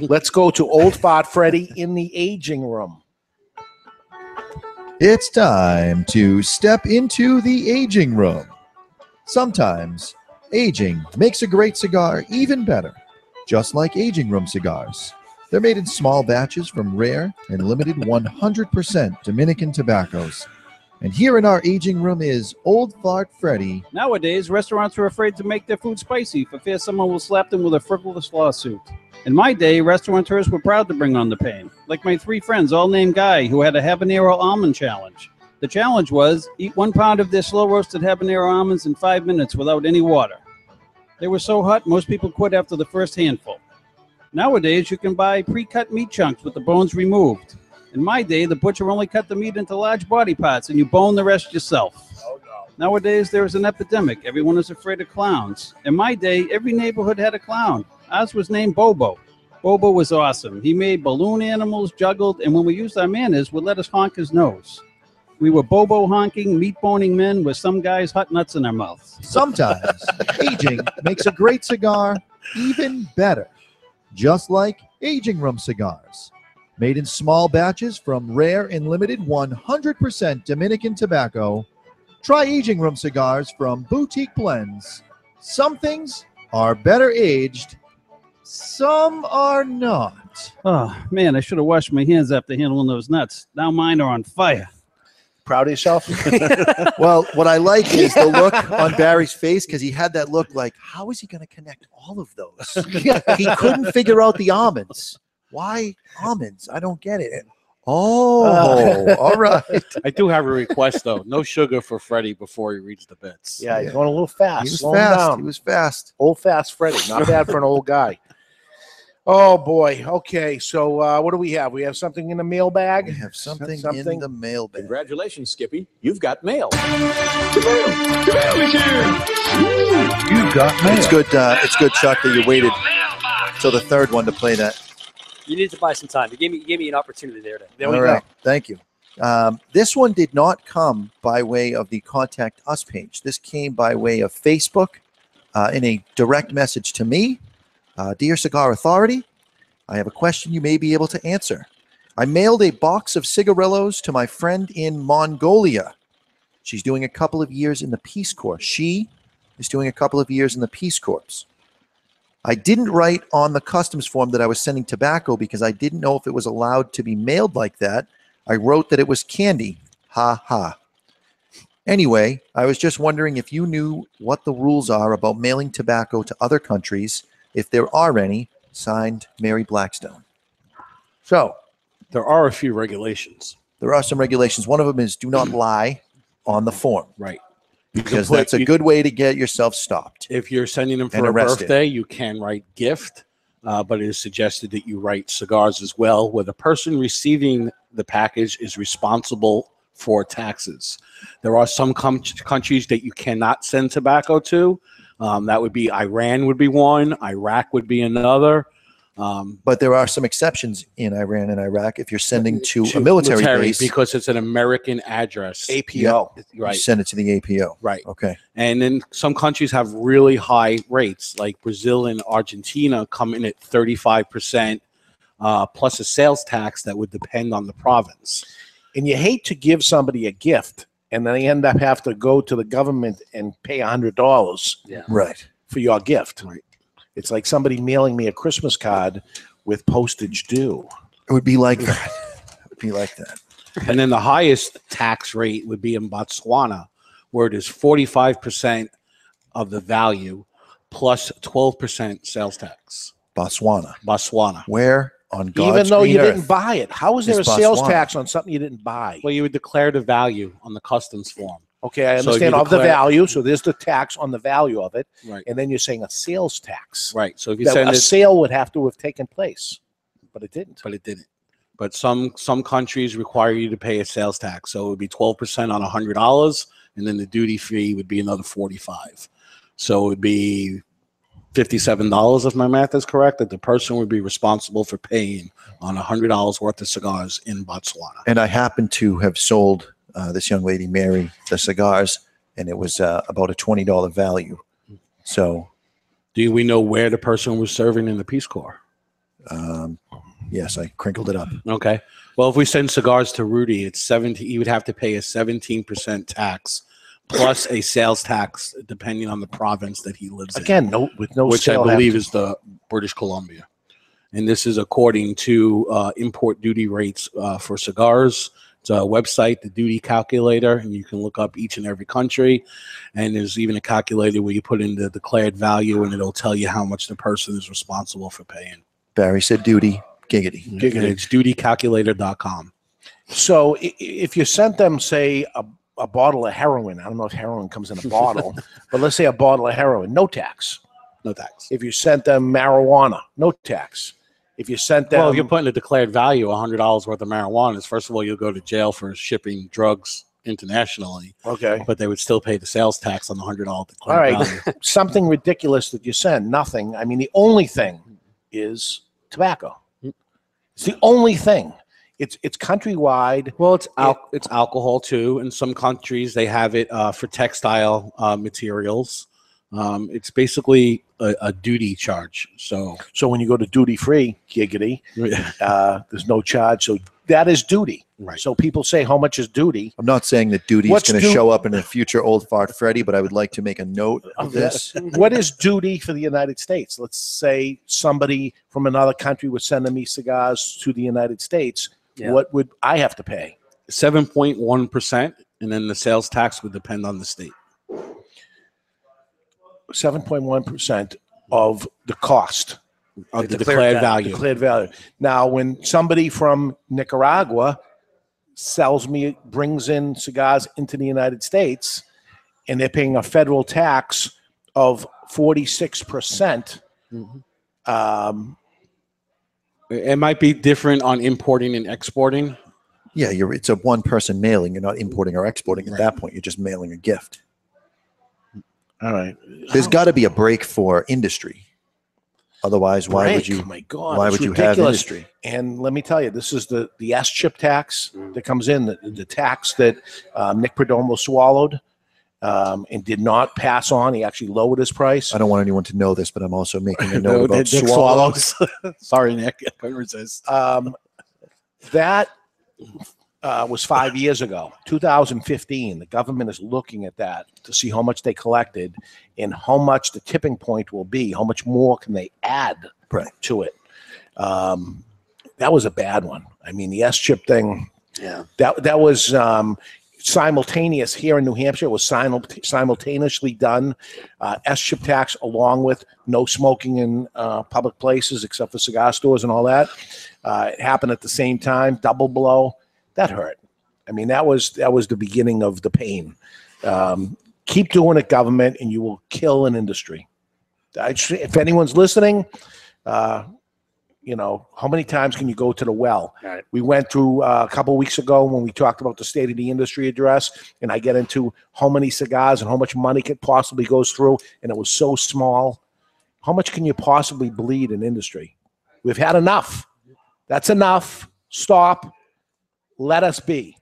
K: let's go to Old Fart Freddy in the aging room.
L: It's time to step into the aging room. Sometimes aging makes a great cigar even better, just like aging room cigars. They're made in small batches from rare and limited 100% Dominican tobaccos. And here in our aging room is Old Fart Freddy.
X: Nowadays, restaurants are afraid to make their food spicy for fear someone will slap them with a frivolous lawsuit. In my day, restaurateurs were proud to bring on the pain, like my three friends, all named Guy, who had a habanero almond challenge. The challenge was eat one pound of their slow roasted habanero almonds in five minutes without any water. They were so hot, most people quit after the first handful. Nowadays, you can buy pre cut meat chunks with the bones removed. In my day, the butcher only cut the meat into large body parts and you bone the rest yourself. Nowadays, there is an epidemic. Everyone is afraid of clowns. In my day, every neighborhood had a clown. Ours was named Bobo. Bobo was awesome. He made balloon animals, juggled, and when we used our manners, would let us honk his nose. We were Bobo honking, meat boning men with some guys' hot nuts in our mouths.
L: Sometimes aging makes a great cigar even better, just like aging room cigars. Made in small batches from rare and limited 100% Dominican tobacco, try aging room cigars from Boutique Blends. Some things are better aged, some are not.
X: Oh, man, I should have washed my hands after handling those nuts. Now mine are on fire.
K: Proud of yourself?
L: well, what I like is the look on Barry's face because he had that look like, how is he going to connect all of those? he couldn't figure out the almonds. Why almonds? I don't get it. Oh,
F: Uh,
L: all right.
F: I do have a request though. No sugar for Freddie before he reads the bits.
K: Yeah, he's going a little fast.
F: He was
K: Slow him
F: fast.
K: down.
F: He
L: was fast.
K: Old fast Freddy. Not bad for an old guy. Oh boy. Okay. So uh, what do we have? We have something in the mailbag. We have
L: something, in the mailbag.
Y: Congratulations, Skippy. You've got mail.
L: You got It's good. Uh, it's good, Chuck, that you waited till the third one to play that.
M: You need to buy some time. You gave me, you gave me an opportunity there. To,
L: All right. Thank you. Um, this one did not come by way of the contact us page. This came by way of Facebook uh, in a direct message to me. Uh, Dear Cigar Authority, I have a question you may be able to answer. I mailed a box of cigarillos to my friend in Mongolia. She's doing a couple of years in the Peace Corps. She is doing a couple of years in the Peace Corps. I didn't write on the customs form that I was sending tobacco because I didn't know if it was allowed to be mailed like that. I wrote that it was candy. Ha ha. Anyway, I was just wondering if you knew what the rules are about mailing tobacco to other countries, if there are any. Signed, Mary Blackstone. So,
F: there are a few regulations.
L: There are some regulations. One of them is do not lie on the form.
F: Right.
L: Because
F: put-
L: that's a
F: you-
L: good way to get yourself stopped.
F: If you're sending him
L: And
F: for a
L: arrested.
F: birthday, you can write gift, uh, but it is suggested that you write cigars as well, where the person receiving the package is responsible for taxes. There are some com- countries that you cannot send tobacco to. Um, that would be Iran would be one, Iraq would be another. Um,
L: But there are some exceptions in Iran and Iraq if you're sending to, a military, base.
F: because it's an American address.
L: APO.
F: Yeah,
L: You
F: right.
L: send it to the APO.
F: Right.
L: Okay.
F: And then some countries have really high rates, like Brazil and Argentina come in at 35%, uh, plus a sales tax that would depend on the province.
K: And you hate to give somebody a gift and then they end up have to go to the government and pay hundred dollars.
M: Yeah.
L: Right.
K: For your gift. Right. It's like somebody mailing me a Christmas card with postage due.
L: It would be like that. It would be like that.
F: And then the highest tax rate would be in Botswana, where it is 45% of the value plus 12% sales tax.
L: Botswana.
F: Botswana.
L: Where on God's
K: Even though you
L: green
K: didn't
L: earth.
K: buy it, how is there a
L: Miss Botswana.
K: sales tax on something you didn't buy?
F: Well, you would declare the value on the customs form.
K: Okay, I
F: So if you
K: understand of the
F: declare-
K: value. So there's the tax on the value of it,
F: Right.
K: and then you're saying a sales tax.
F: Right. So if you
K: That
F: send
K: a
F: it-
K: sale would have to have taken place, but it didn't.
F: But it didn't. But some some countries require you to pay a sales tax, so it would be twelve percent on hundred dollars, and then the duty free would be another forty five. So it would be fifty seven dollars, if my math is correct, that the person would be responsible for paying on hundred dollars worth of cigars in Botswana.
L: and I happened to have sold uh, this young lady, Mary, the cigars, and it was uh, about a twenty dollar value. So,
F: do we know where the person was serving in the Peace Corps?
L: Um, yes, I crinkled it up.
F: Okay. Well, if we send cigars to Rudy, it's seventy. You would have to pay a seventeen percent tax plus a sales tax, depending on the province that he lives in.
K: Again, no, with no
F: which I
K: sale
F: believe
K: happening.
F: is the British Columbia. And this is according to uh, import duty rates uh, for cigars. It's a website, the duty calculator, and you can look up each and every country. And there's even a calculator where you put in the declared value, and it'll tell you how much the person is responsible for paying.
L: Barry said, "Duty, giggity,
F: It's dutycalculator.com.
K: So i- i- if you sent them, say, a, a bottle of heroin, I don't know if heroin comes in a bottle, but let's say a bottle of heroin, no tax.
F: No tax.
K: If you sent them marijuana, no tax. If you sent them,
F: well, if you're putting a declared value, hundred dollars worth of marijuana. Is first of all, you'll go to jail for shipping drugs internationally.
K: Okay.
F: but they would still pay the sales tax on the hundred dollar
K: all
F: declared
K: right,
F: value.
K: something ridiculous that you send, nothing. I mean, the only thing is tobacco. It's the only thing. It's it's countrywide.
F: Well, it's al- it's alcohol too. In some countries, they have it uh, for textile uh, materials. Um, it's basically a, a duty charge. So,
K: so when you go to duty free, giggity, uh, there's no charge. So that is duty. Right. So people say, how much is duty?
L: I'm not saying that duty is
K: What's
L: going to
K: du-
L: show up in a future old fart Freddy, but I would like to make a note of
K: of
L: this.
K: this. what is duty for the United States? Let's say somebody from another country was sending me cigars to the United States.
F: Yeah.
K: What would I have to pay?
F: seven point one percent, and then the sales tax would depend on the state.
K: Seven point one percent of the cost
F: Of the declared value.
K: Declared value. Now, when somebody from Nicaragua sells me, brings in cigars into the United States, and they're paying a federal tax of forty-six percent. Um,
F: It it might be different on importing and exporting.
L: Yeah, you're, it's a one person mailing. You're not importing or exporting at that point. You're just mailing a gift.
K: All right.
L: There's got to be a break for industry. Otherwise, why would
K: break. Oh
L: you?
K: My God,
L: why
K: it's
L: would you have
K: ridiculous.
L: industry?
K: And let me tell you, this is the the S chip tax
L: Mm.
K: that comes in, the, the tax that um, Nick Perdomo swallowed um, and did not pass on. He actually lowered his price.
L: I don't want anyone to know this, but I'm also making a
K: No,
L: note about
K: Dick- Dick
L: swallows.
F: Sorry, Nick. I couldn't resist.
K: Um, that uh, was five years ago, 2015. The government is looking at that to see how much they collected and how much the tipping point will be. How much more can they add to it? Um, that was a bad one. I mean, the S chip thing.
M: Yeah.
K: That that was um, simultaneous here in New Hampshire. It was simul- simultaneously done. Uh, S chip tax, along with no smoking in uh, public places except for cigar stores and all that. Uh, it happened at the same time. Double blow. That hurt. I mean, that was that was the beginning of the pain. Um, keep doing it, government, and you will kill an industry. I, just- if anyone's listening, uh, you know, how many times can you go to the well? We went through uh, a couple weeks ago when we talked about the state of the industry address, and I get into how many cigars and how much money could possibly goes through, and it was so small. How much can you possibly bleed in industry? We've had enough. That's enough. Stop. Let us be.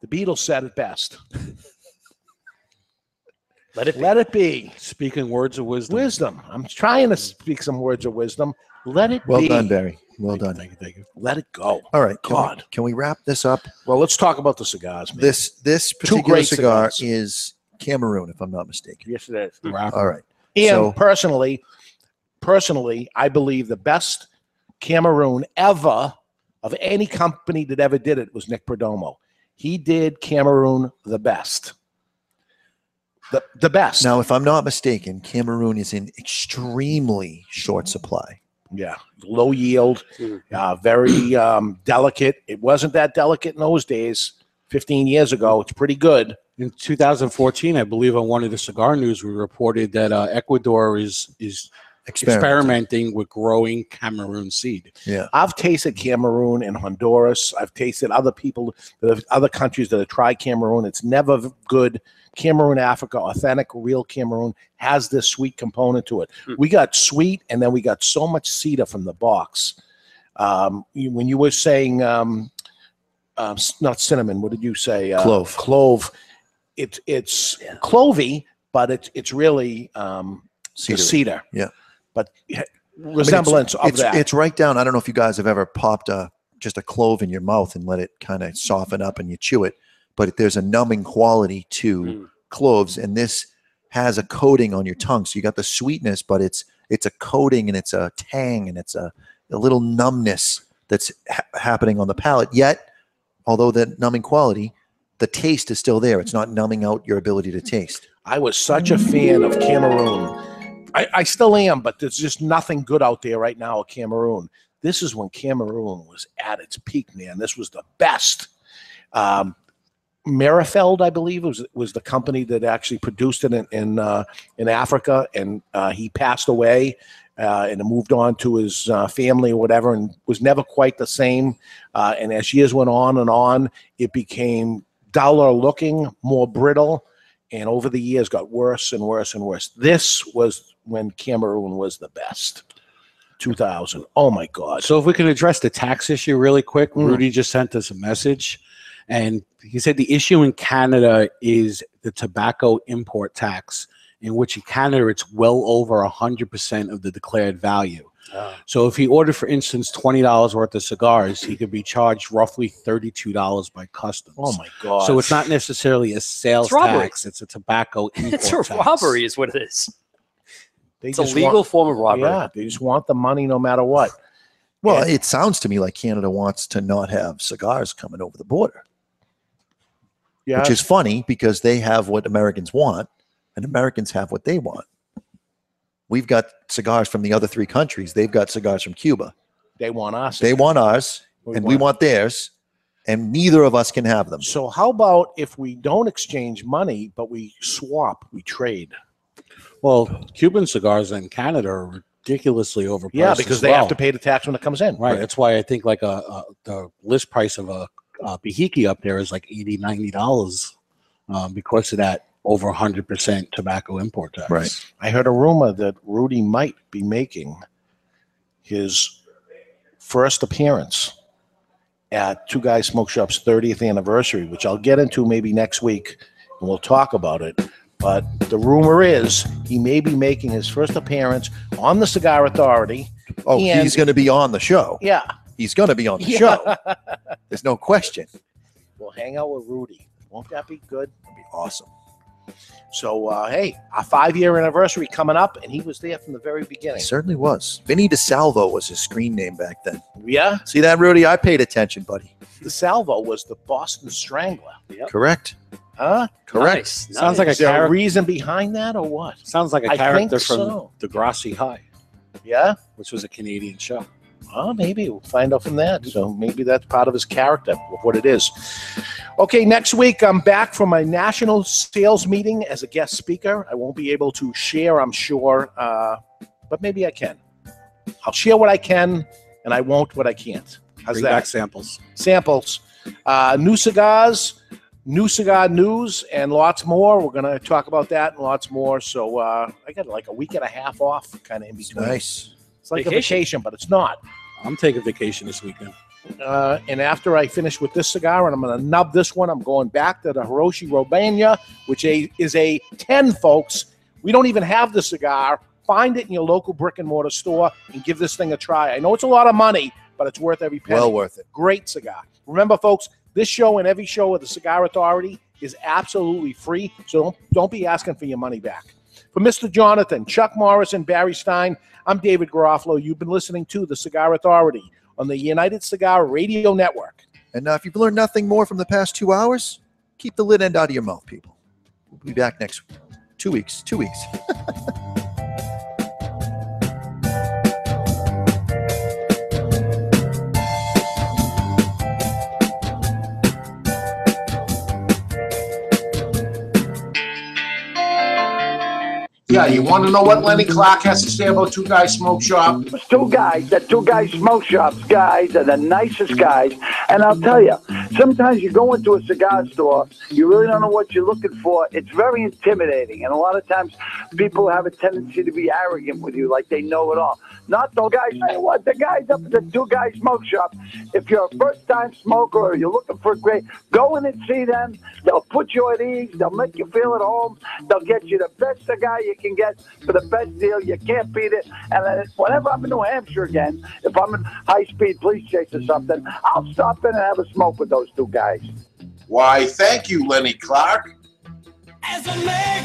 K: The Beatles said it best. Let it be. Let it be.
F: Speaking words of wisdom.
K: Wisdom. I'm trying to speak some words of wisdom. Let it
L: Well
K: be.
L: done, Barry. Well done.
K: Let it go.
L: All right, can we-
K: God.
L: can we wrap this up?
K: Well, let's talk about the cigars. Man.
L: This this
K: Two
L: particular
K: great
L: cigar
K: cigars.
L: is Cameroon, if I'm not mistaken.
K: Yes, it is.
L: All right.
K: And
L: So-
K: personally, personally, I believe the best Cameroon ever of any company that ever did it was Nick Perdomo. He did Cameroon the best. The the best.
L: Now, if I'm not mistaken, Cameroon is in extremely short supply.
K: Yeah, low yield, uh, very um, delicate. It wasn't that delicate in those days. 15 years ago, it's pretty good.
F: In 2014, I believe on one of the cigar news, we reported that uh, Ecuador is is
K: Experimenting.
F: experimenting with growing Cameroon seed.
L: Yeah.
K: I've tasted Cameroon and Honduras. I've tasted other people, that have- other countries that have tried Cameroon. It's never v- good. Cameroon, Africa, authentic, real Cameroon has this sweet component to it.
L: Hmm.
K: We got sweet, and then we got so much cedar from the box. Um, you, when you were saying, um, uh, s- not cinnamon, what did you say? Uh,
L: Clove.
K: Clove. It, it's clovey, but it's it's really um, the
L: Cedary.
K: cedar.
L: Yeah.
K: But resemblance
L: I mean,
K: of
L: it's, it's,
K: that.
L: It's right down. I don't know if you guys have ever popped a just a clove in your mouth and let it kind of soften up and you chew it, but there's a numbing quality to
K: Mm.
L: cloves, and this has a coating on your tongue, so you got the sweetness, but it's it's a coating and it's a tang and it's a, a little numbness that's ha- happening on the palate. Yet, although the numbing quality, the taste is still there. It's not numbing out your ability to taste.
K: I was such a fan of Cameroon. I, I still am, but there's just nothing good out there right now of Cameroon. This is when Cameroon was at its peak, man. This was the best. Um, Merifeld, I believe, was was the company that actually produced it in in, uh, in Africa, and uh, he passed away uh, and moved on to his uh, family or whatever, and was never quite the same. Uh, and as years went on and on, it became duller looking, more brittle, and over the years got worse and worse and worse. This was when Cameroon was the best. 2000. Oh my God.
F: Uh, So if we can address the tax issue really quick,
K: Mm.
F: Rudy just sent us a message, and he said the issue in Canada is the tobacco import tax, in which in Canada it's well over hundred percent of the declared value.
M: Ah.
F: So if he ordered, for instance, twenty dollars worth of cigars, he could be charged roughly thirty-two dollars by customs.
K: Oh my God.
F: So it's not necessarily a sales
M: It's robbery.
F: tax; it's a tobacco import
M: it's a
F: tax.
M: robbery, is what it is.
K: They
M: It's a
K: just
M: legal form of robbery.
K: Yeah, they just want the money no matter what.
L: Well, it sounds to me like Canada wants to not have cigars coming over the border.
K: Yeah.
L: Which is funny because they have what Americans want and Americans have what they want. We've got cigars from the other three countries. They've got cigars from Cuba.
K: They want us.
L: They want ours
K: We
L: and we want theirs, and neither of us can have them.
K: So how about if we don't exchange money, but we swap, we trade?
F: Well, Cuban cigars in Canada are ridiculously overpriced.
K: Yeah, because
F: as
K: they have
F: well.
K: to pay the tax when it comes in.
F: Right. That's why I think like a, a the list price of a, a Bahiki up there is like 80 dollars um, because of that over hundred percent tobacco import tax.
K: I heard a rumor that Rudy might be making his first appearance at Two Guys Smoke Shop's 30th anniversary, which I'll get into maybe next week and we'll talk about it. But the rumor is he may be making his first appearance on the Cigar Authority.
L: Oh,
K: and-
L: he's going to be on the show.
K: Yeah.
L: He's going to be on the
K: Yeah.
L: show. There's no question.
K: We'll hang out with Rudy. Won't that be good?
L: It'd be awesome.
K: So, uh, hey, our five year anniversary coming up, and he was there from the very
L: He
K: beginning.
L: certainly was. Vinny DeSalvo was his screen name back then.
K: Yeah.
L: See that, Rudy? I paid attention, buddy.
K: The Salvo was the Boston Strangler. Yep.
L: Correct.
K: Huh?
L: Correct.
F: Sounds like a
K: Is there
F: character.
K: reason behind that or what?
F: Sounds like a
K: I think
F: character from
K: so.
F: Degrassi High,
K: Yeah.
F: which was a Canadian show.
K: Well, maybe we'll find out from that. So maybe that's part of his character, of what it is. Okay, next week I'm back from my national sales meeting as a guest speaker. I won't be able to share, I'm sure, uh, but maybe I can. I'll share what I can, and I won't what I can't. How's
F: Bring
K: that?
F: back samples.
K: samples, uh, new cigars, new cigar news, and lots more. We're going to talk about that and lots more. So uh, I got like a week and a half off, kind of in between.
L: Nice.
K: It's like a
F: Vacation.
K: vacation, but it's not.
F: I'm taking vacation this weekend.
K: Uh, and after I finish with this cigar, and I'm going to nub this one, I'm going back to the Hiroshi Robania, which a, is a 10, folks. We don't even have the cigar. Find it in your local brick and mortar store and give this thing a try. I know it's a lot of money, but it's worth every penny.
L: Well worth it.
K: Great cigar. Remember, folks, this show and every show of the Cigar Authority is absolutely free, so don't, don't be asking for your money back. For Mr. Jonathan, Chuck Morrison, Barry Stein, I'm David Garofalo. You've been listening to the Cigar Authority on the United Cigar Radio Network.
L: And uh, if you've learned nothing more from the past two hours, keep the lid end out of your mouth, people. We'll be back next two weeks. Two weeks.
K: Yeah, you want to know what Lenny Clark has to say about Two Guys Smoke Shop?
C: Two guys, the two guys smoke shops guys are the nicest guys. And I'll tell you, sometimes you go into a cigar store, you really don't know what you're looking for. It's very intimidating. And a lot of times people have a tendency to be arrogant with you, like they know it all. Not the guys, you know what? The guys up at the two guys smoke shop, if you're a first time smoker or you're looking for a great, go in and see them. They'll put you at ease. They'll make you feel at home. They'll get you the best cigar you can get for the best deal. You can't beat it. And then whenever I'm in New Hampshire again, if I'm in high speed police chase or something, I'll stop in and have a smoke with those two guys.
K: Why, thank you, Lenny Clark.
G: As a man.